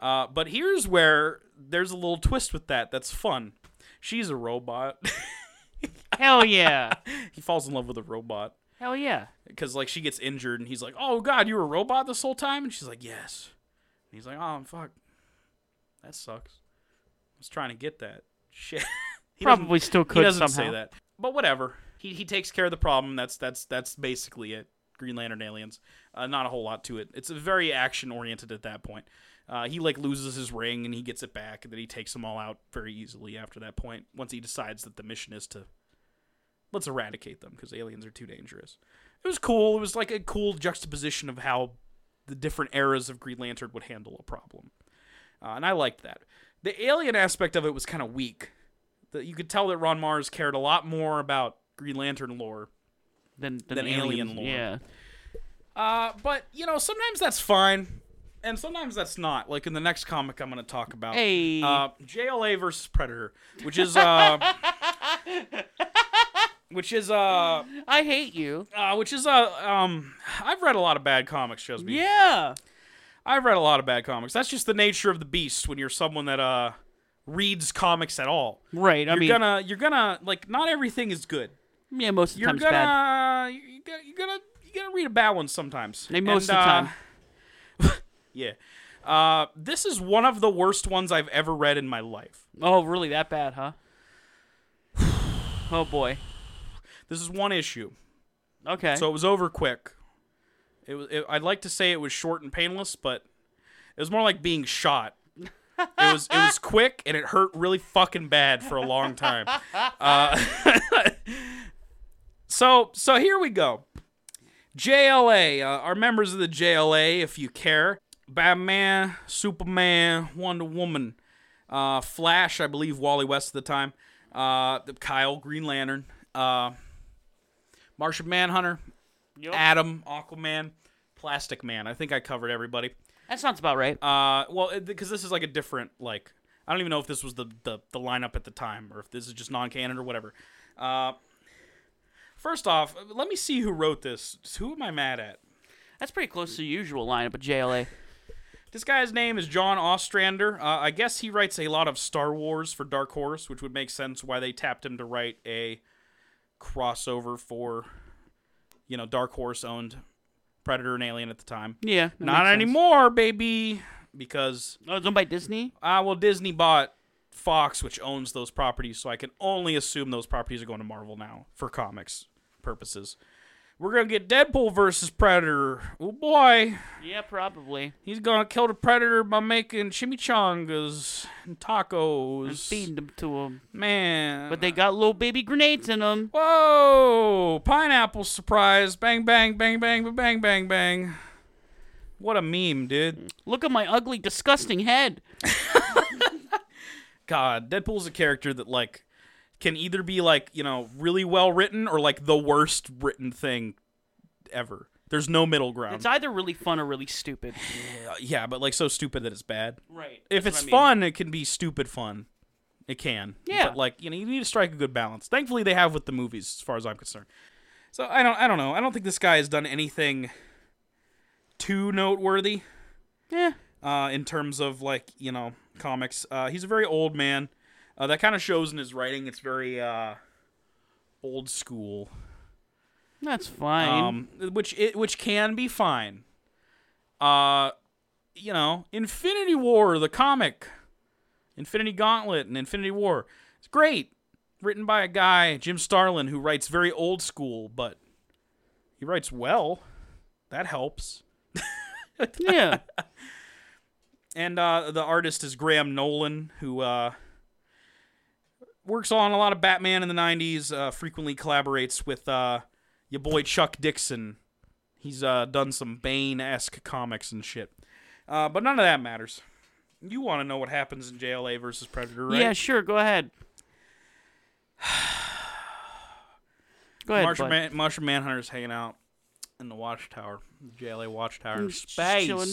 [SPEAKER 2] Uh, but here's where there's a little twist with that. That's fun. She's a robot.
[SPEAKER 1] *laughs*
[SPEAKER 2] *laughs*
[SPEAKER 1] Hell yeah.
[SPEAKER 2] he falls in love with a robot
[SPEAKER 1] Hell yeah.
[SPEAKER 2] because like she gets injured and he's like, "Oh God, you were a robot this whole time," and she's like, "Yes," and he's like, "Oh fuck, that sucks." I was trying to get that shit. *laughs* He doesn't-
[SPEAKER 1] Probably still
[SPEAKER 2] he
[SPEAKER 1] could
[SPEAKER 2] doesn't
[SPEAKER 1] somehow.
[SPEAKER 2] say that, but whatever. He he takes care of the problem. That's that's that's basically it. Green Lantern aliens. Uh, not a whole lot to it. It's very action oriented at that point. Uh, he like loses his ring and he gets it back, and then he takes them all out very easily after that point. Once he decides that the mission is to let's eradicate them because aliens are too dangerous. It was cool. It was like a cool juxtaposition of how the different eras of Green Lantern would handle a problem, uh, and I liked that. The alien aspect of it was kind of weak. The, you could tell that Ron Mars cared a lot more about Green Lantern lore
[SPEAKER 1] Than, than
[SPEAKER 2] Than
[SPEAKER 1] aliens.
[SPEAKER 2] alien lore.
[SPEAKER 1] Yeah.
[SPEAKER 2] uh, but you know, sometimes that's fine, and sometimes that's not. Like in the next comic I'm going to talk about,
[SPEAKER 1] Hey.
[SPEAKER 2] uh, JLA versus Predator, which
[SPEAKER 1] *laughs*
[SPEAKER 2] is uh, which is uh,
[SPEAKER 1] I hate you.
[SPEAKER 2] uh, which is uh, um, I've read a lot of bad comics, Chesby.
[SPEAKER 1] Yeah.
[SPEAKER 2] I've read a lot of bad comics. That's just the nature of the beast when you're someone that uh reads comics at all.
[SPEAKER 1] Right. I
[SPEAKER 2] You're
[SPEAKER 1] mean,
[SPEAKER 2] gonna you're gonna like not everything is good.
[SPEAKER 1] yeah, most of the
[SPEAKER 2] You're
[SPEAKER 1] time it's
[SPEAKER 2] gonna,
[SPEAKER 1] bad.
[SPEAKER 2] you're gonna you're gonna you're gonna read a bad one sometimes.
[SPEAKER 1] They most
[SPEAKER 2] And,
[SPEAKER 1] of the
[SPEAKER 2] uh,
[SPEAKER 1] time.
[SPEAKER 2] *laughs* Yeah. Uh, this is one of the worst ones I've ever read in my life.
[SPEAKER 1] Oh, really? That bad, huh? *sighs* oh boy.
[SPEAKER 2] This is one issue,
[SPEAKER 1] Okay.
[SPEAKER 2] so it was over quick. It was. It, I'd like to say it was short and painless, but it was more like being shot. It was. It was quick and it hurt really fucking bad for a long time. Uh, *laughs* so so here we go. JLA, uh, are members of the JLA, if you care. Batman, Superman, Wonder Woman, uh, Flash, I believe Wally West at the time, uh, Kyle, Green Lantern, uh, Martian Manhunter,
[SPEAKER 1] Yep.
[SPEAKER 2] Adam, Aquaman, Plastic Man. I think I covered everybody.
[SPEAKER 1] that sounds about right.
[SPEAKER 2] Uh, well, because this is like a different like I don't even know if this was the the, the lineup at the time or if this is just non canon or whatever. Uh, first off, let me see who wrote this. Who am I mad at?
[SPEAKER 1] That's pretty close to the usual lineup of
[SPEAKER 2] *sighs*
[SPEAKER 1] JLA.
[SPEAKER 2] This guy's name is John Ostrander. Uh, I guess he writes a lot of Star Wars for Dark Horse, which would make sense why they tapped him to write a crossover for, you know, Dark Horse owned Predator and Alien at the time.
[SPEAKER 1] Yeah. that
[SPEAKER 2] Not
[SPEAKER 1] makes sense.
[SPEAKER 2] anymore, baby, because
[SPEAKER 1] Oh, it's owned by Disney.
[SPEAKER 2] Ah, well, Disney bought Fox, which owns those properties, so I can only assume those properties are going to Marvel now for comics purposes. We're gonna get Deadpool versus Predator. Oh boy,
[SPEAKER 1] Yeah, probably.
[SPEAKER 2] he's gonna kill the Predator by making chimichangas and tacos.
[SPEAKER 1] And feeding them to them,
[SPEAKER 2] Man,
[SPEAKER 1] but they got little baby grenades in them.
[SPEAKER 2] Whoa! Pineapple surprise! Bang bang bang bang ba- bang bang bang. What a meme, dude.
[SPEAKER 1] Look at my ugly, disgusting head.
[SPEAKER 2] God, Deadpool's a character that like can either be like you know really well written or like the worst written thing ever. There's no middle ground.
[SPEAKER 1] It's either really fun or really stupid.
[SPEAKER 2] Uh, yeah, but like so stupid that it's bad.
[SPEAKER 1] Right.
[SPEAKER 2] If
[SPEAKER 1] That's
[SPEAKER 2] it's
[SPEAKER 1] what I mean.
[SPEAKER 2] fun, it can be stupid fun. It can.
[SPEAKER 1] Yeah.
[SPEAKER 2] But like you know, you need to strike a good balance. Thankfully, they have with the movies, as far as I'm concerned. So I don't, I don't know. I don't think this guy has done anything too noteworthy
[SPEAKER 1] yeah.
[SPEAKER 2] uh, in terms of like you know comics. Uh, he's a very old man. Uh, that kind of shows in his writing. It's very uh, old school,
[SPEAKER 1] That's fine.
[SPEAKER 2] um, which it, which can be fine. Uh, you know, Infinity War, the comic, Infinity Gauntlet, and Infinity War. It's great. Written by a guy Jim Starlin who writes very old school, but he writes well. That helps.
[SPEAKER 1] yeah.
[SPEAKER 2] *laughs* and uh, the artist is Graham Nolan, who uh, works on a lot of Batman in the '90s. Uh, frequently collaborates with uh, your boy Chuck Dixon. He's uh, done some Bane-esque comics and shit, uh, but none of that matters. You want to know what happens in JLA versus Predator, right?
[SPEAKER 1] Yeah. Sure. Go
[SPEAKER 2] *sighs*
[SPEAKER 1] ahead. Go ahead.
[SPEAKER 2] Martian,
[SPEAKER 1] bud.
[SPEAKER 2] Man- Martian Manhunter's hanging out in the watchtower, the JLA watchtower,
[SPEAKER 1] Mm,
[SPEAKER 2] space,
[SPEAKER 1] chilling.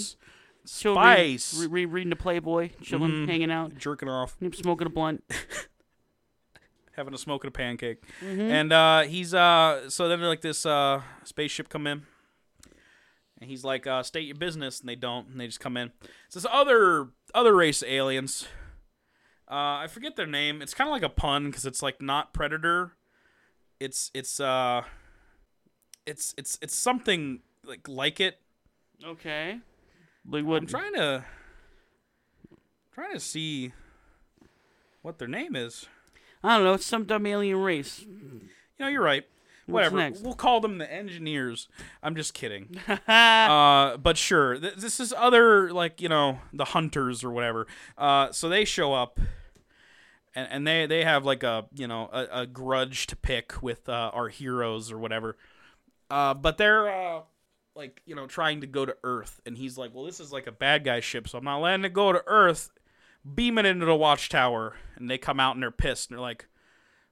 [SPEAKER 1] Still re-
[SPEAKER 2] Spice. Mm-hmm.
[SPEAKER 1] re- re- reading the Playboy, chilling, hanging out,
[SPEAKER 2] jerking off.
[SPEAKER 1] smoking a blunt.
[SPEAKER 2] having a smoke and a pancake. And uh, he's uh, so then like this uh, spaceship come in, and he's like, uh, "State your business," and they don't, and they just come in. It's this other other race of aliens. Uh, I forget their name. It's kind of like a pun because it's like not predator. It's it's uh, it's it's it's something like like it.
[SPEAKER 1] Okay. Like what?
[SPEAKER 2] I'm trying to trying to see what their name is.
[SPEAKER 1] I don't know. It's some dumb alien race.
[SPEAKER 2] You know, you're right. Whatever.
[SPEAKER 1] next?
[SPEAKER 2] We'll call them the engineers. I'm just kidding.
[SPEAKER 1] Ha!
[SPEAKER 2] uh, but sure, th- this is other like you know the hunters or whatever. Uh, so they show up, and, and they they have like a you know a, a grudge to pick with uh, our heroes or whatever. Uh, but they're uh, like you know trying to go to Earth, and he's like, well, this is like a bad guy ship, so I'm not letting it go to Earth. Beam it into the watchtower, and they come out and they're pissed, and they're like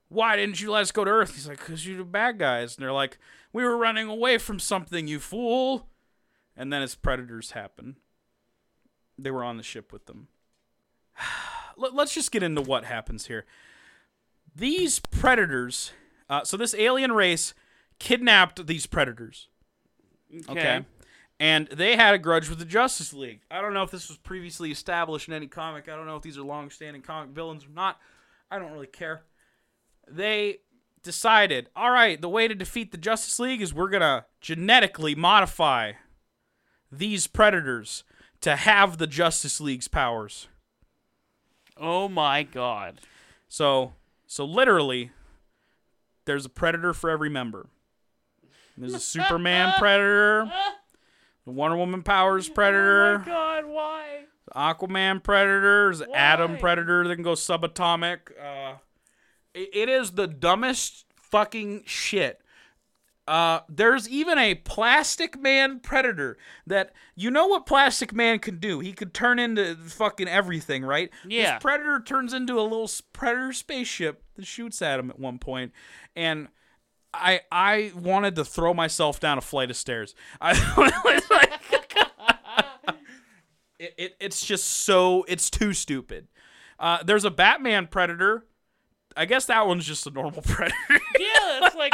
[SPEAKER 2] why didn't you let us go to Earth? He's like, because you're the bad guys. And they're like, we were running away from something, you fool. And then as predators happen, they were on the ship with them. *sighs* Let- Let's just get into what happens here. These predators, uh, so this alien race kidnapped these predators. Okay. And they had a grudge with the Justice League. I don't know if this was previously established in any comic. I don't know if these are long-standing comic villains or not. I don't really care. They decided, all right, the way to defeat the Justice League is we're going to genetically modify these predators to have the Justice League's powers.
[SPEAKER 1] Oh my god.
[SPEAKER 2] So, so literally there's a predator for every member. There's
[SPEAKER 1] *laughs*
[SPEAKER 2] a Superman predator, the Wonder Woman powers predator,
[SPEAKER 1] Oh my god, why?
[SPEAKER 2] Aquaman Predators, Atom
[SPEAKER 1] Why?
[SPEAKER 2] Predator that can go subatomic. Uh, it- it is the dumbest fucking shit. Uh, there's even a Plastic Man Predator that you know what Plastic Man can do. He could turn into fucking everything, right?
[SPEAKER 1] Yeah.
[SPEAKER 2] This Predator turns into a little s- Predator spaceship that shoots at him at one point, and I I wanted to throw myself down a flight of stairs. *laughs* I was like. *laughs* It, it, it's just so it's too stupid. Uh, there's a Batman Predator. I guess that one's just a normal *laughs* predator.
[SPEAKER 1] Yeah, it's like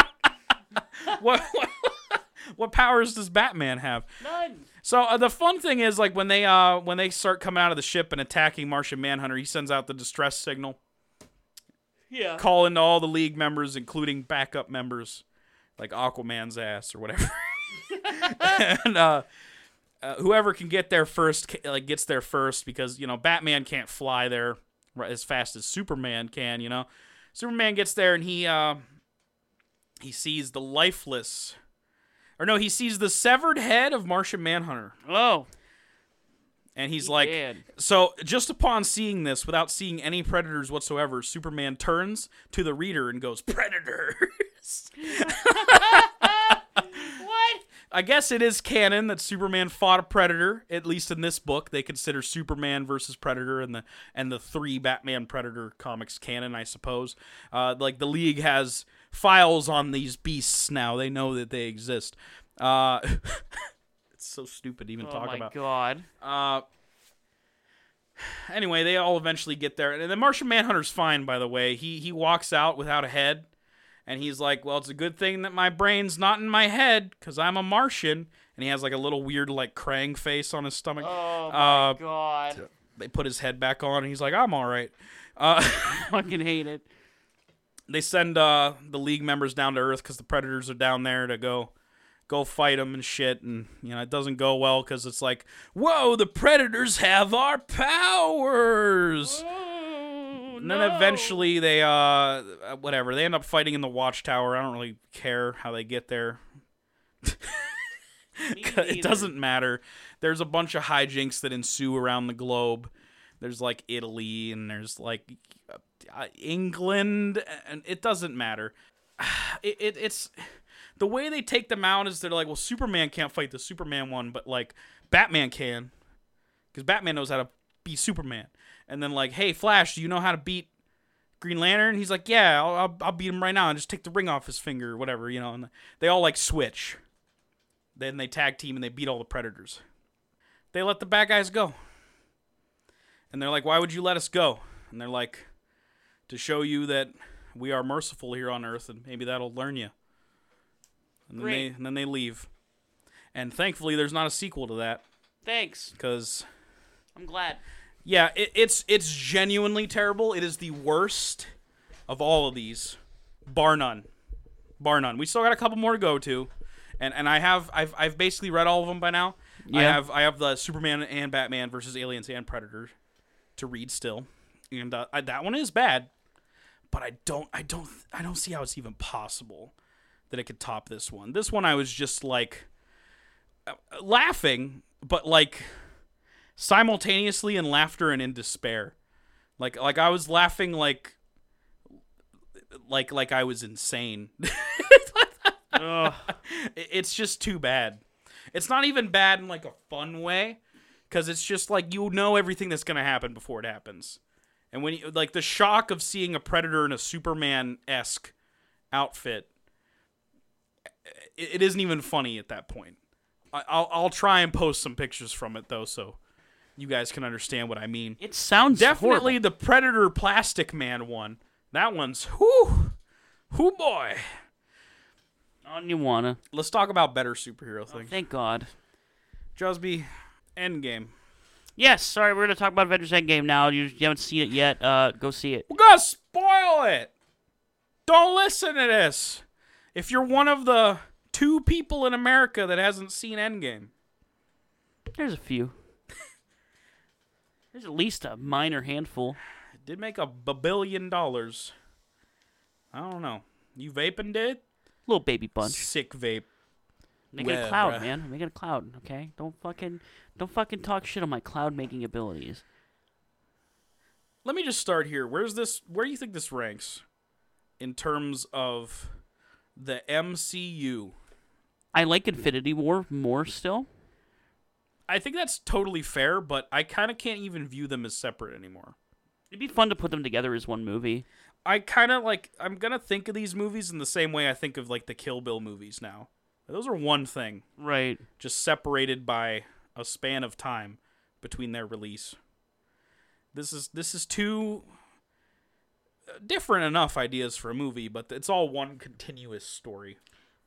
[SPEAKER 2] what, *laughs* what what powers does Batman have?
[SPEAKER 1] none.
[SPEAKER 2] So uh, the fun thing is like when they uh when they start coming out of the ship and attacking Martian Manhunter, he sends out the distress signal,
[SPEAKER 1] Yeah.
[SPEAKER 2] calling to all the league members, including backup members, like Aquaman's ass or whatever. and uh, uh, whoever can get there first, ca- like gets there first, because you know Batman can't fly there ri- as fast as Superman can. You know, Superman gets there and he uh, he sees the lifeless, or no, he sees the severed head of Martian Manhunter,
[SPEAKER 1] Oh,
[SPEAKER 2] and he's like,
[SPEAKER 1] dead.
[SPEAKER 2] so just upon seeing this, without seeing any predators whatsoever, Superman turns to the reader and goes, "Predators."
[SPEAKER 1] what?
[SPEAKER 2] *laughs* I guess it is canon that Superman fought a predator. At least in this book, they consider Superman versus Predator and the and the three Batman Predator comics canon. I suppose, uh, like the League has files on these beasts now. They know that they exist. Uh, *laughs* it's so stupid to even
[SPEAKER 1] Oh
[SPEAKER 2] talk
[SPEAKER 1] my
[SPEAKER 2] about.
[SPEAKER 1] god.
[SPEAKER 2] Uh, anyway, they all eventually get there, and the Martian Manhunter's fine. By the way, he he walks out without a head, and he's like, "Well, it's a good thing that my brain's not in my head, cause I'm a Martian." And he has like a little weird like Krang face on his stomach.
[SPEAKER 1] Oh my
[SPEAKER 2] uh,
[SPEAKER 1] god.
[SPEAKER 2] they put his head back on, and he's like, "I'm all right." Uh,
[SPEAKER 1] *laughs* Fucking hate it.
[SPEAKER 2] they send uh, the league members down to Earth because the Predators are down there to go go fight them and shit, and you know it doesn't go well because it's like, "Whoa, the Predators have our powers."
[SPEAKER 1] Oh,
[SPEAKER 2] And then eventually they uh whatever they end up fighting in the watchtower. I don't really care how they get there. *laughs* it doesn't matter. There's a bunch of hijinks that ensue around the globe. There's like Italy and there's like uh, England and it doesn't matter. *sighs* It, it it's the way they take them out is they're like, well, Superman can't fight the Superman one, but like Batman can, because Batman knows how to beat Superman. And then like, hey, Flash, do you know how to beat Green Lantern? He's like, yeah, I'll, I'll, I'll beat him right now and just take the ring off his finger or whatever, you know. And they all like switch. Then they tag team and they beat all the Predators. They let the bad guys go. And they're like, why would you let us go? And they're like, to show you that we are merciful here on Earth, and maybe that'll learn you. And then,
[SPEAKER 1] Great.
[SPEAKER 2] They, and then they leave. And thankfully, there's not a sequel to that
[SPEAKER 1] Thanks.
[SPEAKER 2] because
[SPEAKER 1] I'm glad.
[SPEAKER 2] yeah, it, it's it's genuinely terrible. It is the worst of all of these, bar none, bar none. We still got a couple more to go to, and and I have I've I've basically read all of them by now. I
[SPEAKER 1] Yeah.
[SPEAKER 2] have I have the Superman and Batman versus aliens and Predator to read still, and uh, I, that one is bad, but I don't I don't I don't see how it's even possible that it could top this one. This one I was just like uh, laughing, but like simultaneously in laughter and in despair. Like like I was laughing like like like I was insane. *laughs*
[SPEAKER 1] Ugh.
[SPEAKER 2] It- it's just too bad. It's not even bad in like a fun way cuz it's just like you know everything that's going to happen before it happens. And when you like the shock of seeing a predator in a Superman-esque outfit it, it isn't even funny at that point. I, I'll I'll try and post some pictures from it though so you guys can understand what I mean.
[SPEAKER 1] It sounds
[SPEAKER 2] Definitely
[SPEAKER 1] horrible.
[SPEAKER 2] the Predator Plastic Man one. That one's whoo, whoo boy.
[SPEAKER 1] on you wanna.
[SPEAKER 2] Let's talk about better superhero things.
[SPEAKER 1] Thank God.
[SPEAKER 2] Jusby, Endgame.
[SPEAKER 1] Yes, sorry, we're gonna talk about Avengers Endgame now. You, you haven't seen it yet. Uh, go see it.
[SPEAKER 2] We're gonna spoil it. Don't listen to this. If you're one of the two people in America that hasn't seen Endgame,
[SPEAKER 1] There's a few. There's at least a minor handful.
[SPEAKER 2] it did make a billion dollars. I don't know. You vaping did?
[SPEAKER 1] Little baby bunch.
[SPEAKER 2] Sick vape.
[SPEAKER 1] Make it
[SPEAKER 2] Well,
[SPEAKER 1] a cloud,
[SPEAKER 2] bruh.
[SPEAKER 1] man. Make it a cloud. Okay. Don't fucking don't fucking talk shit on my cloud making abilities.
[SPEAKER 2] let me just start here. Where's this? Where do you think this ranks in terms of the MCU?
[SPEAKER 1] I like Infinity War more still.
[SPEAKER 2] I think that's totally fair, but I kind of can't even view them as separate anymore.
[SPEAKER 1] It'd be fun to put them together as one movie.
[SPEAKER 2] I kind of like I'm gonna think of these movies in the same way I think of like the Kill Bill movies now. Those are one thing,
[SPEAKER 1] Right.
[SPEAKER 2] just separated by a span of time between their release. This is this is two uh, different enough ideas for a movie, but it's all one continuous story.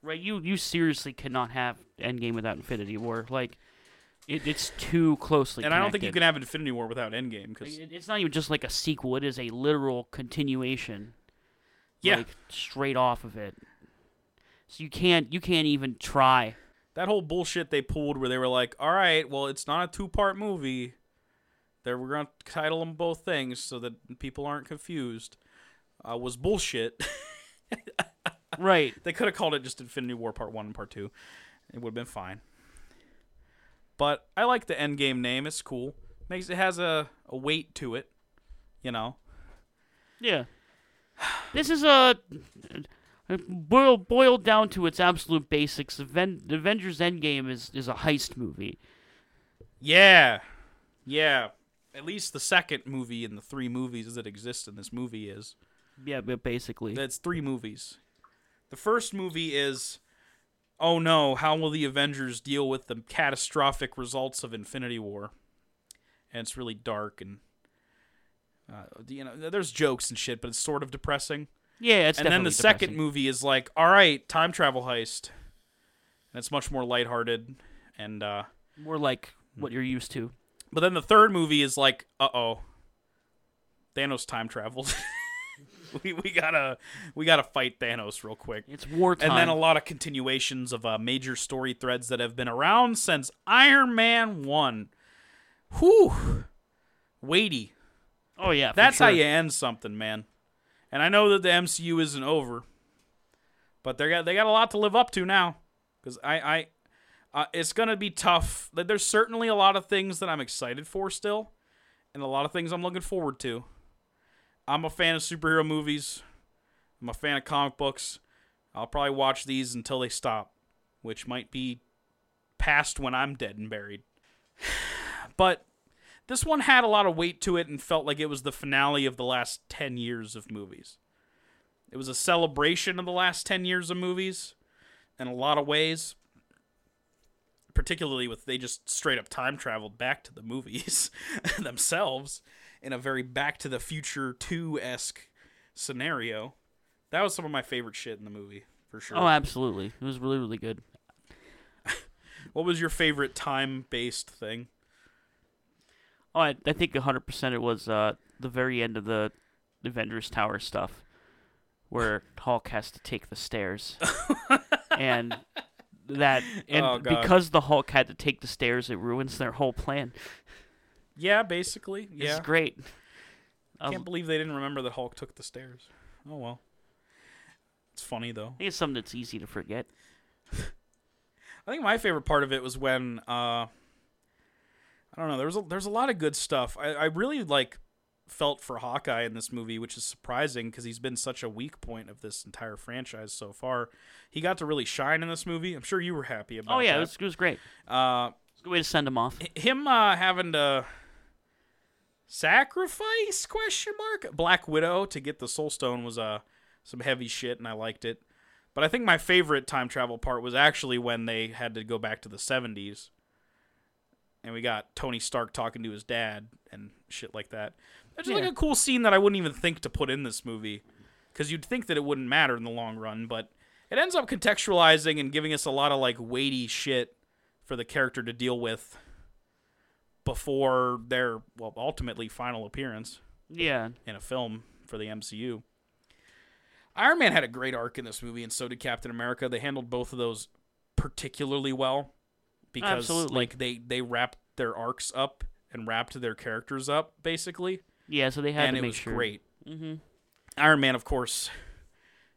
[SPEAKER 1] Right. You you seriously cannot have Endgame without Infinity War. Like, it, it's too closely.
[SPEAKER 2] and I don't think you
[SPEAKER 1] connected.
[SPEAKER 2] can have Infinity War without Endgame because
[SPEAKER 1] It- It's not even just like a sequel. It is a literal continuation.
[SPEAKER 2] yeah,
[SPEAKER 1] Like straight off of it. So you can't you can't even try.
[SPEAKER 2] that whole bullshit they pulled where they were like, "All right, well, it's not a two-part movie. There we're gonna title them both things so that people aren't confused." Uh, was bullshit. *laughs*
[SPEAKER 1] Right.
[SPEAKER 2] they could have called it just Infinity War Part One and Part Two. It would have been fine. But I like the Endgame name. It's cool. Makes it has a, a weight to it. You know.
[SPEAKER 1] Yeah. This is a boil boiled down to its absolute basics. Aven- Avengers Endgame is is a heist movie.
[SPEAKER 2] Yeah. Yeah. At least the second movie in the three movies that exist in this movie is.
[SPEAKER 1] Yeah, but basically.
[SPEAKER 2] That's three movies. The first movie is oh no, how will the Avengers deal with the catastrophic results of Infinity War? And it's really dark and uh, you know, there's jokes and shit, but it's sort of depressing.
[SPEAKER 1] yeah, it's
[SPEAKER 2] and then the
[SPEAKER 1] definitely
[SPEAKER 2] second
[SPEAKER 1] depressing.
[SPEAKER 2] movie is like, all right, time travel heist, and it's much more lighthearted. And uh,
[SPEAKER 1] more like what you're used to.
[SPEAKER 2] but then the third movie is like, uh oh, Thanos time travels. *laughs* we we gotta we gotta fight Thanos real quick.
[SPEAKER 1] It's wartime.
[SPEAKER 2] And then a lot of continuations of uh, major story threads that have been around since Iron Man 1. Whew. Weighty.
[SPEAKER 1] oh yeah, for
[SPEAKER 2] That's
[SPEAKER 1] sure.
[SPEAKER 2] how you end something, man. And I know that the MCU isn't over, but they got they got a lot to live up to now. Because I, I uh, it's gonna be tough. Like, There's certainly a lot of things that I'm excited for still, and a lot of things I'm looking forward to. I'm a fan of superhero movies. I'm a fan of comic books. I'll probably watch these until they stop, which might be past when I'm dead and buried. *sighs* but this one had a lot of weight to it and felt like it was the finale of the last 10 years of movies. It was a celebration of the last 10 years of movies in a lot of ways, particularly with they just straight up time traveled back to the movies *laughs* themselves in a very back to the future 2 esque scenario. That was some of my favorite shit in the movie, for sure.
[SPEAKER 1] Oh, absolutely. It was really, really good.
[SPEAKER 2] what was your favorite time based thing?
[SPEAKER 1] Oh, I, I think 100% it was uh, the very end of the Avengers Tower stuff where Hulk has to take the
[SPEAKER 2] *laughs*
[SPEAKER 1] stairs. and that and
[SPEAKER 2] Oh, God.
[SPEAKER 1] because the Hulk had to take the stairs, it ruins their whole plan.
[SPEAKER 2] Yeah, basically. Yeah.
[SPEAKER 1] It's great.
[SPEAKER 2] I
[SPEAKER 1] I
[SPEAKER 2] can't believe they didn't remember that Hulk took the stairs. Oh well. It's funny though.
[SPEAKER 1] think it's something that's easy to forget.
[SPEAKER 2] I think my favorite part of it was when uh I don't know, there was a, there's a lot of good stuff. I, I really like felt for Hawkeye in this movie, which is surprising because he's been such a weak point of this entire franchise so far. He got to really shine in this movie. I'm sure you were happy about
[SPEAKER 1] Oh, yeah,
[SPEAKER 2] that.
[SPEAKER 1] it was, it was great.
[SPEAKER 2] uh
[SPEAKER 1] It's a good way to send him off.
[SPEAKER 2] him uh, having to sacrifice question mark black widow to get the soul stone was uh some heavy shit and i liked it but i think my favorite time travel part was actually when they had to go back to the 70s and we got tony stark talking to his dad and shit like that it's just
[SPEAKER 1] Yeah.
[SPEAKER 2] like a cool scene that i wouldn't even think to put in this movie because you'd think that it wouldn't matter in the long run but it ends up contextualizing and giving us a lot of like weighty shit for the character to deal with before their well ultimately final appearance
[SPEAKER 1] Yeah.
[SPEAKER 2] in a film for the MCU. Iron Man had a great arc in this movie, and so did Captain America. They handled both of those particularly well because
[SPEAKER 1] Absolutely.
[SPEAKER 2] like they they wrapped their arcs up and wrapped their characters up basically,
[SPEAKER 1] Yeah, so they had
[SPEAKER 2] and
[SPEAKER 1] to
[SPEAKER 2] it
[SPEAKER 1] make
[SPEAKER 2] was
[SPEAKER 1] sure.
[SPEAKER 2] great.
[SPEAKER 1] Mm-hmm.
[SPEAKER 2] Iron Man, of course,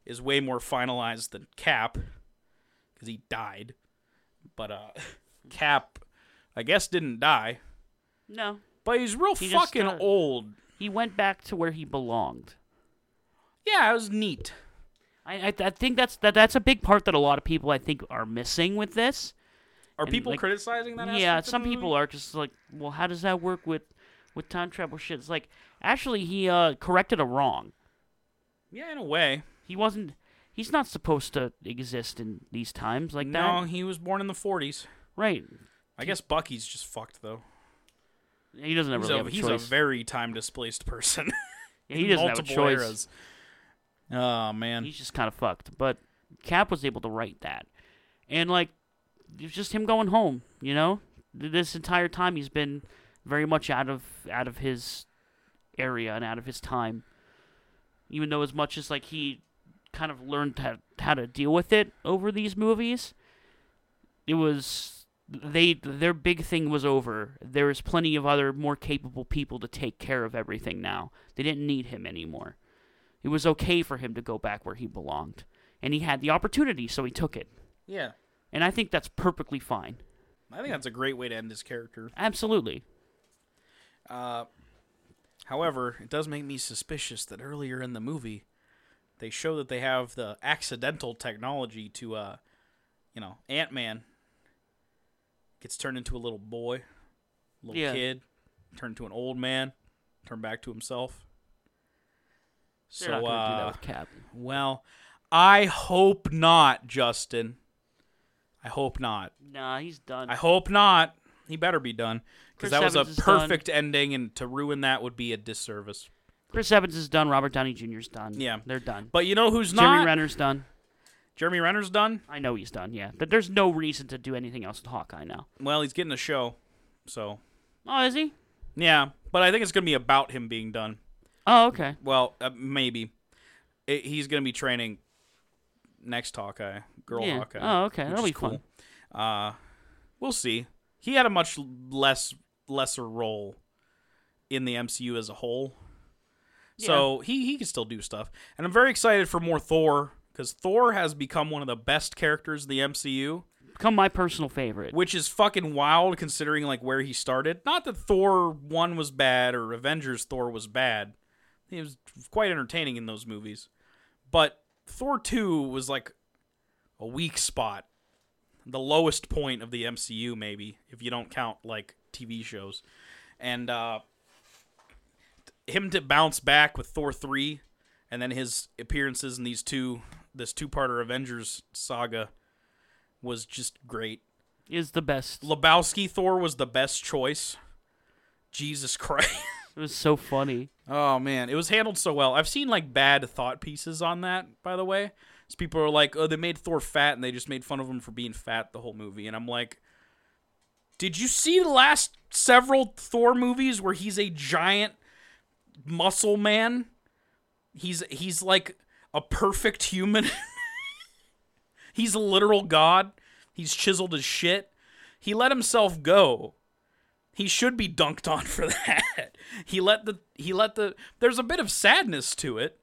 [SPEAKER 2] is way more finalized than Cap because he died, but uh, *laughs* Cap, I guess, didn't die,
[SPEAKER 1] No.
[SPEAKER 2] but he's real
[SPEAKER 1] He just,
[SPEAKER 2] fucking
[SPEAKER 1] uh,
[SPEAKER 2] old.
[SPEAKER 1] He went back to where he belonged.
[SPEAKER 2] Yeah, it was neat.
[SPEAKER 1] I, I, I think that's that, that's a big part that a lot of people I think are missing with this.
[SPEAKER 2] Are
[SPEAKER 1] And,
[SPEAKER 2] people
[SPEAKER 1] like,
[SPEAKER 2] criticizing that?
[SPEAKER 1] yeah,
[SPEAKER 2] aspect of
[SPEAKER 1] some
[SPEAKER 2] the movie?
[SPEAKER 1] people are just like, well, how does that work with with time travel shit? It's like actually he uh corrected a wrong.
[SPEAKER 2] Yeah, in a way.
[SPEAKER 1] He wasn't. He's not supposed to exist in these times like
[SPEAKER 2] no,
[SPEAKER 1] that,
[SPEAKER 2] he was born in the '40s.
[SPEAKER 1] right?
[SPEAKER 2] I guess Bucky's just fucked though.
[SPEAKER 1] He doesn't
[SPEAKER 2] He's,
[SPEAKER 1] really
[SPEAKER 2] a,
[SPEAKER 1] have a
[SPEAKER 2] he's a
[SPEAKER 1] choice.
[SPEAKER 2] very time displaced person. *laughs*
[SPEAKER 1] Yeah, he doesn't have a
[SPEAKER 2] Multiple
[SPEAKER 1] choice.
[SPEAKER 2] eras. Oh man,
[SPEAKER 1] He's just kind of fucked. But Cap was able to write that, and like, it's just him going home. You know, Th- this entire time he's been very much out of out of his area and out of his time. Even though as much as like he kind of learned how, how to deal with it over these movies, it was they their big thing was over. There was plenty of other more capable people to take care of everything now. They didn't need him anymore. It was okay for him to go back where he belonged. And he had the opportunity, so he took it.
[SPEAKER 2] yeah.
[SPEAKER 1] And I think that's perfectly fine.
[SPEAKER 2] I think that's a great way to end his character.
[SPEAKER 1] Absolutely.
[SPEAKER 2] Uh, however, it does make me suspicious that earlier in the movie, they show that they have the accidental technology to, uh, you know, Ant Man gets turned into a little boy, little
[SPEAKER 1] Yeah.
[SPEAKER 2] kid, turned into an old man, turned back to himself.
[SPEAKER 1] They're
[SPEAKER 2] So,
[SPEAKER 1] not going to do
[SPEAKER 2] uh,
[SPEAKER 1] that with Cap.
[SPEAKER 2] well, I hope not, Justin. I hope not.
[SPEAKER 1] Nah, he's done.
[SPEAKER 2] I hope not. He better be done because
[SPEAKER 1] Chris
[SPEAKER 2] that was
[SPEAKER 1] Evans is
[SPEAKER 2] a perfect ending, and to ruin that would be a disservice.
[SPEAKER 1] Chris Evans is done. Robert Downey Jr.'s done.
[SPEAKER 2] Yeah.
[SPEAKER 1] They're done.
[SPEAKER 2] But you know who's
[SPEAKER 1] Jeremy
[SPEAKER 2] not?
[SPEAKER 1] Renner's done.
[SPEAKER 2] Jeremy Renner's done.
[SPEAKER 1] I know he's done, yeah. But there's no reason to do anything else with Hawkeye now.
[SPEAKER 2] Well, he's getting a show, so
[SPEAKER 1] Oh, is he?
[SPEAKER 2] yeah. But I think it's gonna be about him being done.
[SPEAKER 1] Oh, okay.
[SPEAKER 2] Well, uh, maybe it, he's gonna be training next Hawkeye, girl
[SPEAKER 1] Yeah.
[SPEAKER 2] Hawkeye.
[SPEAKER 1] Oh, okay.
[SPEAKER 2] which
[SPEAKER 1] That'll
[SPEAKER 2] is
[SPEAKER 1] be fun.
[SPEAKER 2] cool. Uh, we'll see. He had a much less lesser role in the MCU as a whole, so he he can still do stuff. And I'm very excited for more Thor because Thor has become one of the best characters in the MCU.
[SPEAKER 1] Become my personal favorite.
[SPEAKER 2] which is fucking wild considering like where he started. Not that Thor one was bad or Avengers Thor was bad. He was quite entertaining in those movies, but Thor two was like a weak spot, the lowest point of the MCU maybe if you don't count like TV shows, and uh, him to bounce back with Thor three, and then his appearances in these two this two parter Avengers saga was just great.
[SPEAKER 1] Is the best.
[SPEAKER 2] Lebowski Thor was the best choice. Jesus Christ.
[SPEAKER 1] It was so funny.
[SPEAKER 2] Oh man, it was handled so well. I've seen like bad thought pieces on that, by the way. 'Cause people are like, "Oh, they made Thor fat and they just made fun of him for being fat the whole movie." And I'm like, "Did you see the last several Thor movies where he's a giant muscle man? He's he's like a perfect human. *laughs* he's a literal god. He's chiseled as shit. He let himself go he should be dunked on for *laughs* that. he let the he let the there's a bit of sadness to it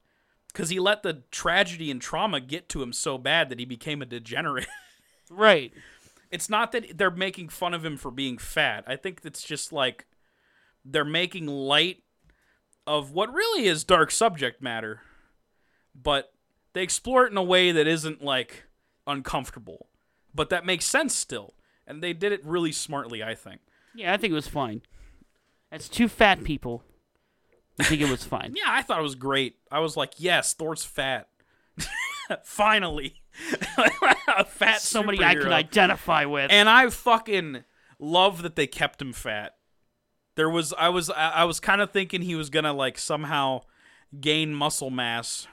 [SPEAKER 2] cuz he let the tragedy and trauma get to him so bad that he became a degenerate. *laughs*
[SPEAKER 1] Right.
[SPEAKER 2] it's not that they're making fun of him for being fat. I think it's just like they're making light of what really is dark subject matter, but they explore it in a way that isn't like uncomfortable, but that makes sense still. And they did it really smartly, I think.
[SPEAKER 1] Yeah, I think it was fine. That's two fat people. I think it was fine.
[SPEAKER 2] Yeah, I thought it was great. I was like, yes, Thor's fat. *laughs* Finally, *laughs* a fat
[SPEAKER 1] Somebody I
[SPEAKER 2] superhero.
[SPEAKER 1] can identify with.
[SPEAKER 2] and I fucking love that they kept him fat. There was I was I, I was kind of thinking he was gonna like somehow gain muscle mass,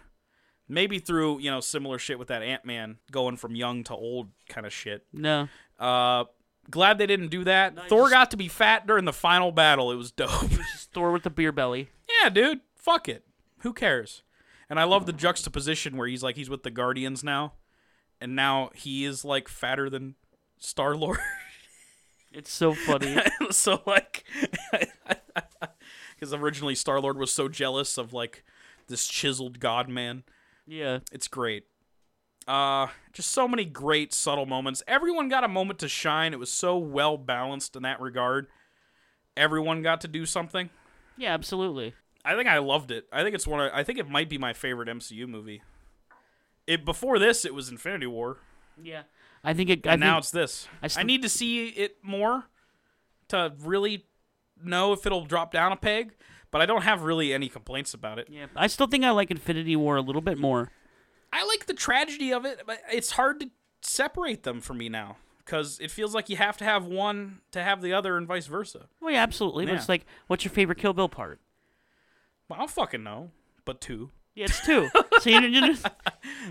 [SPEAKER 2] maybe through you know similar shit with that Ant Man going from young to old kind of shit.
[SPEAKER 1] no.
[SPEAKER 2] Uh, glad they didn't do that. Thor got to be fat during the final battle. It was dope.
[SPEAKER 1] Just Thor with the beer belly.
[SPEAKER 2] yeah, dude, fuck it. Who cares? And I love the juxtaposition where he's like he's with the Guardians now, and now he is like fatter than Star Lord.
[SPEAKER 1] It's so funny.
[SPEAKER 2] *laughs* so like, *laughs* because originally Star Lord was so jealous of like this chiseled God man.
[SPEAKER 1] yeah.
[SPEAKER 2] It's great. Uh, just so many great subtle moments. Everyone got a moment to shine. It was so well balanced in that regard. Everyone got to do something.
[SPEAKER 1] Yeah, absolutely.
[SPEAKER 2] I think I loved it. I think it's one. Of, I think it might be my favorite MCU movie. It before this, it was Infinity War.
[SPEAKER 1] Yeah. I think it I
[SPEAKER 2] And now
[SPEAKER 1] think,
[SPEAKER 2] it's this.
[SPEAKER 1] I
[SPEAKER 2] I,
[SPEAKER 1] still-
[SPEAKER 2] need to see it more to really know if it'll drop down a peg. But I don't have really any complaints about it.
[SPEAKER 1] yeah, I still think I like Infinity War a little bit more.
[SPEAKER 2] I like the tragedy of it, but it's hard to separate them for me now because it feels like you have to have one to have the other, and vice versa.
[SPEAKER 1] Well, Oh, yeah, absolutely. But
[SPEAKER 2] Yeah.
[SPEAKER 1] it's like, what's your favorite Kill Bill part?
[SPEAKER 2] Well, I don't fucking know, but two.
[SPEAKER 1] Yeah, it's
[SPEAKER 2] *laughs*
[SPEAKER 1] two. so you, you just,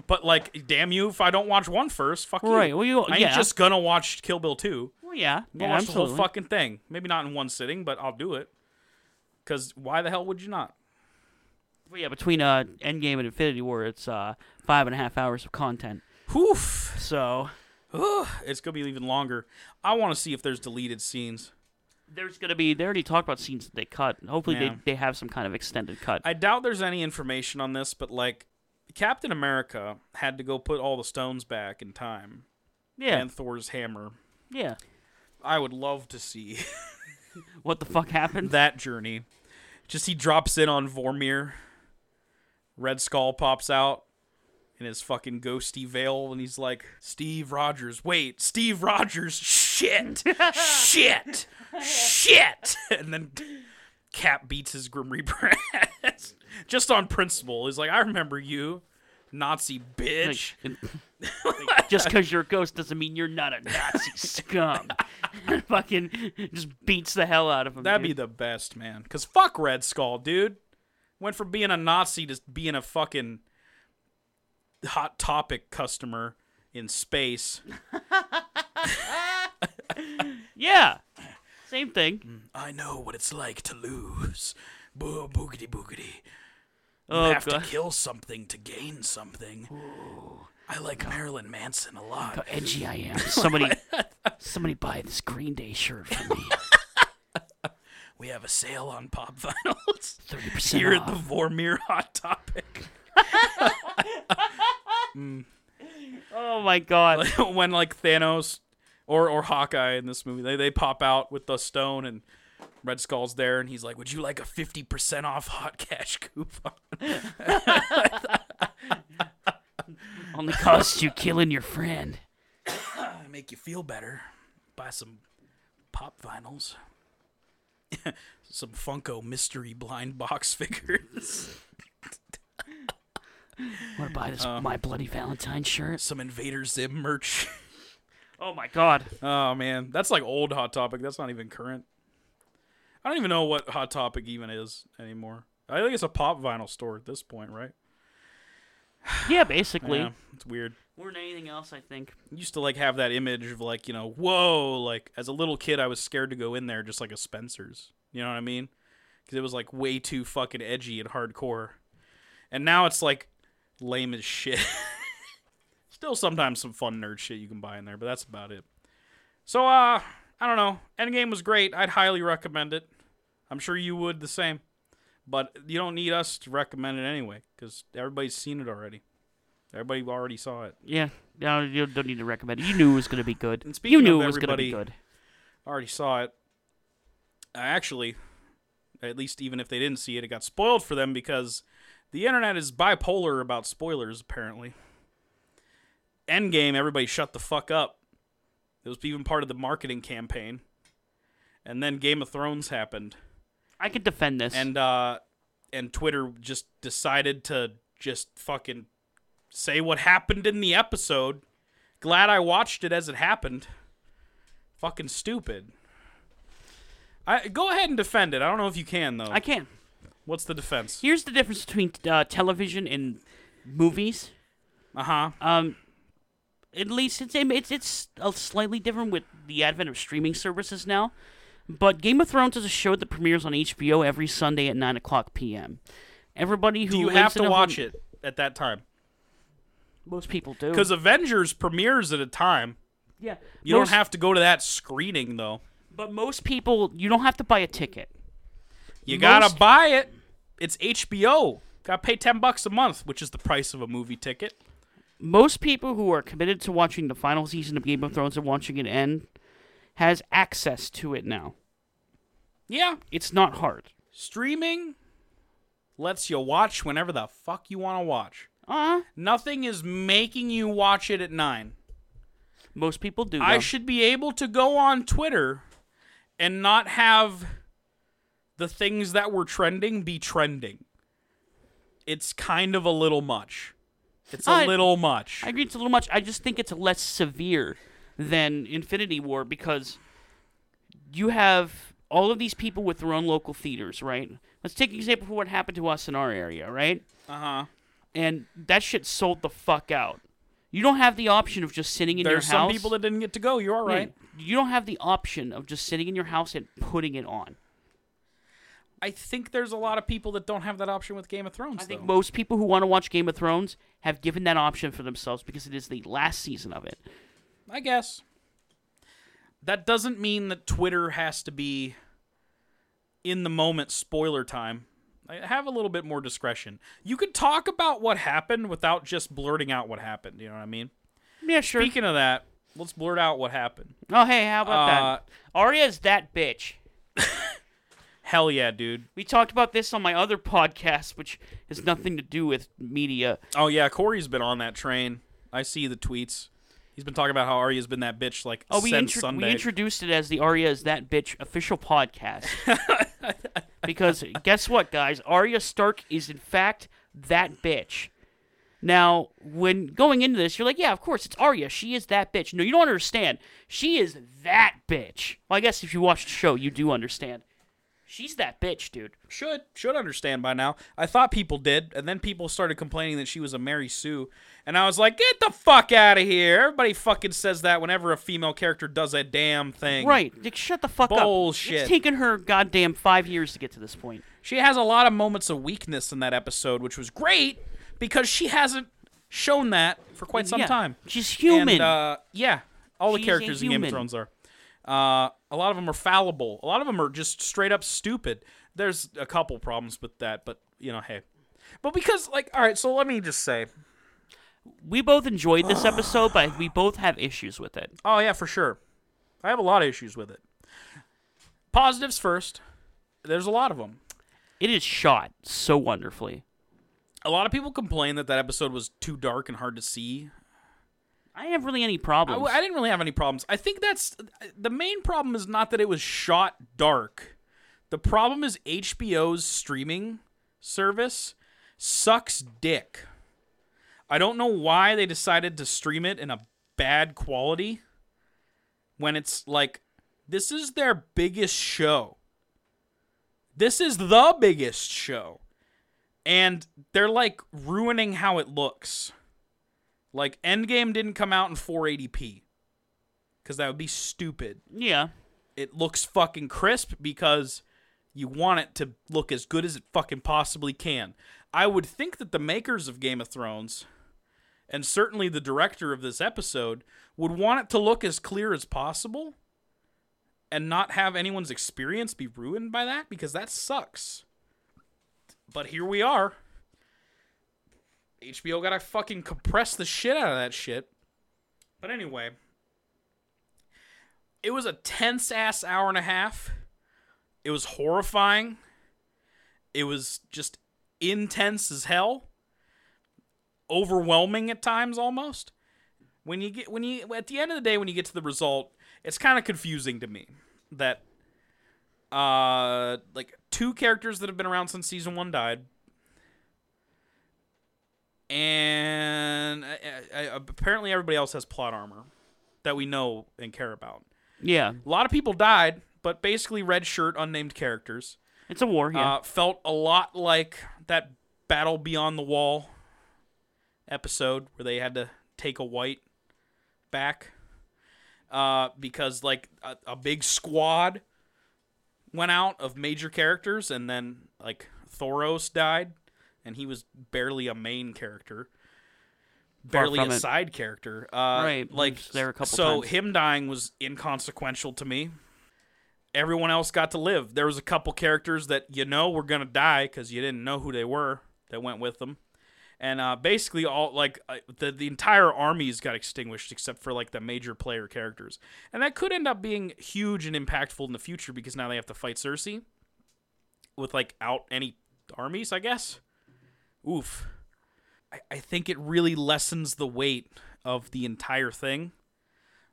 [SPEAKER 2] But like, damn you, if I don't watch one first, fuck you.
[SPEAKER 1] Right, well, you-
[SPEAKER 2] I ain't
[SPEAKER 1] yeah.
[SPEAKER 2] just gonna watch Kill Bill two.
[SPEAKER 1] well, yeah,
[SPEAKER 2] I'll
[SPEAKER 1] yeah,
[SPEAKER 2] watch
[SPEAKER 1] absolutely.
[SPEAKER 2] the whole fucking thing. Maybe not in one sitting, but I'll do it. Cause why the hell would you not?
[SPEAKER 1] Well, yeah, between uh, Endgame and Infinity War, it's uh, five and a half hours of content.
[SPEAKER 2] Oof.
[SPEAKER 1] So
[SPEAKER 2] Ugh, it's gonna be even longer. I want to see if there's deleted scenes.
[SPEAKER 1] there's gonna be. They already talked about scenes that they cut. Hopefully,
[SPEAKER 2] Yeah.
[SPEAKER 1] they, they have some kind of extended cut.
[SPEAKER 2] I doubt there's any information on this, but like Captain America had to go put all the stones back in time,
[SPEAKER 1] yeah,
[SPEAKER 2] and Thor's hammer.
[SPEAKER 1] yeah.
[SPEAKER 2] I would love to see
[SPEAKER 1] What the fuck happened?
[SPEAKER 2] that journey. Just he drops in on Vormir. Red Skull pops out in his fucking ghosty veil, and he's like, "Steve Rogers, wait, Steve Rogers, shit, shit, shit," *laughs* and then Cap beats his Grim Reaper ass *laughs* just on principle. He's like, "I remember you, Nazi
[SPEAKER 1] Like,
[SPEAKER 2] bitch." *laughs*
[SPEAKER 1] like, just because you're a ghost doesn't mean you're not a Nazi *laughs* scum. Fucking just beats the hell out of him.
[SPEAKER 2] That'd
[SPEAKER 1] dude.
[SPEAKER 2] be the best, man. Cause fuck Red Skull, dude. Went from being a Nazi to being a fucking hot topic customer in space.
[SPEAKER 1] yeah, same thing.
[SPEAKER 2] I know what it's like to lose. Boo boogity boogity. You
[SPEAKER 1] Oh,
[SPEAKER 2] have
[SPEAKER 1] God.
[SPEAKER 2] to kill something to gain something. I like Marilyn Manson a
[SPEAKER 1] How
[SPEAKER 2] lot.
[SPEAKER 1] edgy I
[SPEAKER 2] *laughs*
[SPEAKER 1] am. Somebody, somebody buy this Green Day shirt for
[SPEAKER 2] *laughs*
[SPEAKER 1] me.
[SPEAKER 2] We have a sale on pop *laughs* vinyls.
[SPEAKER 1] Thirty percent
[SPEAKER 2] Here
[SPEAKER 1] off.
[SPEAKER 2] at the Vormir Hot Topic.
[SPEAKER 1] Oh my god.
[SPEAKER 2] *laughs* when like Thanos or or Hawkeye in this movie, they they pop out with the stone and Red Skull's there, and he's like, "Would you like a fifty percent off hot *laughs* cash coupon?"
[SPEAKER 1] Only costs you killing your friend.
[SPEAKER 2] I make you feel better. Buy some pop vinyls, *laughs* some Funko mystery blind box *laughs* figures,
[SPEAKER 1] Want to buy this
[SPEAKER 2] Oh.
[SPEAKER 1] My Bloody Valentine shirt?
[SPEAKER 2] some Invader Zim merch. *laughs*
[SPEAKER 1] Oh my god.
[SPEAKER 2] oh man, that's like old Hot Topic. That's not even current. I don't even know what Hot Topic even is anymore. I think it's a pop vinyl store at this point, right?
[SPEAKER 1] Yeah, basically.
[SPEAKER 2] Yeah, it's weird.
[SPEAKER 1] More than anything else, I think.
[SPEAKER 2] used to like have that image of like you know whoa like as a little kid i was scared to go in there just like a spencer's you know what i mean because it was like way too fucking edgy and hardcore and now it's like lame as shit *laughs* still sometimes some fun nerd shit you can buy in there but that's about it so uh i don't know endgame was great i'd highly recommend it i'm sure you would the same but you don't need us to recommend it anyway because everybody's seen it already everybody already saw it
[SPEAKER 1] Yeah, no, you don't need to recommend it. You knew it was going to be good.
[SPEAKER 2] And
[SPEAKER 1] you
[SPEAKER 2] speaking
[SPEAKER 1] knew
[SPEAKER 2] of
[SPEAKER 1] it was going to be
[SPEAKER 2] everybody-
[SPEAKER 1] good.
[SPEAKER 2] already saw it. I actually, at least even if they didn't see it, it got spoiled for them because the internet is bipolar about spoilers, apparently. Endgame, everybody shut the fuck up. It was even part of the marketing campaign. And then Game of Thrones happened.
[SPEAKER 1] I could defend this.
[SPEAKER 2] And uh and Twitter just decided to just fucking say what happened in the episode. Glad I watched it as it happened. Fucking stupid. I go ahead and defend it. I don't know if you can though.
[SPEAKER 1] I can.
[SPEAKER 2] What's the defense?
[SPEAKER 1] Here's the difference between uh, television and movies.
[SPEAKER 2] Uh-huh.
[SPEAKER 1] Um, at least it's it's it's a slightly different with the advent of streaming services now. But Game of Thrones is a show that premieres on HBO every Sunday at nine o'clock p.m. Everybody who
[SPEAKER 2] Do you
[SPEAKER 1] lives
[SPEAKER 2] have
[SPEAKER 1] in
[SPEAKER 2] to
[SPEAKER 1] a
[SPEAKER 2] watch
[SPEAKER 1] home,
[SPEAKER 2] it at that time?
[SPEAKER 1] Most people do.
[SPEAKER 2] Cuz Avengers premieres at a time.
[SPEAKER 1] yeah,
[SPEAKER 2] You
[SPEAKER 1] most-
[SPEAKER 2] don't have to go to that screening though.
[SPEAKER 1] But most people, you don't have to buy a ticket.
[SPEAKER 2] You
[SPEAKER 1] Most-
[SPEAKER 2] gotta buy it. It's HBO. Gotta pay ten bucks a month, which is the price of a movie ticket.
[SPEAKER 1] most people who are committed to watching the final season of Game of Thrones and watching it end has access to it now.
[SPEAKER 2] Yeah,
[SPEAKER 1] It's not hard.
[SPEAKER 2] Streaming lets you watch whenever the fuck you want to watch.
[SPEAKER 1] Uh
[SPEAKER 2] Nothing is making you watch it at 9.
[SPEAKER 1] most people do.
[SPEAKER 2] I
[SPEAKER 1] though.
[SPEAKER 2] should be able to go on Twitter and not have the things that were trending be trending. It's kind of a little much. It's a
[SPEAKER 1] I-
[SPEAKER 2] little much.
[SPEAKER 1] I agree it's a little much. I just think it's less severe than Infinity War because you have all of these people with their own local theaters, right? Let's take an example for what happened to us in our area, right?
[SPEAKER 2] Uh huh.
[SPEAKER 1] And that shit sold the fuck out. You don't have the option of just sitting in
[SPEAKER 2] There's
[SPEAKER 1] your house.
[SPEAKER 2] some people that didn't get to go. You're all
[SPEAKER 1] Yeah.
[SPEAKER 2] right.
[SPEAKER 1] You don't have the option of just sitting in your house and putting it on.
[SPEAKER 2] I think there's a lot of people that don't have that option with Game of Thrones.
[SPEAKER 1] I think
[SPEAKER 2] though.
[SPEAKER 1] most people who want to watch Game of Thrones have given that option for themselves because it is the last season of it.
[SPEAKER 2] I guess. That doesn't mean that Twitter has to be in the moment spoiler time. I have a little bit more discretion. You could talk about what happened without just blurting out what happened. You know what I mean?
[SPEAKER 1] Yeah, sure.
[SPEAKER 2] Speaking of that, let's blurt out what happened.
[SPEAKER 1] oh, hey, how about
[SPEAKER 2] Uh,
[SPEAKER 1] that? Arya's that bitch.
[SPEAKER 2] Hell yeah, dude.
[SPEAKER 1] We talked about this on my other *laughs* podcast, which has nothing to do with media.
[SPEAKER 2] Oh yeah, Corey's been on that train. I see the tweets. He's been talking about how Arya's been that bitch like
[SPEAKER 1] Oh, we,
[SPEAKER 2] since
[SPEAKER 1] intro- we
[SPEAKER 2] Sunday.
[SPEAKER 1] introduced it as the Arya is that bitch official *laughs* podcast. because guess what, guys? Arya Stark is in fact that bitch. Now, when going into this, you're like, yeah, of course, it's Arya. She is that bitch. No, you don't understand. She is that bitch. Well, I guess if you watch the show, you do understand. She's that bitch, dude.
[SPEAKER 2] should should understand by now. I thought people did, and then people started complaining that she was a Mary Sue, and I was like, "Get the fuck out of here!" Everybody fucking says that whenever a female character does a damn thing.
[SPEAKER 1] Right. Like, shut the fuck up.
[SPEAKER 2] Bullshit.
[SPEAKER 1] It's taken her goddamn five years to get to this point.
[SPEAKER 2] She has a lot of moments of weakness in that episode, which was great because she hasn't shown that for quite some
[SPEAKER 1] Yeah.
[SPEAKER 2] time.
[SPEAKER 1] She's human.
[SPEAKER 2] And, uh, yeah, all the
[SPEAKER 1] She's a
[SPEAKER 2] characters in Game of
[SPEAKER 1] human.
[SPEAKER 2] Thrones are. Uh, a lot of them are fallible. A lot of them are just straight up stupid. There's a couple problems with that, but you know, hey. But because, like, all right, so let me just say,
[SPEAKER 1] we both enjoyed
[SPEAKER 2] *sighs*
[SPEAKER 1] this episode, but we both have issues with it.
[SPEAKER 2] oh yeah, for sure, I have a lot of issues with it. Positives first. There's a lot of them.
[SPEAKER 1] It is shot so wonderfully.
[SPEAKER 2] A lot of people complain that that episode was too dark and hard to see
[SPEAKER 1] I have really any
[SPEAKER 2] I,
[SPEAKER 1] problems.
[SPEAKER 2] I didn't really have any problems. I think that's the main problem is not that it was shot dark. The problem is HBO's streaming service sucks dick. I don't know why they decided to stream it in a bad quality when it's like this is their biggest show. This is the biggest show. and they're like ruining how it looks. Like Endgame didn't come out in 480p because that would be stupid.
[SPEAKER 1] Yeah.
[SPEAKER 2] It looks fucking crisp because you want it to look as good as it fucking possibly can. I would think that the makers of Game of Thrones and certainly the director of this episode would want it to look as clear as possible and not have anyone's experience be ruined by that because that sucks. But here we are. HBO gotta fucking compress the shit out of that shit. But anyway, it was a tense ass hour and a half. It was horrifying. It was just intense as hell. Overwhelming at times almost. When you get when you at the end of the day when you get to the result, it's kind of confusing to me that uh like two characters that have been around since season 1 died. And I, I, I- apparently everybody else has plot armor that we know and care about.
[SPEAKER 1] Yeah.
[SPEAKER 2] A lot of people died, but basically red shirt, unnamed characters.
[SPEAKER 1] It's a war. Yeah.
[SPEAKER 2] Uh, felt a lot like that Battle Beyond the Wall episode where they had to take a white back uh, because, like, a, a big squad went out of major characters, and then, like, Thoros died, and he was barely a main character. Barely a
[SPEAKER 1] from it.
[SPEAKER 2] side character. Uh,
[SPEAKER 1] Right, he
[SPEAKER 2] Like
[SPEAKER 1] was there a couple
[SPEAKER 2] so
[SPEAKER 1] times.
[SPEAKER 2] him dying was inconsequential to me. Everyone else got to live. There was a couple characters that you know were gonna die because you didn't know who they were that went with them, and uh, basically all like uh, the the entire armies got extinguished except for like the major player characters, and that could end up being huge and impactful in the future because now they have to fight Cersei with like out any armies, I guess. Oof. I, I think it really lessens the weight of the entire thing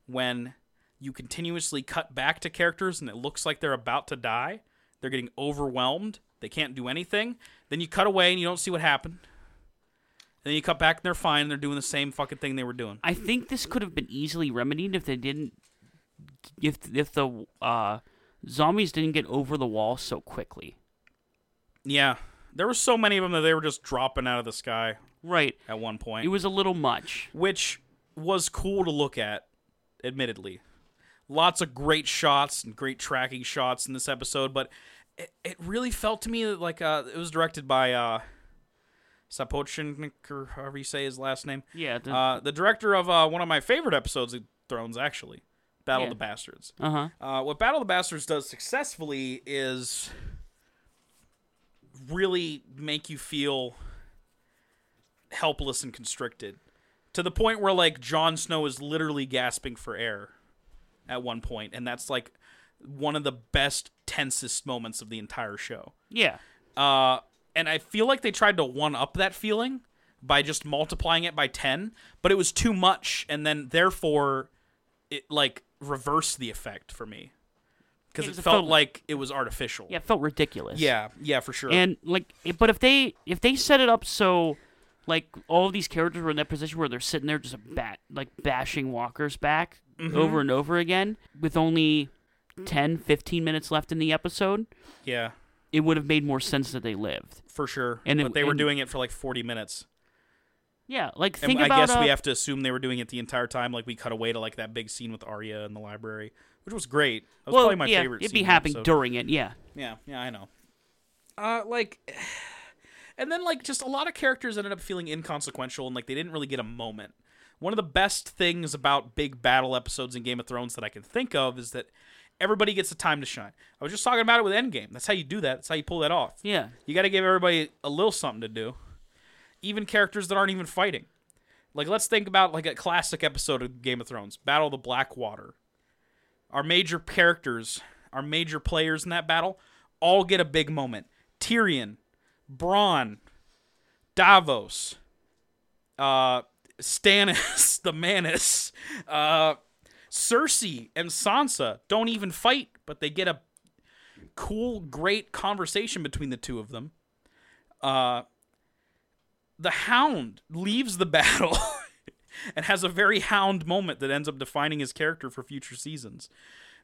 [SPEAKER 2] when you continuously cut back to characters and it looks like they're about to die. They're getting overwhelmed. They can't do anything. Then you cut away and you don't see what happened. Then you cut back and they're fine and they're doing the same fucking thing they were doing.
[SPEAKER 1] I think this could have been easily remedied if they didn't, if if the uh, zombies didn't get over the wall so quickly.
[SPEAKER 2] Yeah. There were so many of them that they were just dropping out of the sky
[SPEAKER 1] Right.
[SPEAKER 2] at one point.
[SPEAKER 1] It was a little much.
[SPEAKER 2] which was cool to look at, admittedly. Lots of great shots and great tracking shots in this episode, but it, it really felt to me that like uh, it was directed by uh, Sapochnik or however you say his last name,
[SPEAKER 1] Yeah. The,
[SPEAKER 2] uh, the director of uh, one of my favorite episodes of Thrones, actually, Battle
[SPEAKER 1] Yeah.
[SPEAKER 2] of the Bastards.
[SPEAKER 1] uh-huh.
[SPEAKER 2] Uh, what Battle of the Bastards does successfully is really make you feel helpless and constricted to the point where like Jon Snow is literally gasping for air at one point, and that's like one of the best tensest moments of the entire show.
[SPEAKER 1] Yeah.
[SPEAKER 2] Uh, and I feel like they tried to one up that feeling by just multiplying it by 10, but it was too much. And then therefore, it like reversed the effect for me because
[SPEAKER 1] It
[SPEAKER 2] it,
[SPEAKER 1] was a
[SPEAKER 2] felt
[SPEAKER 1] film.
[SPEAKER 2] like it was artificial.
[SPEAKER 1] Yeah. It felt ridiculous.
[SPEAKER 2] Yeah. Yeah, for sure.
[SPEAKER 1] And like, i- but if they if they set it up so, like, all of these characters were in that position where they're sitting there just bat like bashing walkers back
[SPEAKER 2] Mm-hmm.
[SPEAKER 1] over and over again with only 10, 15 minutes left in the episode,
[SPEAKER 2] yeah,
[SPEAKER 1] it would have made more sense that they lived.
[SPEAKER 2] for sure.
[SPEAKER 1] And it-
[SPEAKER 2] but they were
[SPEAKER 1] and-
[SPEAKER 2] doing it for like 40 minutes.
[SPEAKER 1] Yeah. Like,
[SPEAKER 2] And
[SPEAKER 1] think
[SPEAKER 2] I
[SPEAKER 1] about
[SPEAKER 2] guess we
[SPEAKER 1] uh,
[SPEAKER 2] have to assume they were doing it the entire time. Like we cut away to like that big scene with Arya in the library, which was great. That was
[SPEAKER 1] well,
[SPEAKER 2] probably my
[SPEAKER 1] yeah,
[SPEAKER 2] favorite
[SPEAKER 1] it'd
[SPEAKER 2] scene
[SPEAKER 1] be
[SPEAKER 2] in the
[SPEAKER 1] happening
[SPEAKER 2] episode.
[SPEAKER 1] during it. Yeah.
[SPEAKER 2] Yeah, yeah, I know. Uh, like, *sighs* and then like just a lot of characters ended up feeling inconsequential and like they didn't really get a moment. One of the best things about big battle episodes in Game of Thrones that I can think of is that everybody gets a time to shine. I was just talking about it with Endgame. That's how you do that. That's how you pull that off.
[SPEAKER 1] Yeah.
[SPEAKER 2] You got to give everybody a little something to do. Even characters that aren't even fighting. Like let's think about like a classic episode of Game of Thrones, Battle of the Blackwater. Our major characters, our major players in that battle all get a big moment. Tyrion, Braun, Davos, uh Stannis, *laughs* the Manus, uh Cersei and Sansa don't even fight, but they get a cool, great conversation between the two of them. Uh, the Hound leaves the battle *laughs* and has a very Hound moment that ends up defining his character for future seasons.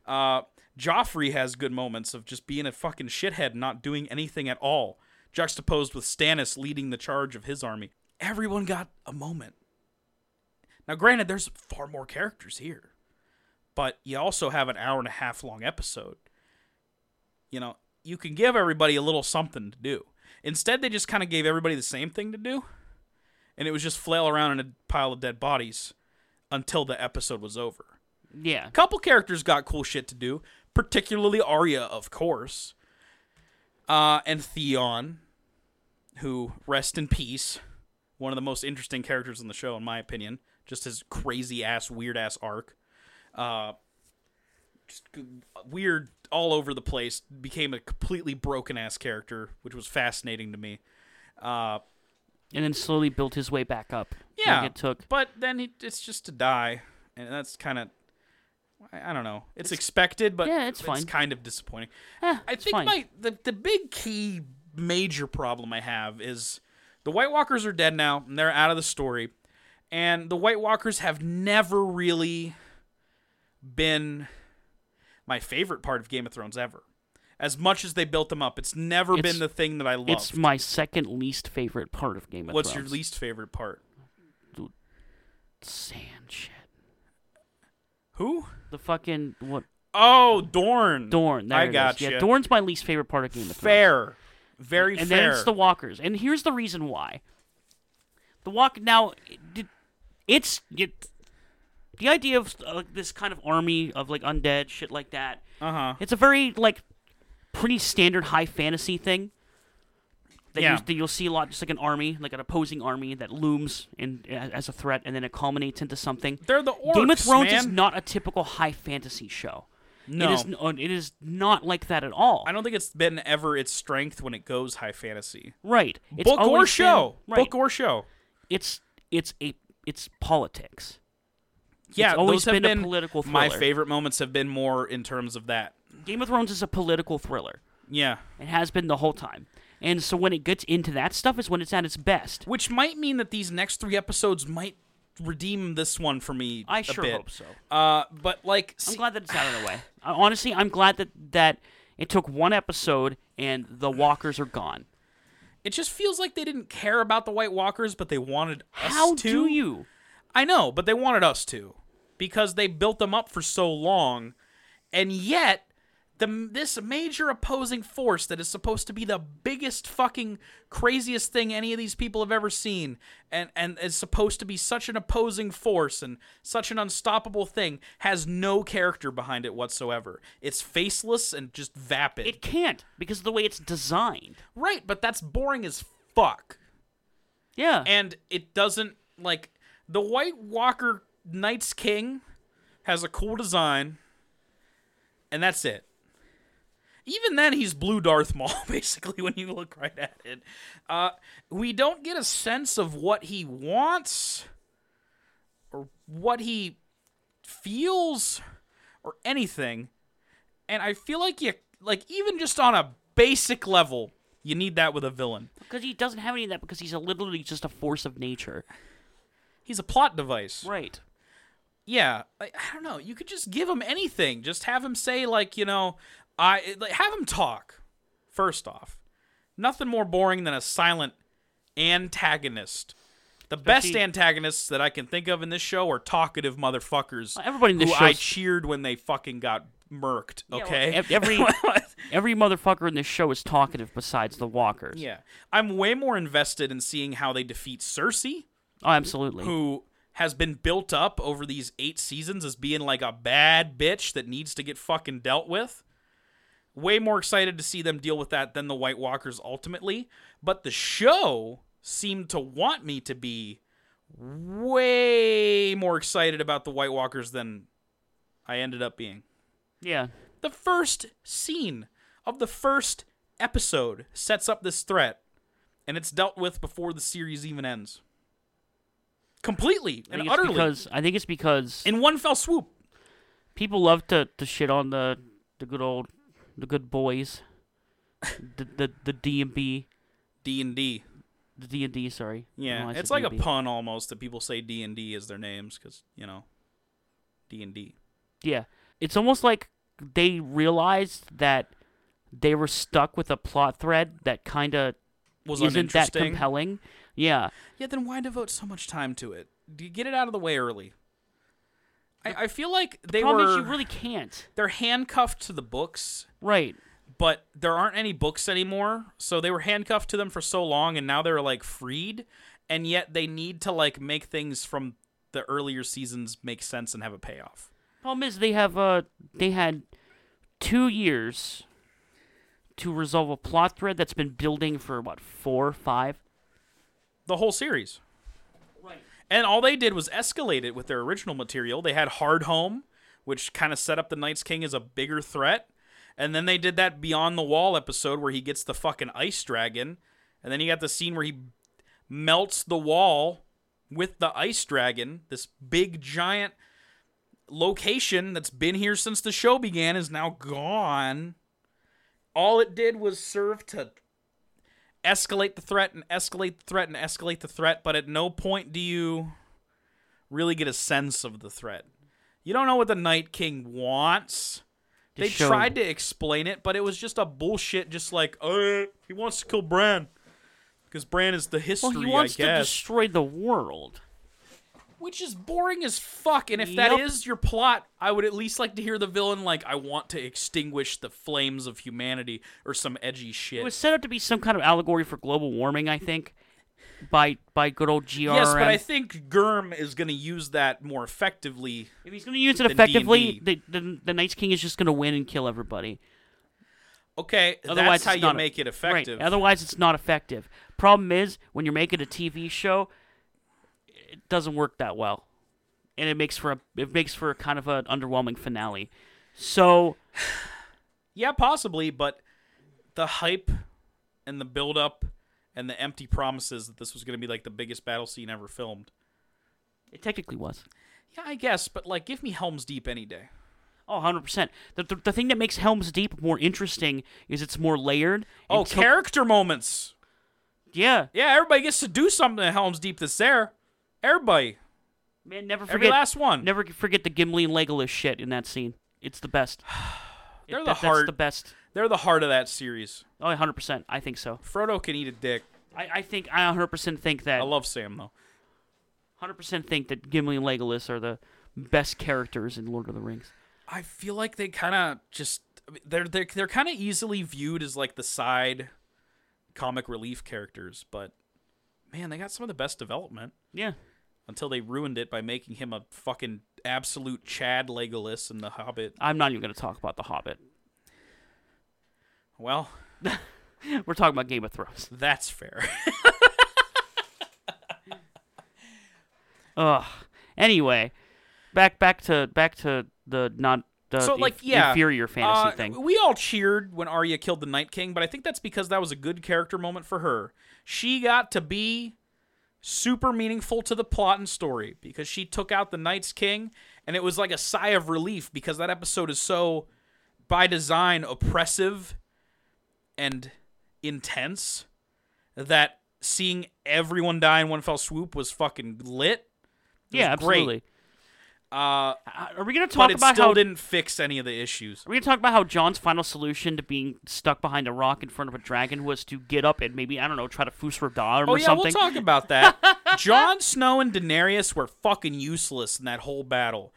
[SPEAKER 2] Uh, Joffrey has good moments of just being a fucking shithead, and not doing anything at all, juxtaposed with Stannis leading the charge of his army. Everyone got a moment. Now, granted, there's far more characters here, but you also have an hour and a half long episode. You know, you can give everybody a little something to do. Instead, they just kind of gave everybody the same thing to do, and it was just flail around in a pile of dead bodies until the episode was over.
[SPEAKER 1] Yeah.
[SPEAKER 2] A couple characters got cool shit to do, particularly Arya, of course, uh, and Theon, who rest in peace, one of the most interesting characters in the show, in my opinion. Just his crazy ass, weird ass arc, uh, just g- weird all over the place. Became a completely broken ass character, which was fascinating to me. Uh,
[SPEAKER 1] And then slowly built his way back up.
[SPEAKER 2] yeah,
[SPEAKER 1] Like it took.
[SPEAKER 2] But then he, it's just to die, and that's kind of I I don't know. It's, expected, but
[SPEAKER 1] yeah, it's fine.
[SPEAKER 2] kind of disappointing.
[SPEAKER 1] Eh,
[SPEAKER 2] I
[SPEAKER 1] it's
[SPEAKER 2] think
[SPEAKER 1] fine.
[SPEAKER 2] my the the big key major problem I have is the White Walkers are dead now, and they're out of the story, and the White Walkers have never really been my favorite part of Game of Thrones ever. As much as they built them up, it's never
[SPEAKER 1] It's-
[SPEAKER 2] been the thing that I love.
[SPEAKER 1] It's my second least favorite part of Game of
[SPEAKER 2] What's your
[SPEAKER 1] Thrones.
[SPEAKER 2] least favorite part?
[SPEAKER 1] Sand shit.
[SPEAKER 2] Who?
[SPEAKER 1] The fucking what?
[SPEAKER 2] Oh, Dorn.
[SPEAKER 1] Dorne. There
[SPEAKER 2] I
[SPEAKER 1] it is.
[SPEAKER 2] got
[SPEAKER 1] Yeah,
[SPEAKER 2] you.
[SPEAKER 1] Dorne's my least favorite part of Game of Thrones.
[SPEAKER 2] fair, very
[SPEAKER 1] and
[SPEAKER 2] fair.
[SPEAKER 1] then it's the walkers and here's the reason why the walk now it- it's it, the idea of uh, this kind of army of like undead shit like that
[SPEAKER 2] uh-huh.
[SPEAKER 1] it's a very like pretty standard high fantasy thing that,
[SPEAKER 2] Yeah.
[SPEAKER 1] you, that you'll see a lot just like an army like an opposing army that looms in as a threat and then it culminates into something
[SPEAKER 2] They're the orcs,
[SPEAKER 1] game of thrones
[SPEAKER 2] man.
[SPEAKER 1] is not a typical high fantasy show
[SPEAKER 2] no.
[SPEAKER 1] it is n- uh, it is not like that at all
[SPEAKER 2] I don't think it's been ever its strength when it goes high fantasy.
[SPEAKER 1] right it's
[SPEAKER 2] Book
[SPEAKER 1] always
[SPEAKER 2] or
[SPEAKER 1] been-
[SPEAKER 2] show.
[SPEAKER 1] right.
[SPEAKER 2] Book or show.
[SPEAKER 1] it's it's a it's politics.
[SPEAKER 2] Yeah,
[SPEAKER 1] always
[SPEAKER 2] those have
[SPEAKER 1] been a political
[SPEAKER 2] My
[SPEAKER 1] thriller.
[SPEAKER 2] favorite moments have been more in terms of that.
[SPEAKER 1] Game of Thrones is a political thriller.
[SPEAKER 2] Yeah.
[SPEAKER 1] It has been the whole time. And so when it gets into that stuff is when it's at its best.
[SPEAKER 2] Which might mean that these next three episodes might redeem this one for me.
[SPEAKER 1] I
[SPEAKER 2] a
[SPEAKER 1] sure
[SPEAKER 2] bit.
[SPEAKER 1] hope so.
[SPEAKER 2] Uh, but like,
[SPEAKER 1] I'm
[SPEAKER 2] see-
[SPEAKER 1] glad that it's out of the way. I, honestly, I'm glad that that it took one episode and the walkers are gone.
[SPEAKER 2] it just feels like they didn't care about the White Walkers, but they wanted us
[SPEAKER 1] How
[SPEAKER 2] to.
[SPEAKER 1] do you?
[SPEAKER 2] I know, but they wanted us to because they built them up for so long, and yet the this major opposing force that is supposed to be the biggest fucking craziest thing any of these people have ever seen, and and is supposed to be such an opposing force and such an unstoppable thing has no character behind it whatsoever. It's faceless and just vapid.
[SPEAKER 1] It can't because of the way it's designed.
[SPEAKER 2] right, but that's boring as fuck
[SPEAKER 1] Yeah.
[SPEAKER 2] and it doesn't like the White Walker Knights King has a cool design, and that's it. Even then, he's blue Darth Maul *laughs* basically when you look right at it. Uh, we don't get a sense of what he wants or what he feels or anything, and I feel like you like even just on a basic level, you need that with a villain.
[SPEAKER 1] because he doesn't have any of that because he's a literally just a force of nature.
[SPEAKER 2] He's a plot device.
[SPEAKER 1] Right.
[SPEAKER 2] yeah I, I don't know you could just give him anything just have him say like you know i like have him talk first off nothing more boring than a silent antagonist the best
[SPEAKER 1] Especially-
[SPEAKER 2] antagonists that i can think of in this show are talkative motherfuckers
[SPEAKER 1] Everybody in this
[SPEAKER 2] who
[SPEAKER 1] show
[SPEAKER 2] i cheered when they fucking got murked okay
[SPEAKER 1] ev-
[SPEAKER 2] *laughs*
[SPEAKER 1] every every motherfucker in this show is talkative besides the walkers.
[SPEAKER 2] yeah i'm way more invested in seeing how they defeat cersei
[SPEAKER 1] Oh, absolutely.
[SPEAKER 2] who has been built up over these eight seasons as being like a bad bitch that needs to get fucking dealt with. Way more excited to see them deal with that than the White Walkers ultimately. But the show seemed to want me to be way more excited about the White Walkers than I ended up being
[SPEAKER 1] Yeah.
[SPEAKER 2] the first scene of the first episode sets up this threat and it's dealt with before the series even ends completely
[SPEAKER 1] I
[SPEAKER 2] and
[SPEAKER 1] think it's
[SPEAKER 2] utterly
[SPEAKER 1] Because I think it's because
[SPEAKER 2] in one fell swoop
[SPEAKER 1] people love to, to shit on the the good old the good boys, the the the D and B,
[SPEAKER 2] d&d
[SPEAKER 1] the D and D. Sorry.
[SPEAKER 2] yeah
[SPEAKER 1] No, I said
[SPEAKER 2] it's like
[SPEAKER 1] D&B.
[SPEAKER 2] a pun almost that people say d&d as their names because you know d&d
[SPEAKER 1] Yeah, it's almost like they realized that they were stuck with a plot thread that kind of
[SPEAKER 2] was
[SPEAKER 1] isn't that
[SPEAKER 2] uninteresting.
[SPEAKER 1] compelling. Yeah.
[SPEAKER 2] Yeah, then why devote so much time to it? Do you get it out of the way early? I, I feel like they
[SPEAKER 1] Problem
[SPEAKER 2] were
[SPEAKER 1] is you really can't.
[SPEAKER 2] they're handcuffed to the books,
[SPEAKER 1] Right.
[SPEAKER 2] but there aren't any books anymore. So they were handcuffed to them for so long, and now they're like freed, and yet they need to like make things from the earlier seasons make sense and have a payoff.
[SPEAKER 1] Problem is they have uh they had two years to resolve a plot thread that's been building for what four five.
[SPEAKER 2] The whole series.
[SPEAKER 1] Right.
[SPEAKER 2] And all they did was escalate it with their original material. They had Hard Home, which kind of set up the Knights King as a bigger threat. And then they did that Beyond the Wall episode where he gets the fucking ice dragon. And then you got the scene where he melts the wall with the ice dragon. This big, giant location that's been here since the show began is now gone. All it did was serve to escalate the threat and escalate the threat and escalate the threat, but at no point do you really get a sense of the threat. You don't know what the Night King wants. They
[SPEAKER 1] Just show
[SPEAKER 2] tried to explain it, but it was just a bullshit, just like, uh, he wants to kill Bran. Because Bran is the history,
[SPEAKER 1] Well, he wants
[SPEAKER 2] I
[SPEAKER 1] to
[SPEAKER 2] guess.
[SPEAKER 1] destroy the world.
[SPEAKER 2] Which is boring as fuck. And if that
[SPEAKER 1] Yup.
[SPEAKER 2] is your plot, I would at least like to hear the villain like, I want to extinguish the flames of humanity or some edgy shit.
[SPEAKER 1] It was set up to be some kind of allegory for global warming, I think, by by good old GRM.
[SPEAKER 2] Yes, but I think Gurm is going to use that more effectively.
[SPEAKER 1] if he's going to use it
[SPEAKER 2] than
[SPEAKER 1] effectively,
[SPEAKER 2] D&D.
[SPEAKER 1] the, the the Night's King is just going to win and kill everybody.
[SPEAKER 2] Okay,
[SPEAKER 1] Otherwise,
[SPEAKER 2] that's how
[SPEAKER 1] it's
[SPEAKER 2] you
[SPEAKER 1] not
[SPEAKER 2] make it effective.
[SPEAKER 1] Right. Otherwise, it's not effective. Problem is, when you're making a TV show, it doesn't work that well, and it makes for a it makes for a kind of an underwhelming finale. So
[SPEAKER 2] yeah, possibly, but the hype and the build up and the empty promises that this was going to be like the biggest battle scene ever filmed.
[SPEAKER 1] it technically was.
[SPEAKER 2] Yeah, I guess, but like give me Helm's Deep any day.
[SPEAKER 1] Oh, 100%. The, the, the thing that makes Helm's Deep more interesting is it's more layered. and
[SPEAKER 2] Oh,
[SPEAKER 1] so-
[SPEAKER 2] character moments.
[SPEAKER 1] Yeah.
[SPEAKER 2] Yeah, everybody gets to do something at Helm's Deep that's there. Everybody.
[SPEAKER 1] Man, never
[SPEAKER 2] Every
[SPEAKER 1] forget
[SPEAKER 2] last one.
[SPEAKER 1] never forget the Gimli and Legolas shit in that scene. It's the
[SPEAKER 2] *sighs*
[SPEAKER 1] best. It-
[SPEAKER 2] They're the
[SPEAKER 1] that-
[SPEAKER 2] heart-
[SPEAKER 1] That's the best.
[SPEAKER 2] They're the heart of that series.
[SPEAKER 1] Oh, 100%. I think so.
[SPEAKER 2] Frodo can eat a dick.
[SPEAKER 1] I, I think I 100% think that
[SPEAKER 2] I love Sam though.
[SPEAKER 1] 100% think that Gimli and Legolas are the best characters in Lord of the Rings.
[SPEAKER 2] I feel like they kind of just they're they're they're kind of easily viewed as like the side comic relief characters, but man, they got some of the best development
[SPEAKER 1] Yeah.
[SPEAKER 2] until they ruined it by making him a fucking absolute Chad Legolas in The Hobbit.
[SPEAKER 1] I'm not even going to talk about The Hobbit. *laughs*
[SPEAKER 2] Well,
[SPEAKER 1] We're talking about Game of Thrones.
[SPEAKER 2] that's fair. *laughs*
[SPEAKER 1] Ugh. Anyway, back back to back to the not the
[SPEAKER 2] so
[SPEAKER 1] inf-
[SPEAKER 2] like yeah,
[SPEAKER 1] inferior fantasy
[SPEAKER 2] uh,
[SPEAKER 1] thing.
[SPEAKER 2] We all cheered when Arya killed the Night King, but I think that's because that was a good character moment for her. She got to be super meaningful to the plot and story because she took out the Night's King, and it was like a sigh of relief because that episode is so by design oppressive and intense that seeing everyone die in one fell swoop was fucking lit.
[SPEAKER 1] yeah,
[SPEAKER 2] was great.
[SPEAKER 1] absolutely.
[SPEAKER 2] Uh,
[SPEAKER 1] Uh, Are we going to
[SPEAKER 2] but
[SPEAKER 1] talk
[SPEAKER 2] it
[SPEAKER 1] about
[SPEAKER 2] still
[SPEAKER 1] how
[SPEAKER 2] didn't fix any of the issues.
[SPEAKER 1] Are we gonna talk about how John's final solution to being stuck behind a rock in front of a dragon was to get up and maybe I don't know try to Fusra Dharm
[SPEAKER 2] Oh
[SPEAKER 1] or
[SPEAKER 2] yeah,
[SPEAKER 1] something?
[SPEAKER 2] we'll talk
[SPEAKER 1] *laughs*
[SPEAKER 2] about that. Jon Snow and Daenerys were fucking useless in that whole battle.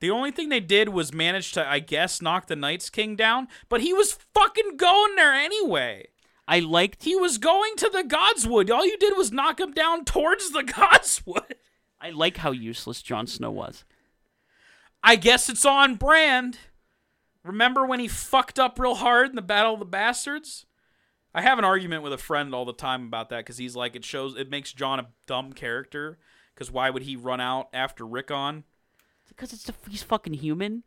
[SPEAKER 2] The only thing they did was manage to, I guess, knock the Night's King down, but he was fucking going there anyway.
[SPEAKER 1] I liked
[SPEAKER 2] He was going to the Godswood. All you did was knock him down towards the *laughs* Godswood.
[SPEAKER 1] I like how useless Jon Snow was.
[SPEAKER 2] I guess it's on brand. Remember when he fucked up real hard in the Battle of the Bastards? I have an argument with a friend all the time about that because he's like, it shows, it makes John a dumb character because why would he run out after Rickon?
[SPEAKER 1] Because it's the, he's fucking human.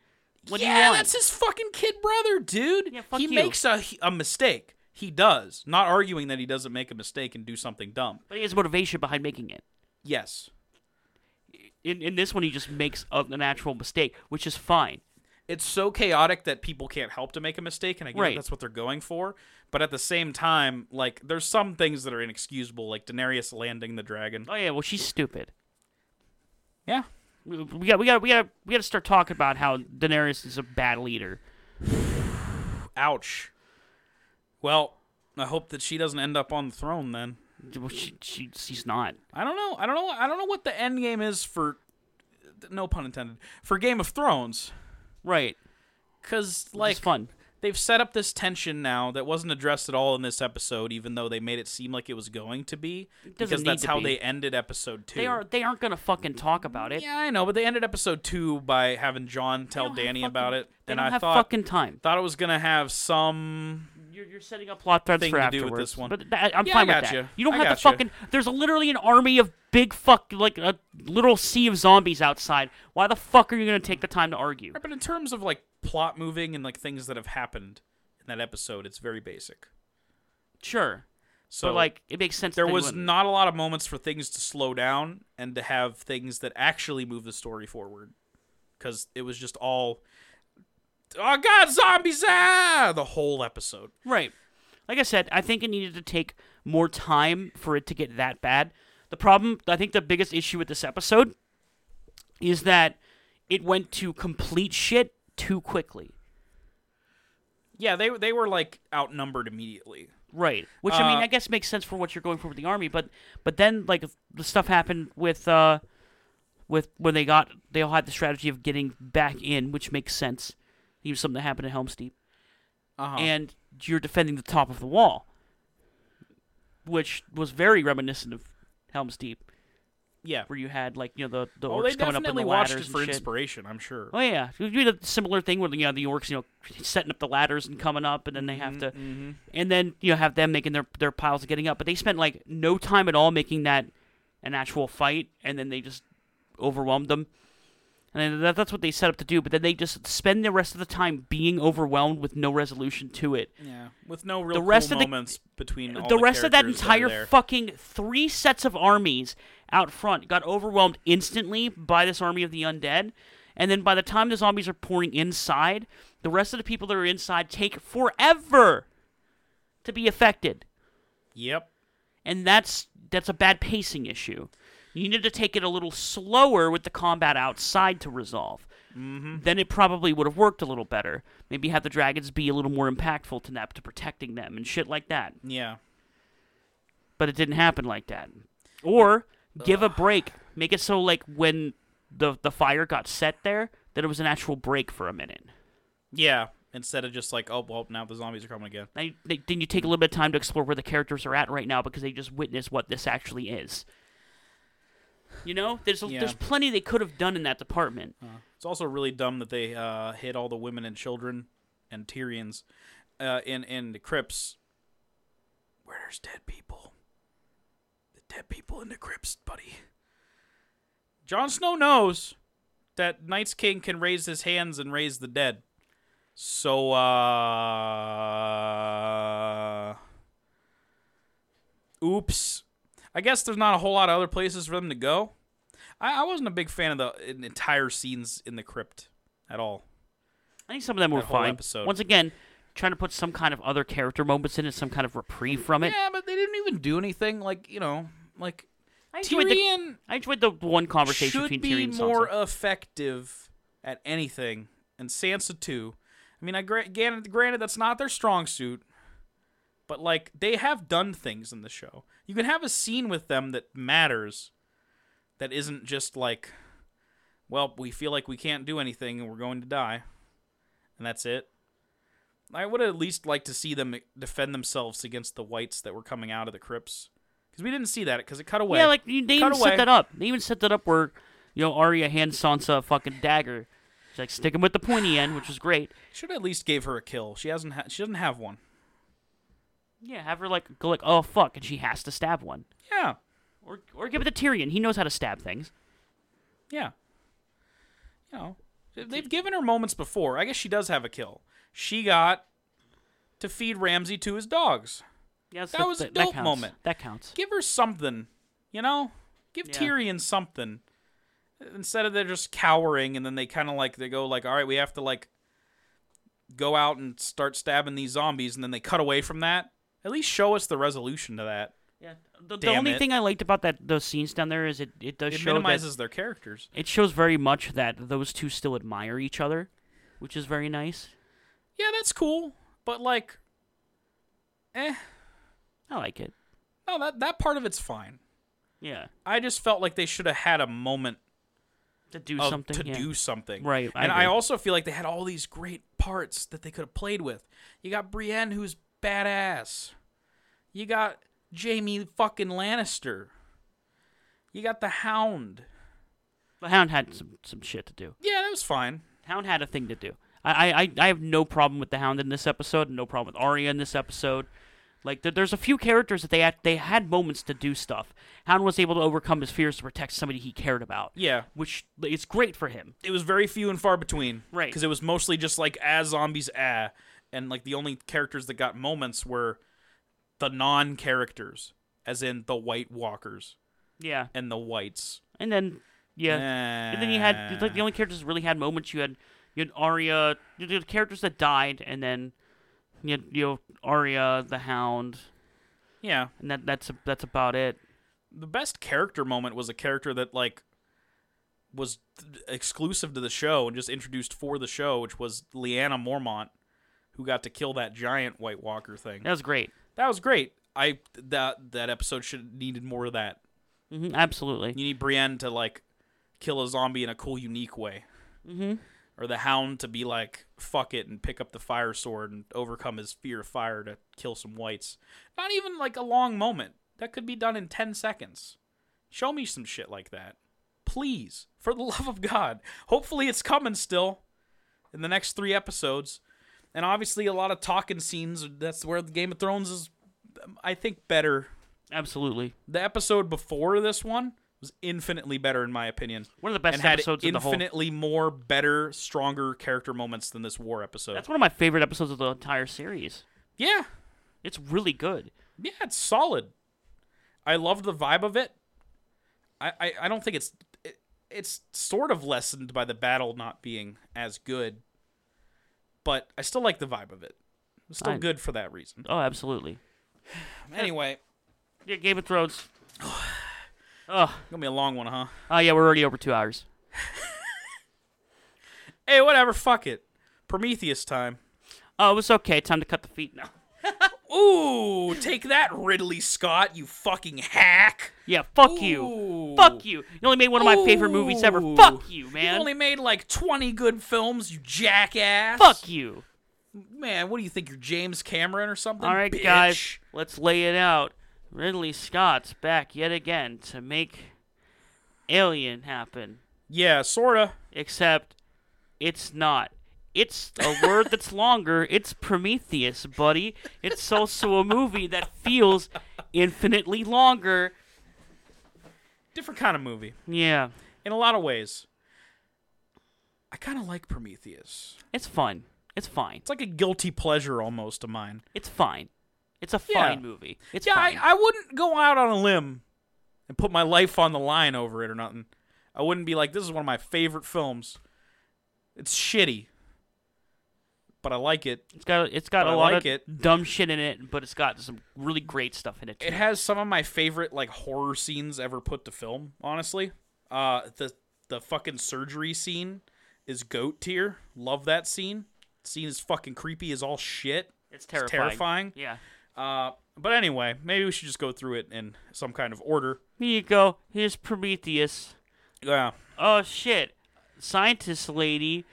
[SPEAKER 1] What do you
[SPEAKER 2] yeah,
[SPEAKER 1] want?
[SPEAKER 2] that's his fucking kid brother, dude.
[SPEAKER 1] Yeah, fuck
[SPEAKER 2] he
[SPEAKER 1] you.
[SPEAKER 2] makes a, a mistake. He does. Not arguing that he doesn't make a mistake and do something dumb.
[SPEAKER 1] But he has motivation behind making it.
[SPEAKER 2] Yes.
[SPEAKER 1] In in this one, he just makes a, an actual mistake, which is fine.
[SPEAKER 2] it's so chaotic that people can't help to make a mistake, and I get
[SPEAKER 1] Right.
[SPEAKER 2] that's what they're going for. But at the same time, like there's some things that are inexcusable, like Daenerys landing the dragon.
[SPEAKER 1] Oh yeah, well she's stupid.
[SPEAKER 2] Yeah,
[SPEAKER 1] We we got we got we got we got to start talking about how Daenerys is a bad leader.
[SPEAKER 2] ouch. Well, I hope that she doesn't end up on the throne then.
[SPEAKER 1] Well, she, she, she's not.
[SPEAKER 2] I don't know. I don't know. I don't know what the end game is for. No pun intended. For Game of Thrones,
[SPEAKER 1] Right.
[SPEAKER 2] because like
[SPEAKER 1] it's fun.
[SPEAKER 2] they've set up this tension now that wasn't addressed at all in this episode, even though they made it seem like it was going to be. because
[SPEAKER 1] need
[SPEAKER 2] that's
[SPEAKER 1] to
[SPEAKER 2] how
[SPEAKER 1] be.
[SPEAKER 2] they ended episode two.
[SPEAKER 1] They are they aren't gonna fucking talk about it.
[SPEAKER 2] Yeah, I know, but they ended episode two by having John
[SPEAKER 1] They
[SPEAKER 2] tell
[SPEAKER 1] don't have
[SPEAKER 2] Danny
[SPEAKER 1] fucking-
[SPEAKER 2] about it,
[SPEAKER 1] They
[SPEAKER 2] and
[SPEAKER 1] don't
[SPEAKER 2] I
[SPEAKER 1] have
[SPEAKER 2] thought
[SPEAKER 1] fucking time.
[SPEAKER 2] thought it was gonna have some.
[SPEAKER 1] You're, you're setting up plot threads
[SPEAKER 2] thing
[SPEAKER 1] for
[SPEAKER 2] to do with
[SPEAKER 1] afterwards.
[SPEAKER 2] this one.
[SPEAKER 1] But that, I'm
[SPEAKER 2] Yeah, I
[SPEAKER 1] fine with
[SPEAKER 2] got
[SPEAKER 1] that.
[SPEAKER 2] you.
[SPEAKER 1] don't
[SPEAKER 2] I
[SPEAKER 1] have
[SPEAKER 2] got
[SPEAKER 1] to
[SPEAKER 2] you.
[SPEAKER 1] fucking. There's literally an army of big fuck like a little sea of zombies outside. Why the fuck are you gonna take the time to argue?
[SPEAKER 2] But in terms of like plot moving and like things that have happened in that episode, it's very basic.
[SPEAKER 1] Sure,
[SPEAKER 2] So
[SPEAKER 1] but like it makes sense.
[SPEAKER 2] there
[SPEAKER 1] that they
[SPEAKER 2] was
[SPEAKER 1] wouldn't.
[SPEAKER 2] not a lot of moments for things to slow down and to have things that actually move the story forward because it was just all oh god zombies ah the whole episode
[SPEAKER 1] Right. Like I said, I think it needed to take more time for it to get that bad. The problem, I think the biggest issue with this episode is that it went to complete shit too quickly.
[SPEAKER 2] yeah they they were like outnumbered immediately
[SPEAKER 1] Right. Which I mean,
[SPEAKER 2] Uh,
[SPEAKER 1] I guess makes sense for what you're going for with the army, but but then like if the stuff happened with uh with when they got they all had the strategy of getting back in, which makes sense. It was something that happened at Helm's Deep.
[SPEAKER 2] uh-huh.
[SPEAKER 1] and you're defending the top of the wall, which was very reminiscent of Helm's Deep,
[SPEAKER 2] yeah
[SPEAKER 1] where you had like you know the the
[SPEAKER 2] oh they
[SPEAKER 1] orcs coming up in
[SPEAKER 2] definitely
[SPEAKER 1] the
[SPEAKER 2] watched it
[SPEAKER 1] ladders
[SPEAKER 2] for
[SPEAKER 1] and shit.
[SPEAKER 2] inspiration i'm sure
[SPEAKER 1] Oh yeah, you did a similar thing where you know the orcs you know setting up the ladders and coming up, and then they have to,
[SPEAKER 2] mm-hmm.
[SPEAKER 1] and then you know have them making their their piles and getting up. But they spent like no time at all making that an actual fight, and then they just overwhelmed them. And that, that's what they set up to do, but then they just spend the rest of the time being overwhelmed with no resolution to it.
[SPEAKER 2] yeah with no real
[SPEAKER 1] The
[SPEAKER 2] cool
[SPEAKER 1] rest of the-
[SPEAKER 2] moments between all
[SPEAKER 1] the rest of that
[SPEAKER 2] characters are
[SPEAKER 1] entire
[SPEAKER 2] there.
[SPEAKER 1] fucking three sets of armies out front got overwhelmed instantly by this army of the undead. And then by the time the zombies are pouring inside, the rest of the people that are inside take forever to be affected.
[SPEAKER 2] yep
[SPEAKER 1] And that's that's a bad pacing issue. You needed to take it a little slower with the combat outside to resolve. Mm-hmm. Then it probably would have worked a little better. Maybe have the dragons be a little more impactful to that, to protecting them and shit like that
[SPEAKER 2] yeah
[SPEAKER 1] but it didn't happen like that. Or give a break, make it so like when the the fire got set there that it was an actual break for a minute.
[SPEAKER 2] yeah instead of just like oh well now the zombies are coming again
[SPEAKER 1] Now, you- they- then you take a little bit of time to explore where the characters are at right now because they just witnessed what this actually is. You know, there's
[SPEAKER 2] Yeah.
[SPEAKER 1] there's plenty they could have done in that department.
[SPEAKER 2] It's also really dumb that they uh, hid all the women and children and Tyrians uh, in in the crypts where there's dead people. The dead people in the crypts, buddy. Jon Snow knows that Night's King can raise his hands and raise the dead. So uh Oops. I guess there's not a whole lot of other places for them to go. I, I wasn't a big fan of the en- entire scenes in the crypt at all.
[SPEAKER 1] I think some of them were
[SPEAKER 2] That whole
[SPEAKER 1] fine.
[SPEAKER 2] episode.
[SPEAKER 1] Once again, trying to put some kind of other character moments in it, some kind of reprieve from it.
[SPEAKER 2] yeah, but they didn't even do anything. Like you know, like
[SPEAKER 1] I enjoyed the,
[SPEAKER 2] Tyrion
[SPEAKER 1] I enjoyed the one conversation
[SPEAKER 2] should
[SPEAKER 1] between
[SPEAKER 2] be
[SPEAKER 1] Tyrion and Sansa.
[SPEAKER 2] more effective at anything, and Sansa too. I mean, I gra- granted, granted that's not their strong suit, but like they have done things in the show. You can have a scene with them that matters, that isn't just like, well, we feel like we can't do anything and we're going to die, and that's it. I would at least like to see them defend themselves against the whites that were coming out of the crypts. Because we didn't see that because it cut away.
[SPEAKER 1] Yeah, like you- they even
[SPEAKER 2] Cut away.
[SPEAKER 1] set that up. They even set that up where, you know, Arya hands Sansa a fucking dagger. She's like, stick him with the pointy end, which was great.
[SPEAKER 2] Should at least gave her a kill. She hasn't. Ha- she doesn't have one.
[SPEAKER 1] Yeah, have her like go like, oh fuck, and she has to stab one,
[SPEAKER 2] Yeah,
[SPEAKER 1] or or give it to Tyrion. He knows how to stab things.
[SPEAKER 2] yeah. You know, they've given her moments before. I guess she does have a kill. She got to feed Ramsey to his dogs.
[SPEAKER 1] Yeah, that's-
[SPEAKER 2] That was a
[SPEAKER 1] that
[SPEAKER 2] dope
[SPEAKER 1] counts.
[SPEAKER 2] moment.
[SPEAKER 1] That counts.
[SPEAKER 2] Give her something. You know, give
[SPEAKER 1] Yeah.
[SPEAKER 2] Tyrion something Uh, instead of they're just cowering and then they kind of like they go like, all right, we have to like go out and start stabbing these zombies and then they cut away from that. At least show us the resolution to that.
[SPEAKER 1] Yeah. The, the
[SPEAKER 2] Damn
[SPEAKER 1] only
[SPEAKER 2] it.
[SPEAKER 1] thing I liked about that those scenes down there is it it does
[SPEAKER 2] It
[SPEAKER 1] show that
[SPEAKER 2] minimizes their characters.
[SPEAKER 1] it shows very much that those two still admire each other, which is very nice.
[SPEAKER 2] Yeah, that's cool, but like, eh,
[SPEAKER 1] I like it.
[SPEAKER 2] No, that that part of it's fine.
[SPEAKER 1] Yeah,
[SPEAKER 2] I just felt like they should have had a moment
[SPEAKER 1] to do
[SPEAKER 2] of,
[SPEAKER 1] something.
[SPEAKER 2] Oh, to
[SPEAKER 1] yeah.
[SPEAKER 2] do something.
[SPEAKER 1] Right, I
[SPEAKER 2] and I
[SPEAKER 1] agree.
[SPEAKER 2] also feel like they had all these great parts that they could have played with. You got Brienne, who's badass. You got Jamie fucking Lannister. You got the Hound.
[SPEAKER 1] But Hound had some, some shit to do.
[SPEAKER 2] Yeah, that was fine.
[SPEAKER 1] Hound had a thing to do. I, I- I, I have no problem with the Hound in this episode, no problem with Arya in this episode. Like there, there's a few characters that they had they had moments to do stuff. Hound was able to overcome his fears to protect somebody he cared about.
[SPEAKER 2] Yeah,
[SPEAKER 1] Which it's great for him.
[SPEAKER 2] it was very few and far between.
[SPEAKER 1] Right.
[SPEAKER 2] Because it was mostly just like ah zombies ah, and like the only characters that got moments were the non-characters, as in the White Walkers
[SPEAKER 1] Yeah.
[SPEAKER 2] and the Whites.
[SPEAKER 1] And then yeah. And then you had like the only characters that really had moments. You had you had Arya, you had characters that died, and then you had you know Arya, the Hound,
[SPEAKER 2] yeah.
[SPEAKER 1] and that that's that's about it.
[SPEAKER 2] the best character moment was a character that like was th- exclusive to the show and just introduced for the show, which was Leanna Mormont, who got to kill that giant White Walker thing.
[SPEAKER 1] That was great.
[SPEAKER 2] That was great. I that that episode should needed more of that.
[SPEAKER 1] hmm absolutely.
[SPEAKER 2] You need Brienne to like kill a zombie in a cool, unique way, mm-hmm. or the Hound to be like fuck it and pick up the fire sword and overcome his fear of fire to kill some whites. Not even like a long moment. That could be done in ten seconds. Show me some shit like that, please, for the *laughs* love of God. Hopefully, it's coming still in the next three episodes, and obviously a lot of talking scenes. That's where the Game of Thrones is, I think, better
[SPEAKER 1] Absolutely.
[SPEAKER 2] the episode before this one was infinitely better in my opinion.
[SPEAKER 1] One of the best
[SPEAKER 2] and had
[SPEAKER 1] episodes of the whole-
[SPEAKER 2] infinitely more better, stronger character moments than this war episode.
[SPEAKER 1] That's one of my favorite episodes of the entire series.
[SPEAKER 2] yeah,
[SPEAKER 1] It's really good.
[SPEAKER 2] yeah, it's solid. I loved the vibe of it. I I, I don't think it's it, it's sort of lessened by the battle not being as good, but I still like the vibe of it. It's still
[SPEAKER 1] I-
[SPEAKER 2] good for that reason.
[SPEAKER 1] Oh, absolutely.
[SPEAKER 2] Anyway,
[SPEAKER 1] Yeah, Game of Thrones. Oh,
[SPEAKER 2] gonna be a long one, huh?
[SPEAKER 1] oh yeah, we're already over two hours.
[SPEAKER 2] Hey, whatever, fuck it. Prometheus time.
[SPEAKER 1] Oh, it was okay. Time to cut the feet now.
[SPEAKER 2] Ooh, take that, Ridley Scott, you fucking hack.
[SPEAKER 1] Yeah, fuck you.
[SPEAKER 2] Ooh.
[SPEAKER 1] Fuck you. You only made one of my favorite movies ever.
[SPEAKER 2] Ooh.
[SPEAKER 1] Fuck you,
[SPEAKER 2] You
[SPEAKER 1] man.
[SPEAKER 2] only made like 20 good films, you jackass.
[SPEAKER 1] Fuck you.
[SPEAKER 2] Man, what do you think? You're James Cameron or something?
[SPEAKER 1] All right,
[SPEAKER 2] bitch?
[SPEAKER 1] guys, let's lay it out. Ridley Scott's back yet again to make Alien happen.
[SPEAKER 2] Yeah, sorta.
[SPEAKER 1] Except it's not. It's a word that's longer. It's Prometheus, buddy. It's also a movie that feels infinitely longer.
[SPEAKER 2] Different kind of movie.
[SPEAKER 1] Yeah,
[SPEAKER 2] In a lot of ways. I kind of like Prometheus.
[SPEAKER 1] it's fun. It's fine.
[SPEAKER 2] It's like a guilty pleasure almost of mine.
[SPEAKER 1] It's fine. It's a
[SPEAKER 2] Yeah.
[SPEAKER 1] fine movie. It's
[SPEAKER 2] yeah,
[SPEAKER 1] fine.
[SPEAKER 2] I, I wouldn't go out on a limb and put my life on the line over it or nothing. I wouldn't be like, this is one of my favorite films. It's shitty, but I like it.
[SPEAKER 1] it's got it's got
[SPEAKER 2] But
[SPEAKER 1] a
[SPEAKER 2] I
[SPEAKER 1] lot
[SPEAKER 2] like
[SPEAKER 1] of
[SPEAKER 2] it.
[SPEAKER 1] dumb shit in it, but it's got some really great stuff in it. Too.
[SPEAKER 2] It has some of my favorite like horror scenes ever put to film. Honestly, uh, the the fucking surgery scene is goat tier. Love that scene. Scene is fucking creepy as all shit.
[SPEAKER 1] it's
[SPEAKER 2] It's
[SPEAKER 1] terrifying.
[SPEAKER 2] terrifying.
[SPEAKER 1] Yeah.
[SPEAKER 2] Uh, but anyway, maybe we should just go through it in some kind of order.
[SPEAKER 1] Here you go. Here's Prometheus.
[SPEAKER 2] Yeah.
[SPEAKER 1] oh shit scientist lady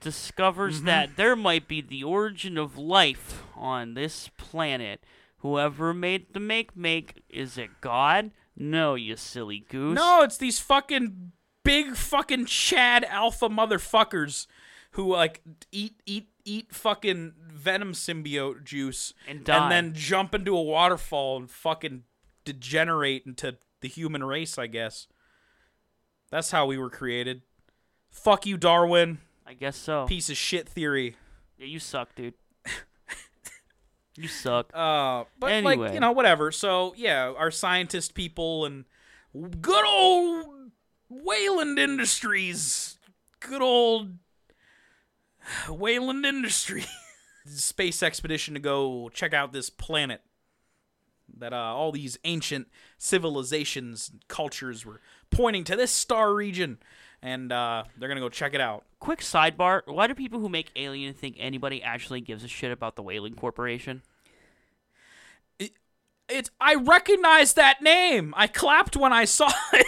[SPEAKER 1] discovers that there might be the origin of life on this planet whoever made the make make is it god no you silly goose
[SPEAKER 2] No, it's these fucking big fucking Chad alpha motherfuckers who like eat eat eat fucking venom symbiote juice
[SPEAKER 1] And die.
[SPEAKER 2] then jump into a waterfall and fucking degenerate into the human race, I guess. That's how we were created. Fuck you, Darwin.
[SPEAKER 1] i guess so
[SPEAKER 2] Piece of shit theory.
[SPEAKER 1] yeah, you suck dude you suck
[SPEAKER 2] Uh, but like
[SPEAKER 1] Anyway.
[SPEAKER 2] you know, whatever. So yeah, our scientist people and good old Wayland Industries, good old Wayland Industry *laughs* space expedition to go check out this planet that uh, all these ancient civilizations and cultures were pointing to this star region, and uh, they're gonna go check it out.
[SPEAKER 1] quick sidebar why do people who make alien think anybody actually gives a shit about the whaling corporation
[SPEAKER 2] It's I recognize that name. I clapped when I saw *laughs* it.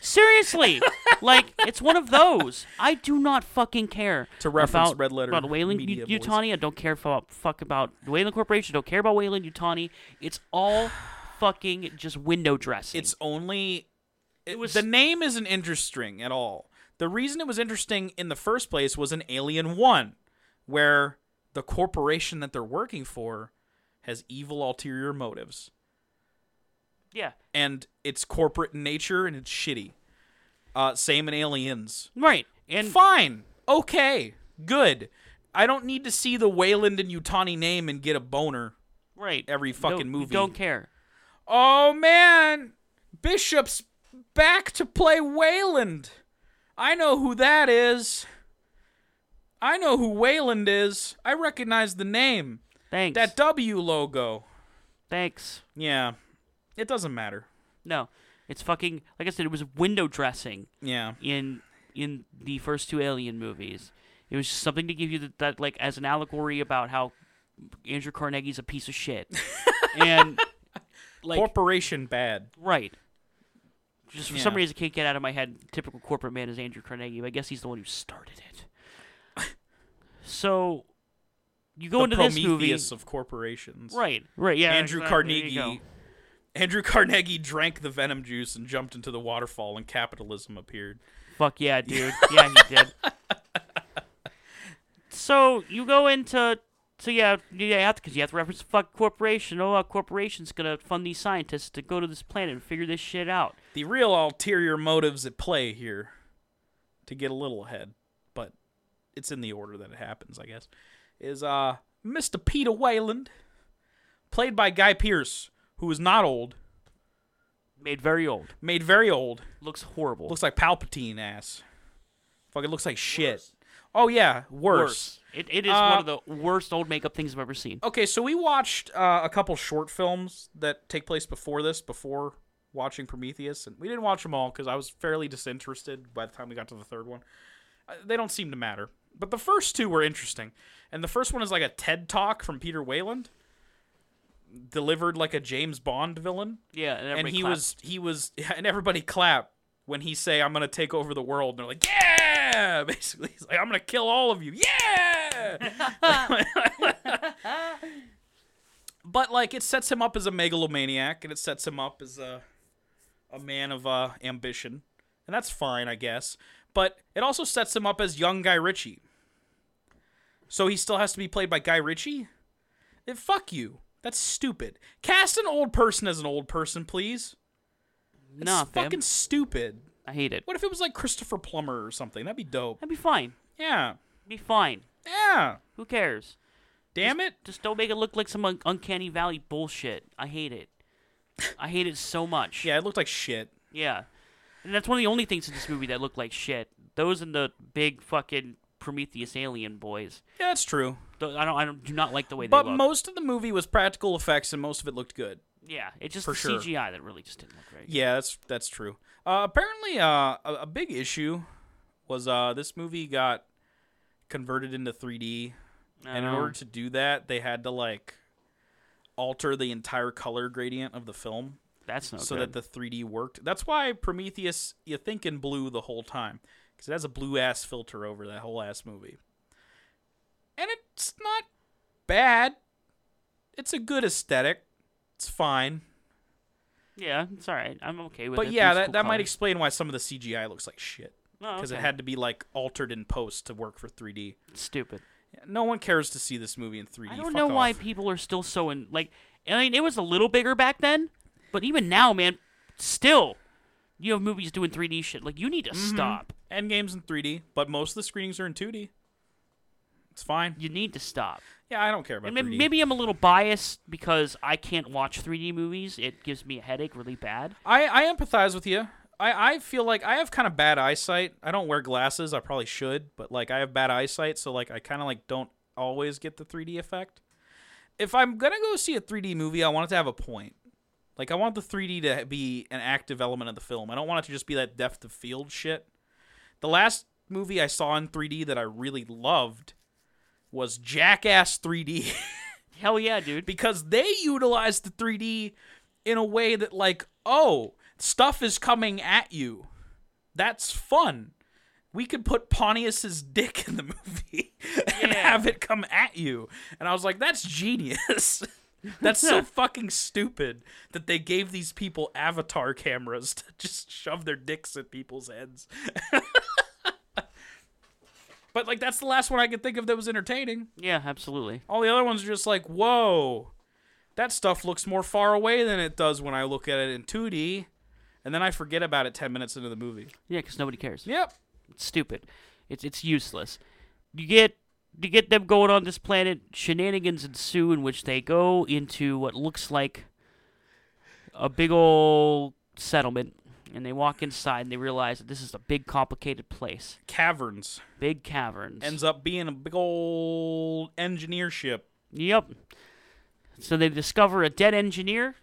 [SPEAKER 1] Seriously, like it's one of those. I do not fucking care.
[SPEAKER 2] To reference
[SPEAKER 1] about,
[SPEAKER 2] Red Letter
[SPEAKER 1] about Wayland
[SPEAKER 2] Media
[SPEAKER 1] U-
[SPEAKER 2] boys.
[SPEAKER 1] Utani. I don't care about fuck about Wayland Corporation. Don't care about Wayland Utani. It's all fucking just window dressing.
[SPEAKER 2] It's only it
[SPEAKER 1] was-
[SPEAKER 2] was the name isn't interesting at all. The reason it was interesting in the first place was in Alien 1 where the corporation that they're working for has evil ulterior motives
[SPEAKER 1] yeah,
[SPEAKER 2] and it's corporate in nature and it's shitty. Uh, same in Aliens.
[SPEAKER 1] right. And
[SPEAKER 2] Fine. Okay. Good. I don't need to see the Wayland and Utani name and get a boner.
[SPEAKER 1] right
[SPEAKER 2] every fucking
[SPEAKER 1] don't,
[SPEAKER 2] movie.
[SPEAKER 1] Don't care.
[SPEAKER 2] Oh man, Bishop's back to play Wayland. I know who that is. I know who Wayland is. I recognize the name.
[SPEAKER 1] Thanks.
[SPEAKER 2] That W logo.
[SPEAKER 1] Thanks.
[SPEAKER 2] Yeah. It doesn't matter.
[SPEAKER 1] No, it's fucking like I said. It was window dressing
[SPEAKER 2] Yeah.
[SPEAKER 1] in in the first two Alien movies. It was just something to give you that, that like as an allegory about how Andrew Carnegie's a piece of
[SPEAKER 2] *laughs*
[SPEAKER 1] shit and like
[SPEAKER 2] Corporation bad.
[SPEAKER 1] right. Just for some
[SPEAKER 2] Yeah.
[SPEAKER 1] reason, I can't get out of my head. Typical corporate man is Andrew Carnegie, but I guess he's the one who started it.
[SPEAKER 2] *laughs*
[SPEAKER 1] So you go
[SPEAKER 2] the
[SPEAKER 1] into this
[SPEAKER 2] Prometheus
[SPEAKER 1] movie,
[SPEAKER 2] of corporations.
[SPEAKER 1] right? Right? Yeah.
[SPEAKER 2] Andrew
[SPEAKER 1] exactly, there you
[SPEAKER 2] Carnegie
[SPEAKER 1] go.
[SPEAKER 2] Andrew Carnegie drank the venom juice and jumped into the waterfall and capitalism appeared.
[SPEAKER 1] Fuck
[SPEAKER 2] *laughs*
[SPEAKER 1] yeah, dude. Yeah, he did. so you go into so yeah, you have to because you have to reference the fuck corporation. Oh, a corporation's gonna fund these scientists to go to this planet and figure this shit out.
[SPEAKER 2] the real ulterior motives at play here to get a little ahead, but it's in the order that it happens, I guess, is uh Mr. Peter Wayland, played by Guy Pearce, who is not old,
[SPEAKER 1] Made very old,
[SPEAKER 2] made very old,
[SPEAKER 1] looks horrible.
[SPEAKER 2] looks like Palpatine ass. Fucking looks like shit. Oh yeah, worse. Uh,
[SPEAKER 1] It, it is one of the worst old makeup things I've ever seen.
[SPEAKER 2] Okay, so we watched uh, a couple short films that take place before this, before watching Prometheus, and we didn't watch them all because I was fairly disinterested by the time we got to the third one. Uh, They don't seem to matter, but the first two were interesting, and the first one is like a TED talk from Peter Wayland, delivered like a James Bond villain,
[SPEAKER 1] Yeah, and,
[SPEAKER 2] and
[SPEAKER 1] everybody
[SPEAKER 2] he
[SPEAKER 1] clapped.
[SPEAKER 2] was he was *laughs* and everybody clap when he say I'm gonna take over the world, and they're like yeah, *laughs* basically he's like I'm gonna kill all of you, yeah. *laughs* but like it sets him up as a megalomaniac and it sets him up as a a man of uh, ambition and that's fine i guess but it also sets him up as young guy ritchie so he still has to be played by guy ritchie then fuck you that's stupid cast an old person as an old person please it's
[SPEAKER 1] nah, fam.
[SPEAKER 2] fucking stupid
[SPEAKER 1] I hate it.
[SPEAKER 2] what if it was like christopher plummer or something that'd be dope
[SPEAKER 1] That'd be fine.
[SPEAKER 2] yeah
[SPEAKER 1] Be fine.
[SPEAKER 2] yeah
[SPEAKER 1] Who cares?
[SPEAKER 2] damn it
[SPEAKER 1] Just don't make it look like some un- uncanny valley bullshit. I hate it. I hate it so much.
[SPEAKER 2] yeah it looked like shit
[SPEAKER 1] Yeah. And that's one of the only things in this movie that look like shit. Those and the big fucking Prometheus alien boys.
[SPEAKER 2] yeah that's true
[SPEAKER 1] Th- I don't I don't do not like the way they
[SPEAKER 2] but
[SPEAKER 1] look.
[SPEAKER 2] most of the movie was practical effects and most of it looked good
[SPEAKER 1] yeah, it's just
[SPEAKER 2] for
[SPEAKER 1] the
[SPEAKER 2] sure.
[SPEAKER 1] CGI that really just didn't look right.
[SPEAKER 2] Yeah, that's that's true. Uh, apparently, uh, a, a big issue was uh, this movie got converted into 3D, and in
[SPEAKER 1] Oh.
[SPEAKER 2] order to do that, they had to like alter the entire color gradient of the film
[SPEAKER 1] That's no
[SPEAKER 2] so
[SPEAKER 1] good.
[SPEAKER 2] that the 3D worked. That's why Prometheus you think in blue the whole time because it has a blue ass filter over that whole ass movie, and it's not bad. It's a good aesthetic. It's fine.
[SPEAKER 1] yeah, it's all right. I'm okay with it.
[SPEAKER 2] But yeah,
[SPEAKER 1] These
[SPEAKER 2] that,
[SPEAKER 1] cool
[SPEAKER 2] that might
[SPEAKER 1] colors.
[SPEAKER 2] explain why some of the CGI looks like shit
[SPEAKER 1] Oh,
[SPEAKER 2] because
[SPEAKER 1] okay.
[SPEAKER 2] it had to be like altered in post to work for 3D.
[SPEAKER 1] stupid.
[SPEAKER 2] No one cares to see this movie in 3D.
[SPEAKER 1] I don't
[SPEAKER 2] Fuck
[SPEAKER 1] know why
[SPEAKER 2] off.
[SPEAKER 1] people are still so in like I mean it was a little bigger back then, but even now, man, still you have movies doing 3D shit. Like you need to
[SPEAKER 2] Mm-hmm.
[SPEAKER 1] stop.
[SPEAKER 2] Endgame's in 3D, but most of the screenings are in 2D. It's fine.
[SPEAKER 1] You need to stop.
[SPEAKER 2] Yeah, I don't care about
[SPEAKER 1] And may-
[SPEAKER 2] 3D.
[SPEAKER 1] maybe I'm a little biased because I can't watch 3D movies. It gives me a headache really bad.
[SPEAKER 2] I, I empathize with you. I, I feel like I have kind of bad eyesight. I don't wear glasses. I probably should, but like I have bad eyesight, so like I kind of like don't always get the 3D effect. If I'm gonna go see a 3D movie, I want it to have a point. Like I want the 3D to be an active element of the film. I don't want it to just be that depth of field shit. The last movie I saw in 3D that I really loved was Jackass 3D. *laughs*
[SPEAKER 1] Hell yeah, dude.
[SPEAKER 2] because they utilized the 3D in a way that like, oh, stuff is coming at you. That's fun. We could put Pontius's dick in the *laughs* movie and
[SPEAKER 1] Yeah.
[SPEAKER 2] have it come at you. And I was like, that's genius. *laughs* That's so fucking stupid that they gave these people avatar cameras *laughs* to just shove their dicks at people's heads. *laughs* but like that's the last one I could think of that was entertaining.
[SPEAKER 1] Yeah, absolutely.
[SPEAKER 2] All the other ones are just like, whoa, that stuff looks more far away than it does when I look at it in 2D. And then I forget about it 10 minutes into the movie.
[SPEAKER 1] Yeah, because nobody cares.
[SPEAKER 2] Yep.
[SPEAKER 1] It's stupid. It's it's useless. You get you get them going on this planet. Shenanigans ensue in which they go into what looks like a big old settlement, and they walk inside and they realize that this is a big, complicated place.
[SPEAKER 2] Caverns
[SPEAKER 1] Big caverns.
[SPEAKER 2] ends up being a big old engineer ship.
[SPEAKER 1] yep. So they discover a dead engineer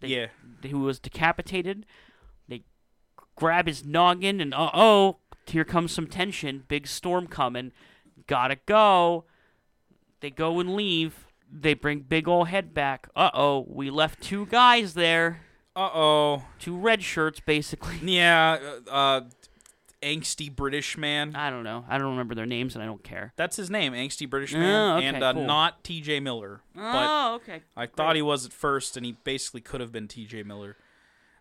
[SPEAKER 1] They-
[SPEAKER 2] yeah.
[SPEAKER 1] who was decapitated. They grab his noggin, and uh oh, here comes some tension. Big storm coming. Gotta go. They go and leave. They bring Big Ol' Head back. Uh oh, we left two guys there.
[SPEAKER 2] Uh oh.
[SPEAKER 1] Two red shirts, basically. *laughs*
[SPEAKER 2] Yeah. uh, Uh, angsty British man.
[SPEAKER 1] I don't know. I don't remember their names, and I don't care.
[SPEAKER 2] That's his name, angsty British
[SPEAKER 1] Oh,
[SPEAKER 2] man,
[SPEAKER 1] okay,
[SPEAKER 2] and uh,
[SPEAKER 1] cool.
[SPEAKER 2] not T.J. Miller. But
[SPEAKER 1] oh, okay.
[SPEAKER 2] I thought he was at first, and he basically could have been T.J. Miller.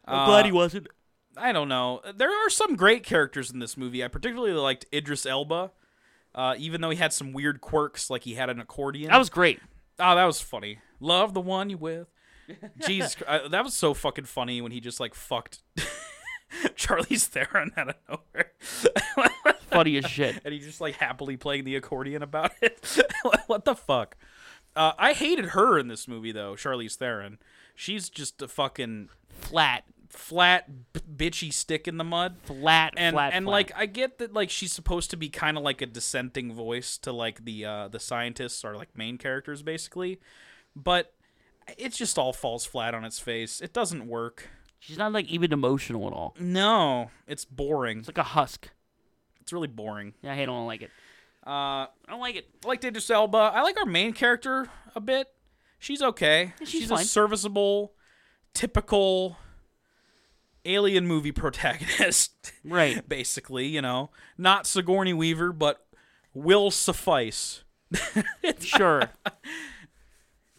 [SPEAKER 1] I'm
[SPEAKER 2] Uh,
[SPEAKER 1] glad he wasn't.
[SPEAKER 2] I don't know. There are some great characters in this movie. I particularly liked Idris Elba, uh, even though he had some weird quirks, like he had an accordion.
[SPEAKER 1] That was great.
[SPEAKER 2] oh, that was funny. Love the one
[SPEAKER 1] *laughs*
[SPEAKER 2] you with. Jesus, Christ, I- that was so fucking funny when he just like fucked *laughs* Charlie's Theron out of nowhere, *laughs*
[SPEAKER 1] Funny as shit. *laughs*
[SPEAKER 2] and he just like happily playing the accordion about *laughs* it. what the fuck? Uh, I hated her in this movie though, Charlize Theron. She's just a fucking
[SPEAKER 1] Flat,
[SPEAKER 2] flat, b- bitchy stick in the mud.
[SPEAKER 1] flat,
[SPEAKER 2] and
[SPEAKER 1] flat,
[SPEAKER 2] and
[SPEAKER 1] flat.
[SPEAKER 2] like I get that like she's supposed to be kind of like a dissenting voice to like the uh the scientists are like main characters basically, but it just all falls flat on its face. It doesn't work.
[SPEAKER 1] she's not like even emotional at all.
[SPEAKER 2] No, it's boring.
[SPEAKER 1] It's like a husk.
[SPEAKER 2] It's really boring.
[SPEAKER 1] Yeah, I don't like it.
[SPEAKER 2] Uh,
[SPEAKER 1] I don't like it.
[SPEAKER 2] I like Idris Elba. I like our main character a bit. She's okay.
[SPEAKER 1] she's
[SPEAKER 2] a
[SPEAKER 1] fine.
[SPEAKER 2] serviceable, typical alien movie *laughs* protagonist.
[SPEAKER 1] Right.
[SPEAKER 2] *laughs* basically, you know, not Sigourney Weaver, but will suffice.
[SPEAKER 1] Sure. *laughs*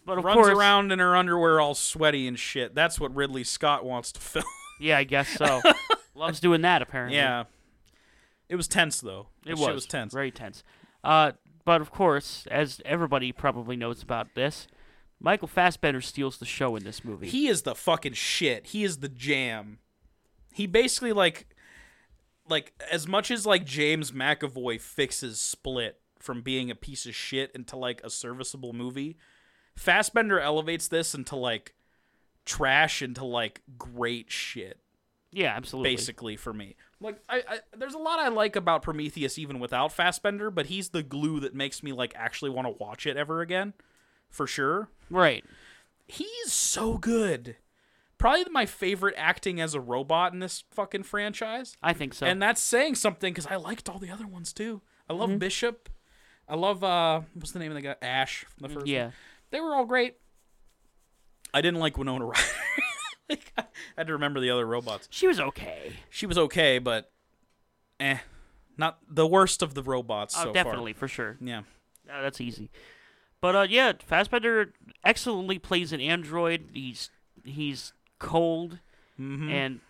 [SPEAKER 1] But of
[SPEAKER 2] Runs
[SPEAKER 1] course,
[SPEAKER 2] around in her underwear all sweaty and shit. That's what Ridley Scott wants to *laughs* film.
[SPEAKER 1] yeah, I guess so.
[SPEAKER 2] *laughs*
[SPEAKER 1] Loves doing that apparently.
[SPEAKER 2] yeah. It was tense though.
[SPEAKER 1] it
[SPEAKER 2] That
[SPEAKER 1] was,
[SPEAKER 2] shit was tense.
[SPEAKER 1] very tense. Uh, but of course, as everybody probably knows about this, Michael Fassbender steals the show in this movie.
[SPEAKER 2] He is the fucking shit. He is the jam. He basically like like as much as like James McAvoy fixes Split from being a piece of shit into like a serviceable movie, Fassbender elevates this into like trash into like great shit
[SPEAKER 1] yeah, absolutely.
[SPEAKER 2] basically for me. Like I, I there's a lot I like about Prometheus even without Fassbender, but he's the glue that makes me like actually want to watch it ever again for sure.
[SPEAKER 1] Right.
[SPEAKER 2] He's so good. Probably my favorite acting as a robot in this fucking franchise.
[SPEAKER 1] I think so.
[SPEAKER 2] And that's saying something cuz I liked all the other ones too. I love Bishop. I love uh what's the name of the guy? Ash from the first one.
[SPEAKER 1] yeah.
[SPEAKER 2] They were all great. Mm, I didn't like Winona Ryder. *laughs* like, I had to remember the other robots
[SPEAKER 1] She was okay.
[SPEAKER 2] she was okay, but eh, not the worst of the robots
[SPEAKER 1] Oh,
[SPEAKER 2] so
[SPEAKER 1] definitely for sure.
[SPEAKER 2] far. Yeah,
[SPEAKER 1] Uh, that's easy. But uh, yeah, Fassbender excellently plays an android. He's he's cold
[SPEAKER 2] Mm-hmm.
[SPEAKER 1] and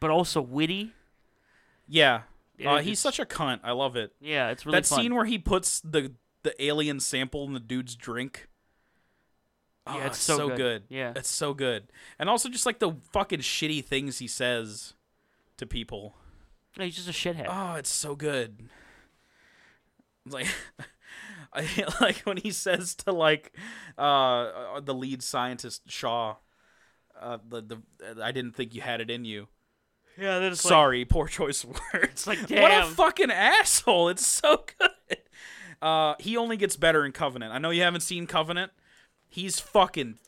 [SPEAKER 1] but also witty.
[SPEAKER 2] yeah.
[SPEAKER 1] Yeah,
[SPEAKER 2] Uh, he's
[SPEAKER 1] it's-
[SPEAKER 2] such a cunt. I love it.
[SPEAKER 1] Yeah, it's really
[SPEAKER 2] that
[SPEAKER 1] fun.
[SPEAKER 2] scene where he puts the the alien sample in the dude's drink.
[SPEAKER 1] Yeah,
[SPEAKER 2] Ah,
[SPEAKER 1] it's so
[SPEAKER 2] good.
[SPEAKER 1] good. Yeah.
[SPEAKER 2] it's so good, and also just like the fucking shitty things he says to people.
[SPEAKER 1] Yeah, he's just a shithead.
[SPEAKER 2] Oh, it's so good. Like, *laughs* I like when he says to like uh, uh the lead scientist Shaw, uh, the the uh, I didn't think you had it in you.
[SPEAKER 1] yeah, that's
[SPEAKER 2] Sorry, poor choice of words.
[SPEAKER 1] like,
[SPEAKER 2] *laughs* what a
[SPEAKER 1] damn.
[SPEAKER 2] fucking asshole! It's so good. Uh, he only gets better in Covenant. I know you haven't seen Covenant. He's fucking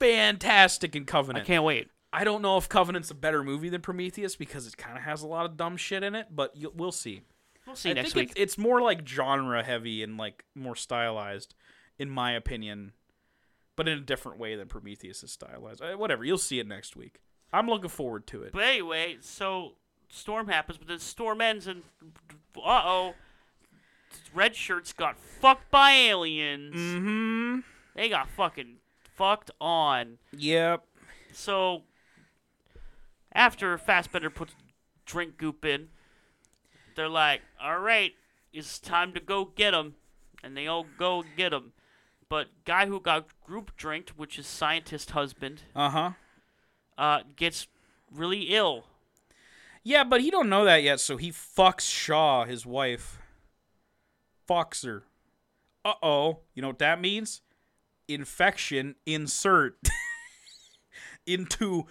[SPEAKER 2] fantastic in
[SPEAKER 1] I
[SPEAKER 2] Covenant.
[SPEAKER 1] can't wait.
[SPEAKER 2] I don't know if Covenant's a better movie than Prometheus because it kind of has a lot of dumb shit in it, but you, we'll see.
[SPEAKER 1] We'll see
[SPEAKER 2] I
[SPEAKER 1] next
[SPEAKER 2] think
[SPEAKER 1] week.
[SPEAKER 2] it- it's more like genre heavy and like more stylized, in my opinion. but in a different way than Prometheus is stylized. Uh, Whatever, you'll see it next week. I'm looking forward to it.
[SPEAKER 1] But anyway, so storm happens, but the storm ends, and uh oh, red shirts got fucked by aliens.
[SPEAKER 2] mm-hmm.
[SPEAKER 1] They got fucking fucked on.
[SPEAKER 2] Yep.
[SPEAKER 1] So after Fassbender puts drink goop in, they're like, "All right, it's time to go get 'em," and they all go get 'em. But guy who got group drinked, which is scientist husband,
[SPEAKER 2] Uh huh.
[SPEAKER 1] uh, gets really ill.
[SPEAKER 2] Yeah, but he don't know that yet, so he fucks Shaw, his wife. Fucks her. Uh oh. You know what that means? Infection insert *laughs* into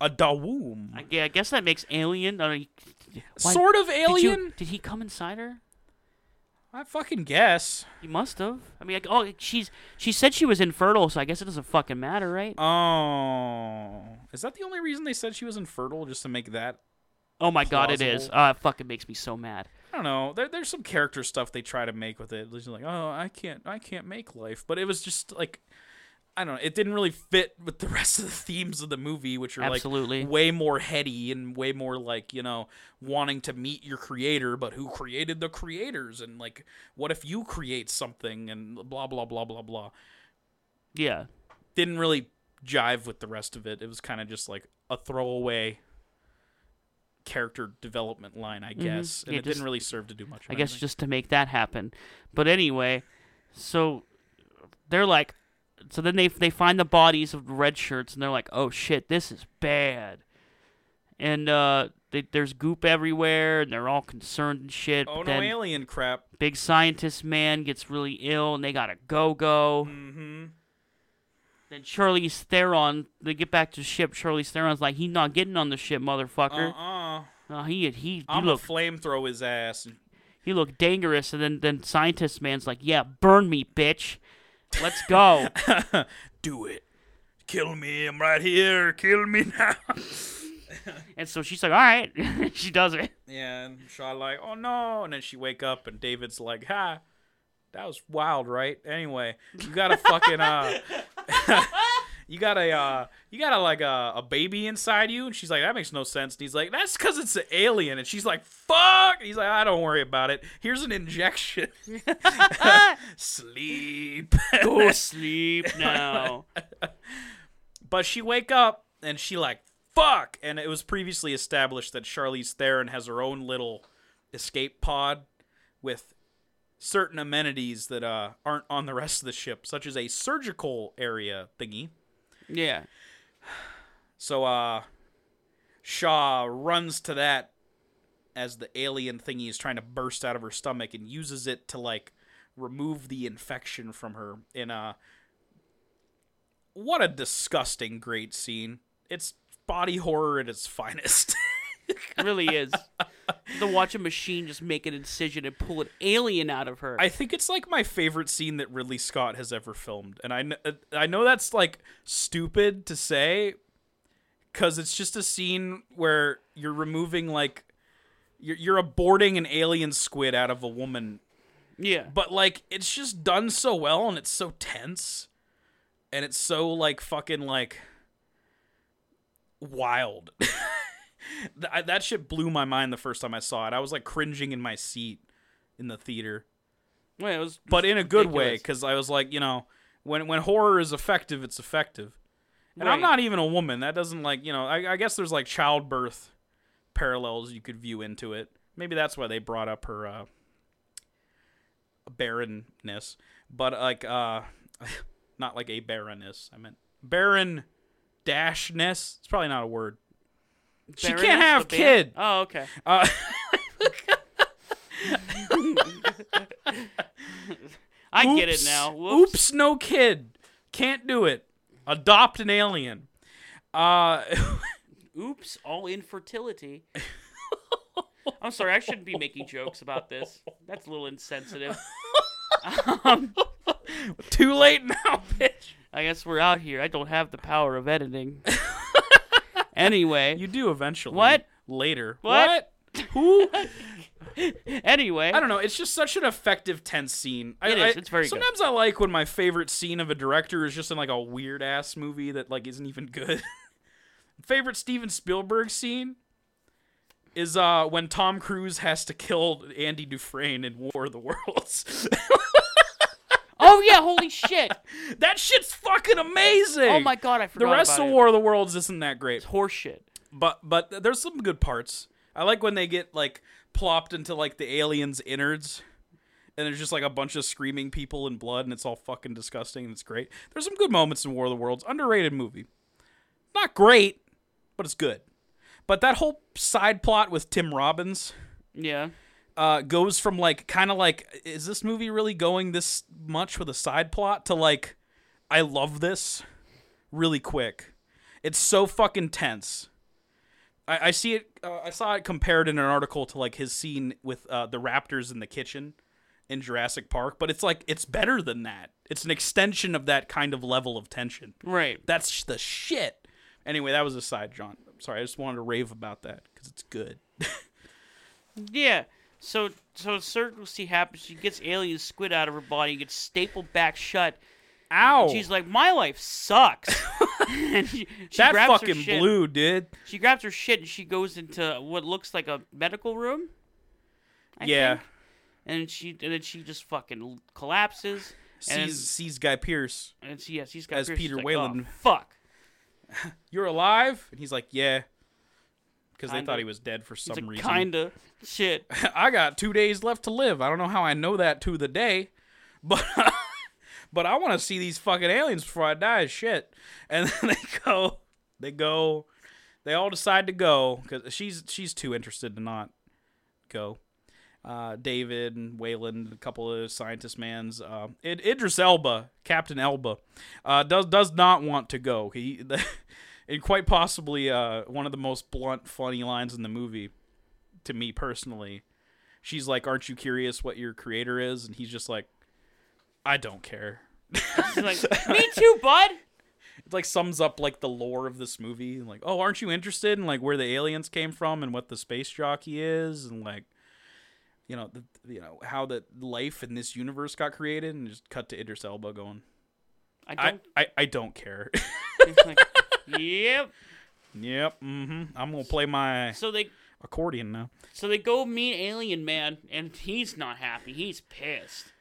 [SPEAKER 2] a da womb.
[SPEAKER 1] I, yeah, I guess that makes alien. I mean, why-
[SPEAKER 2] Sort of
[SPEAKER 1] Did, you-
[SPEAKER 2] alien.
[SPEAKER 1] did he come inside her?
[SPEAKER 2] I fucking guess.
[SPEAKER 1] He must have. I mean, like, oh, she's she said she was infertile, so I guess it doesn't fucking matter, right?
[SPEAKER 2] Uh, Oh. Is that the only reason they said she was infertile? Just to make that.
[SPEAKER 1] oh my god, it is.
[SPEAKER 2] plausible.
[SPEAKER 1] Uh, it fucking makes me so mad.
[SPEAKER 2] I don't know. There, there's some character stuff they try to make with it. It's just like, oh, I can't, I can't make life. But it was just like, I don't know. It didn't really fit with the *laughs* rest of the themes of the movie, which are
[SPEAKER 1] Absolutely.
[SPEAKER 2] like way more heady and way more like you know wanting to meet your creator, but who created the creators and like what if you create something and blah blah blah blah blah.
[SPEAKER 1] Yeah.
[SPEAKER 2] didn't really jive with the rest of it. It was kind of just like a throwaway character development line, I guess,
[SPEAKER 1] Mm-hmm.
[SPEAKER 2] and
[SPEAKER 1] Yeah,
[SPEAKER 2] it
[SPEAKER 1] just-
[SPEAKER 2] didn't really serve to do much. of
[SPEAKER 1] I guess
[SPEAKER 2] anything.
[SPEAKER 1] just to make that happen. But anyway, so they're like, so then they they find the bodies of the red shirts, and they're like, oh shit, this is bad. And uh, they, there's goop everywhere, and they're all concerned and shit.
[SPEAKER 2] oh
[SPEAKER 1] but
[SPEAKER 2] no,
[SPEAKER 1] then
[SPEAKER 2] alien crap.
[SPEAKER 1] big scientist man gets really ill, and they gotta go go.
[SPEAKER 2] Mm-hmm.
[SPEAKER 1] Then Charlize Theron, they get back to the ship. Charlize Theron's like, he's not getting on the ship, motherfucker.
[SPEAKER 2] Uh-uh.
[SPEAKER 1] No, he he he
[SPEAKER 2] I'm gonna
[SPEAKER 1] looked
[SPEAKER 2] flamethrow his ass.
[SPEAKER 1] he looked dangerous, and then then scientist man's like, yeah, burn me, bitch. Let's
[SPEAKER 2] *laughs*
[SPEAKER 1] go.
[SPEAKER 2] do it. Kill me. I'm right here. Kill me *laughs* now.
[SPEAKER 1] and so she's like, all right, *laughs* she does it.
[SPEAKER 2] yeah, and Shaw like, oh no, and then she wake up, and David's like, ha. That was wild, right? Anyway, you got a fucking uh, *laughs* you got a uh, you got a like a, a baby inside you, and she's like, that makes no sense. And he's like, that's because it's an alien, and she's like, fuck. And he's like, I don't worry about it. Here's an injection. *laughs* Sleep. *laughs*
[SPEAKER 1] Go *laughs* sleep now.
[SPEAKER 2] But she wake up and she like fuck. And it was previously established that Charlize Theron has her own little escape pod with certain amenities that uh, aren't on the rest of the ship, such as a surgical area thingy.
[SPEAKER 1] Yeah.
[SPEAKER 2] So uh, Shaw runs to that as the alien thingy is trying to burst out of her stomach and uses it to like remove the infection from her in a what a disgusting great scene. It's body horror at its finest. *laughs*
[SPEAKER 1] It really is. to watch a machine just make an incision and pull an alien out of her.
[SPEAKER 2] I think it's like my favorite scene that Ridley Scott has ever filmed, and I kn- uh, I know that's like stupid to say, because it's just a scene where you're removing like you're you're aborting an alien squid out of a woman,
[SPEAKER 1] yeah.
[SPEAKER 2] but like it's just done so well and it's so tense, and it's so like fucking like wild. *laughs* Th- I- that shit blew my mind the first time I saw it. I was like cringing in my seat in the theater
[SPEAKER 1] Well, it was
[SPEAKER 2] but in a good way
[SPEAKER 1] ridiculous.
[SPEAKER 2] because I was like, you know, when when horror is effective, it's effective. And I'm
[SPEAKER 1] Right.
[SPEAKER 2] not even a woman. That doesn't like you know. I, I guess there's like childbirth parallels you could view into it. Maybe that's why they brought up her uh, barrenness, but like uh, *laughs* not like a barrenness. I meant barren dashness. It's probably not a word. she
[SPEAKER 1] Baroness
[SPEAKER 2] can't have
[SPEAKER 1] the band?
[SPEAKER 2] kid.
[SPEAKER 1] Oh, okay.
[SPEAKER 2] Uh, *laughs*
[SPEAKER 1] *laughs* I
[SPEAKER 2] oops,
[SPEAKER 1] get it now. Whoops.
[SPEAKER 2] Oops, no kid. Can't do it. Adopt an alien. Uh, *laughs*
[SPEAKER 1] Oops, all infertility. I'm sorry, I shouldn't be making jokes about this. That's a little insensitive. um,
[SPEAKER 2] too
[SPEAKER 1] *laughs*
[SPEAKER 2] late now, bitch.
[SPEAKER 1] I guess we're out here. I don't have the power of
[SPEAKER 2] *laughs*
[SPEAKER 1] editing. anyway,
[SPEAKER 2] You do eventually.
[SPEAKER 1] What?
[SPEAKER 2] Later.
[SPEAKER 1] *laughs* What?
[SPEAKER 2] What? Who?
[SPEAKER 1] anyway,
[SPEAKER 2] I don't know. It's just such an effective tense scene. I,
[SPEAKER 1] It is.
[SPEAKER 2] I-
[SPEAKER 1] It's very good.
[SPEAKER 2] Sometimes I like when my favorite scene of a director is just in like a weird ass movie that like isn't even good. *laughs* favorite Steven Spielberg scene is uh when Tom Cruise has to kill Andy Dufresne in War of the Worlds. *laughs*
[SPEAKER 1] Oh yeah, holy shit!
[SPEAKER 2] that shit's fucking amazing.
[SPEAKER 1] Oh my god, I
[SPEAKER 2] The
[SPEAKER 1] forgot
[SPEAKER 2] rest
[SPEAKER 1] about
[SPEAKER 2] of
[SPEAKER 1] it.
[SPEAKER 2] War of the Worlds isn't that great.
[SPEAKER 1] horseshit.
[SPEAKER 2] but but there's some good parts. I like when they get like plopped into like the aliens' innards, and there's just like a bunch of screaming people and blood, and it's all fucking disgusting, and it's great. There's some good moments in War of the Worlds. Underrated movie, not great, but it's good. But that whole side plot with Tim Robbins
[SPEAKER 1] Yeah,
[SPEAKER 2] uh, goes from like kind of like is this movie really going this much with a side plot to like I love this really quick. It's so fucking tense. I, I see it. Uh, I saw it compared in an article to like his scene with uh, the raptors in the kitchen in Jurassic Park, but it's like it's better than that. It's an extension of that kind of level of tension.
[SPEAKER 1] right.
[SPEAKER 2] That's sh- the shit. Anyway, that was a side, John. I'm sorry. I just wanted to rave about that because it's good.
[SPEAKER 1] Yeah. So so surgical C happens. She gets alien squid out of her body, gets stapled back shut.
[SPEAKER 2] Ow!
[SPEAKER 1] She's like, my life
[SPEAKER 2] *laughs*
[SPEAKER 1] sucks. *laughs* and she, she
[SPEAKER 2] that
[SPEAKER 1] grabs her
[SPEAKER 2] fucking
[SPEAKER 1] shit.
[SPEAKER 2] blue, dude.
[SPEAKER 1] She grabs her shit and she goes into what looks like a medical room. I
[SPEAKER 2] yeah,
[SPEAKER 1] think. And she and then she just fucking l- collapses. And then-
[SPEAKER 2] sees sees Guy Pierce.
[SPEAKER 1] and then she yes, he's got
[SPEAKER 2] as
[SPEAKER 1] Pierce, she's
[SPEAKER 2] Peter
[SPEAKER 1] like,
[SPEAKER 2] Wayland.
[SPEAKER 1] "Oh, fuck.
[SPEAKER 2] You're alive, and he's like, yeah, because they
[SPEAKER 1] Kinda.
[SPEAKER 2] thought he was dead for some
[SPEAKER 1] It's like,
[SPEAKER 2] reason.
[SPEAKER 1] kinda shit.
[SPEAKER 2] *laughs* I got two days left to live. I don't know how I know that to the day, *laughs* but but I want to see these fucking aliens before I die. as Shit, and *laughs* then they go, they go, they all decide to go because she's she's too interested to not go. Uh, David and Wayland, and a couple of scientist mans. Uh, Id- Idris Elba, Captain Elba, uh, does does not want to go. He, *laughs* and quite possibly uh, one of the most blunt, funny lines in the movie, to me personally. She's like, "Aren't you curious what your creator is?" And he's just like, "I don't care." *laughs*
[SPEAKER 1] She's like, me too, bud.
[SPEAKER 2] It like sums up like the lore of this movie. Like, oh, aren't you interested in like where the aliens came from and what the space jockey is and like, you know, the, you know how the life in this universe got created and just cut to Idris Elba going,
[SPEAKER 1] I
[SPEAKER 2] I
[SPEAKER 1] don't.
[SPEAKER 2] I, I don't care. *laughs*
[SPEAKER 1] it's like, yep.
[SPEAKER 2] yep, mm-hmm. I'm gonna play my
[SPEAKER 1] So they
[SPEAKER 2] accordion now.
[SPEAKER 1] So they go meet Alien Man, and he's not happy. He's pissed.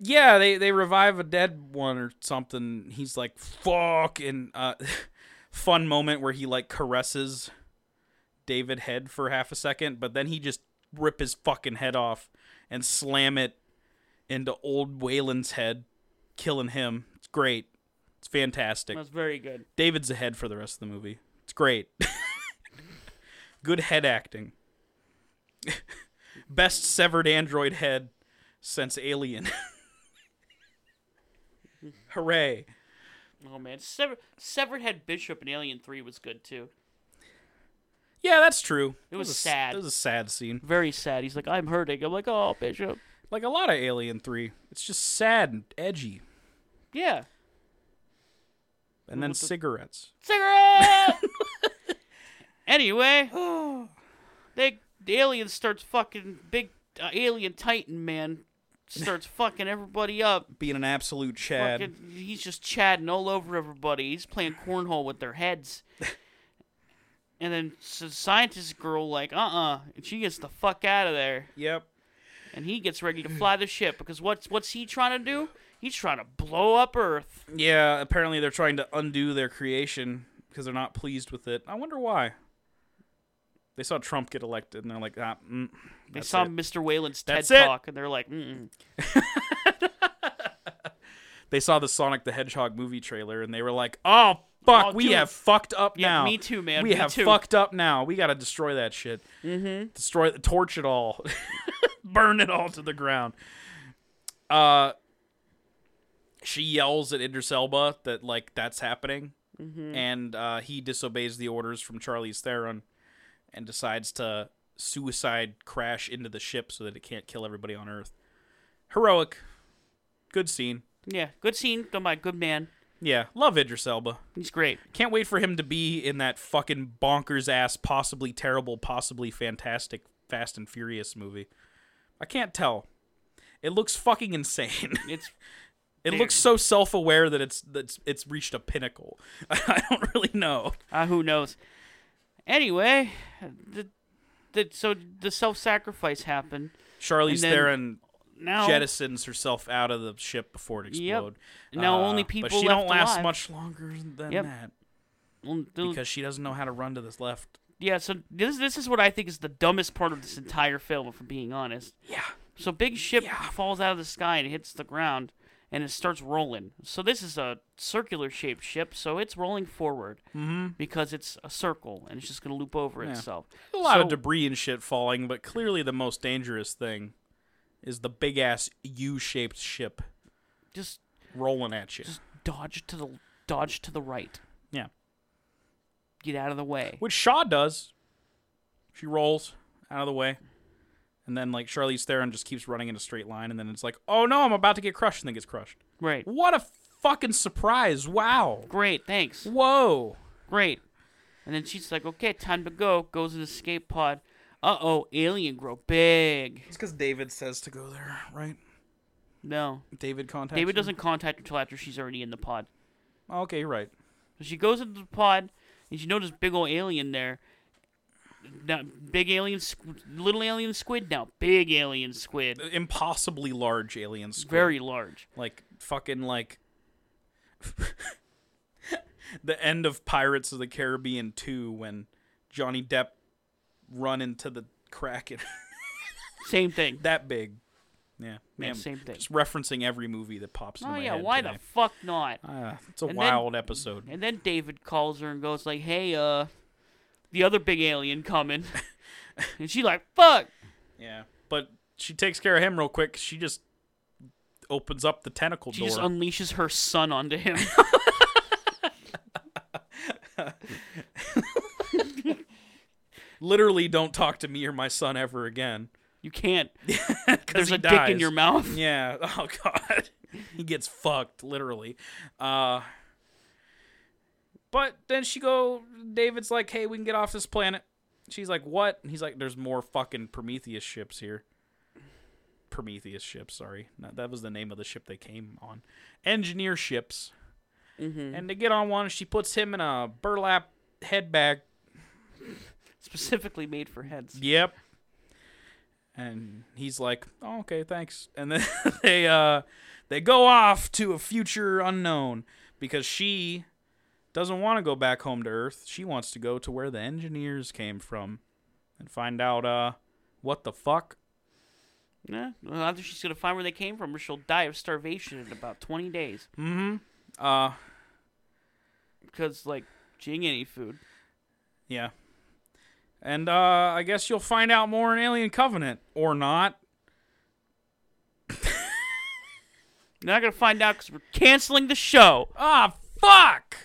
[SPEAKER 2] yeah, they they revive a dead one or something. He's like, "Fuck!" And uh, *laughs* fun moment where he like caresses David head for half a second, but then he just rip his fucking head off and slam it into old Wayland's head, killing him. It's great. It's fantastic.
[SPEAKER 1] That's very good.
[SPEAKER 2] David's ahead for the rest of the movie. It's great. *laughs* Good head acting. *laughs* Best severed android head since Alien. *laughs* Hooray.
[SPEAKER 1] Oh man, Sever- Severed Head Bishop in Alien Three was good too.
[SPEAKER 2] Yeah, that's true. It
[SPEAKER 1] was
[SPEAKER 2] a s-
[SPEAKER 1] sad.
[SPEAKER 2] It was a sad scene.
[SPEAKER 1] Very sad. He's like, I'm hurting. I'm like, oh Bishop.
[SPEAKER 2] Like a lot of Alien 3. It's just sad and edgy.
[SPEAKER 1] Yeah,
[SPEAKER 2] And then
[SPEAKER 1] What the- *gasps*
[SPEAKER 2] cigarettes.
[SPEAKER 1] cigarette. *laughs* anyway, they the alien starts fucking big uh, alien Titan man starts fucking everybody
[SPEAKER 2] *laughs*
[SPEAKER 1] up.
[SPEAKER 2] Being an absolute Chad.
[SPEAKER 1] Fucking- he's just chatting all over everybody. He's playing cornhole with their
[SPEAKER 2] *laughs*
[SPEAKER 1] heads. and then so scientist girl like, uh, uh and she gets the fuck out of there.
[SPEAKER 2] Yep.
[SPEAKER 1] And he gets
[SPEAKER 2] *laughs*
[SPEAKER 1] ready to fly the ship because what's what's he trying to do? He's trying to blow up Earth.
[SPEAKER 2] Yeah, apparently they're trying to undo their creation because they're not pleased with it. I wonder why. They saw Trump get elected and they're like, ah, mm,
[SPEAKER 1] They
[SPEAKER 2] that's
[SPEAKER 1] saw
[SPEAKER 2] it.
[SPEAKER 1] Mr. Whalen's TED
[SPEAKER 2] That's it.
[SPEAKER 1] talk and they're like, mm.
[SPEAKER 2] They saw the Sonic the Hedgehog movie trailer and they were like, oh, fuck,
[SPEAKER 1] Oh,
[SPEAKER 2] we
[SPEAKER 1] dude.
[SPEAKER 2] have fucked up
[SPEAKER 1] Yeah,
[SPEAKER 2] now.
[SPEAKER 1] me too, man,
[SPEAKER 2] We
[SPEAKER 1] me
[SPEAKER 2] have
[SPEAKER 1] too."
[SPEAKER 2] fucked up now. We got to destroy that shit. Mm-hmm. Destroy, torch it all, *laughs* burn it all to the ground. Uh, she yells at Idris Elba that like that's happening,
[SPEAKER 1] Mm-hmm.
[SPEAKER 2] and uh, he disobeys the orders from Charlie's Theron, and decides to suicide crash into the ship so that it can't kill everybody on Earth. Heroic, good scene.
[SPEAKER 1] yeah, good scene. Don't mind, good man.
[SPEAKER 2] Yeah, love Idris Elba.
[SPEAKER 1] He's great.
[SPEAKER 2] Can't wait for him to be in that fucking bonkers ass, possibly terrible, possibly fantastic Fast and Furious movie. I can't tell. It looks fucking insane. *laughs*
[SPEAKER 1] It's
[SPEAKER 2] It
[SPEAKER 1] Dude.
[SPEAKER 2] looks so self-aware that it's that's it's reached a pinnacle. *laughs* I don't really know.
[SPEAKER 1] uh, who knows. Anyway, the, the so the self sacrifice happened.
[SPEAKER 2] Charlize
[SPEAKER 1] And then-
[SPEAKER 2] Theron
[SPEAKER 1] Now
[SPEAKER 2] jettisons herself out of the ship before it
[SPEAKER 1] Yep.
[SPEAKER 2] explodes. Uh,
[SPEAKER 1] Now only people
[SPEAKER 2] But she
[SPEAKER 1] left
[SPEAKER 2] don't last
[SPEAKER 1] alive.
[SPEAKER 2] much longer than
[SPEAKER 1] Yep.
[SPEAKER 2] that
[SPEAKER 1] well, the-
[SPEAKER 2] because she doesn't know how to run to this left.
[SPEAKER 1] yeah, so this this is what I think is the dumbest part of this entire film, if I'm being honest.
[SPEAKER 2] Yeah.
[SPEAKER 1] So big ship
[SPEAKER 2] Yeah.
[SPEAKER 1] falls out of the sky and hits the ground, and it starts rolling. So this is a circular shaped ship, so it's rolling forward because it's a circle and it's just gonna loop over
[SPEAKER 2] Mm-hmm. Yeah.
[SPEAKER 1] itself.
[SPEAKER 2] A lot
[SPEAKER 1] So-
[SPEAKER 2] of debris and shit falling, but clearly the most dangerous thing is the big ass U-shaped ship
[SPEAKER 1] Just
[SPEAKER 2] rolling at you.
[SPEAKER 1] just dodge to the dodge to the right.
[SPEAKER 2] Yeah.
[SPEAKER 1] Get out of the way.
[SPEAKER 2] Which Shaw does. She rolls out of the way. And then like Charlize Theron just keeps running in a straight line and then it's like, "Oh no, I'm about to get crushed." And then gets crushed.
[SPEAKER 1] Right.
[SPEAKER 2] What a fucking surprise. Wow.
[SPEAKER 1] Great, thanks.
[SPEAKER 2] Whoa.
[SPEAKER 1] Great. And then she's like, okay, time to go. Goes to the escape pod. Uh oh, alien grow big.
[SPEAKER 2] It's cuz David says to go there, right?
[SPEAKER 1] No.
[SPEAKER 2] David contacts
[SPEAKER 1] David
[SPEAKER 2] him.
[SPEAKER 1] doesn't contact her until after she's already in the pod.
[SPEAKER 2] Oh, okay, you're right.
[SPEAKER 1] So she goes into the pod, and she notices big old alien there. Now, big alien, squ- little alien squid. Now, big alien squid,
[SPEAKER 2] Impossibly large alien squid.
[SPEAKER 1] very large.
[SPEAKER 2] like fucking like *laughs* the end of Pirates of the Caribbean 2 when Johnny Depp run into the Kraken
[SPEAKER 1] Same thing.
[SPEAKER 2] *laughs* that big. Yeah,
[SPEAKER 1] Yeah,
[SPEAKER 2] man,
[SPEAKER 1] same thing.
[SPEAKER 2] Just referencing every movie that pops. in
[SPEAKER 1] Oh
[SPEAKER 2] my
[SPEAKER 1] yeah,
[SPEAKER 2] head
[SPEAKER 1] why
[SPEAKER 2] today.
[SPEAKER 1] the fuck not?
[SPEAKER 2] Ah, it's a
[SPEAKER 1] And then-
[SPEAKER 2] wild episode.
[SPEAKER 1] And then David calls her and goes like, "Hey, uh, the other big alien
[SPEAKER 2] *laughs*
[SPEAKER 1] coming," and she like, "Fuck."
[SPEAKER 2] Yeah, but she takes care of him real quick. She just opens up the tentacle
[SPEAKER 1] She
[SPEAKER 2] door.
[SPEAKER 1] just unleashes her son onto *laughs* him.
[SPEAKER 2] Literally, don't talk to me or my son ever again.
[SPEAKER 1] you *laughs* can't.
[SPEAKER 2] 'Cause
[SPEAKER 1] There's
[SPEAKER 2] he
[SPEAKER 1] a dick in
[SPEAKER 2] dies.
[SPEAKER 1] your mouth. *laughs*
[SPEAKER 2] Yeah. *laughs* Oh god. he gets fucked literally. Uh But then she go David's like, "Hey, we can get off this planet." She's like, "What?" And he's like, "There's more fucking Prometheus ships here." Prometheus ships, sorry. No, that was the name of the ship they came on. Engineer ships.
[SPEAKER 1] Mhm.
[SPEAKER 2] And they get on one and she puts him in a burlap head bag.
[SPEAKER 1] Specifically made for heads.
[SPEAKER 2] Yep. And he's like, oh, "Okay, thanks." And then *laughs* they uh they go off to a future unknown because she doesn't want to go back home to Earth. She wants to go to where the engineers came from and find out uh what the fuck.
[SPEAKER 1] Yeah. Well, either she's gonna find where they came from, or she'll die of starvation in about 20 days
[SPEAKER 2] Mhm. Uh
[SPEAKER 1] because like she ain't getting any food.
[SPEAKER 2] yeah. And uh I guess you'll find out more in Alien Covenant or not.
[SPEAKER 1] You're not gonna find out because we're canceling the show
[SPEAKER 2] Ah, fuck.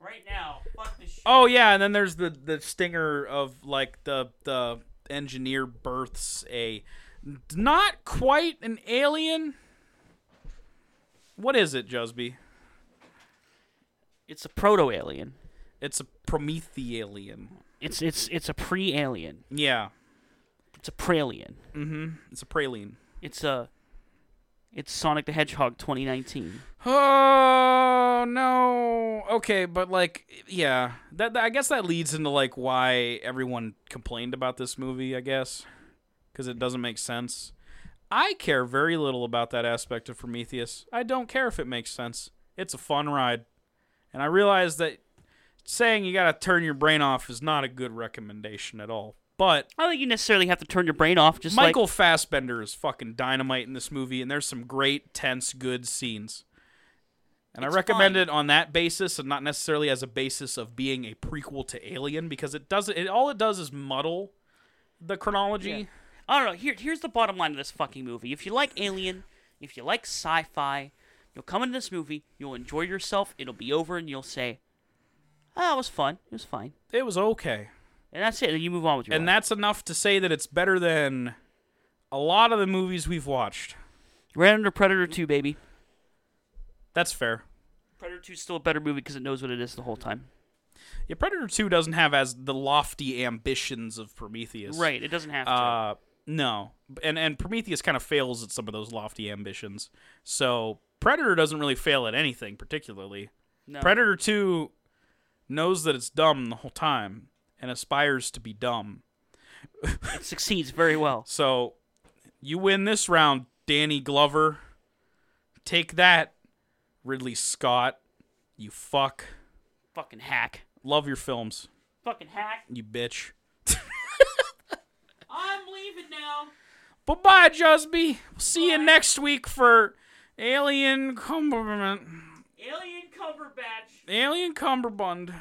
[SPEAKER 1] right now. Fuck this show.
[SPEAKER 2] Oh yeah, and then there's the the stinger of like the the engineer births a not quite an alien. What is it, Jusby?
[SPEAKER 1] It's a proto alien.
[SPEAKER 2] It's a Promethealien.
[SPEAKER 1] It's it's it's a pre alien.
[SPEAKER 2] Yeah.
[SPEAKER 1] It's a pralien.
[SPEAKER 2] It's a praline.
[SPEAKER 1] It's a it's Sonic the Hedgehog 2019.
[SPEAKER 2] Oh no. Okay, but like yeah, that, that- I guess that leads into like why everyone complained about this movie, I guess, cuz it doesn't make sense. I care very little about that aspect of Prometheus. I don't care if it makes sense. It's a fun ride. And I realize that saying you got to turn your brain off is not a good recommendation at all. But
[SPEAKER 1] I don't think you necessarily have to turn your brain off. Just
[SPEAKER 2] Michael Fassbender is fucking dynamite in this movie, and there's some great, tense, good scenes. And
[SPEAKER 1] It's
[SPEAKER 2] I recommend
[SPEAKER 1] fun.
[SPEAKER 2] it on that basis, and not necessarily as a basis of being a prequel to Alien, because it doesn't. It all it does is muddle the chronology.
[SPEAKER 1] Yeah. I don't know. Here, here's the bottom line of this fucking movie. If you like Alien, if you like sci-fi, you'll come into this movie, you'll enjoy yourself, it'll be over, and you'll say, "Ah, it was fun. It was fine."
[SPEAKER 2] It was okay,
[SPEAKER 1] And that's it. And you move on with your
[SPEAKER 2] and
[SPEAKER 1] life.
[SPEAKER 2] that's enough to say that it's better than a lot of the movies we've watched.
[SPEAKER 1] We're under Predator 2, baby.
[SPEAKER 2] That's fair.
[SPEAKER 1] Predator 2 is still a better movie because it knows what it is the whole time.
[SPEAKER 2] Yeah, Predator 2 doesn't have as the lofty ambitions of Prometheus.
[SPEAKER 1] Right, it doesn't have to.
[SPEAKER 2] Uh, no, and and Prometheus kind of fails at some of those lofty ambitions. So Predator doesn't really fail at anything particularly.
[SPEAKER 1] no.
[SPEAKER 2] Predator Two knows that it's dumb the whole time and aspires to be dumb.
[SPEAKER 1] it succeeds very well.
[SPEAKER 2] So you win this round, Danny Glover. Take that, Ridley Scott. You fuck.
[SPEAKER 1] Fucking hack.
[SPEAKER 2] Love your films,
[SPEAKER 1] Fucking hack.
[SPEAKER 2] you bitch.
[SPEAKER 1] I'm leaving now.
[SPEAKER 2] Bye bye, Jusby. We'll see you next week for Alien Cumberland.
[SPEAKER 1] Alien Cumberbatch.
[SPEAKER 2] Alien Cumberbund.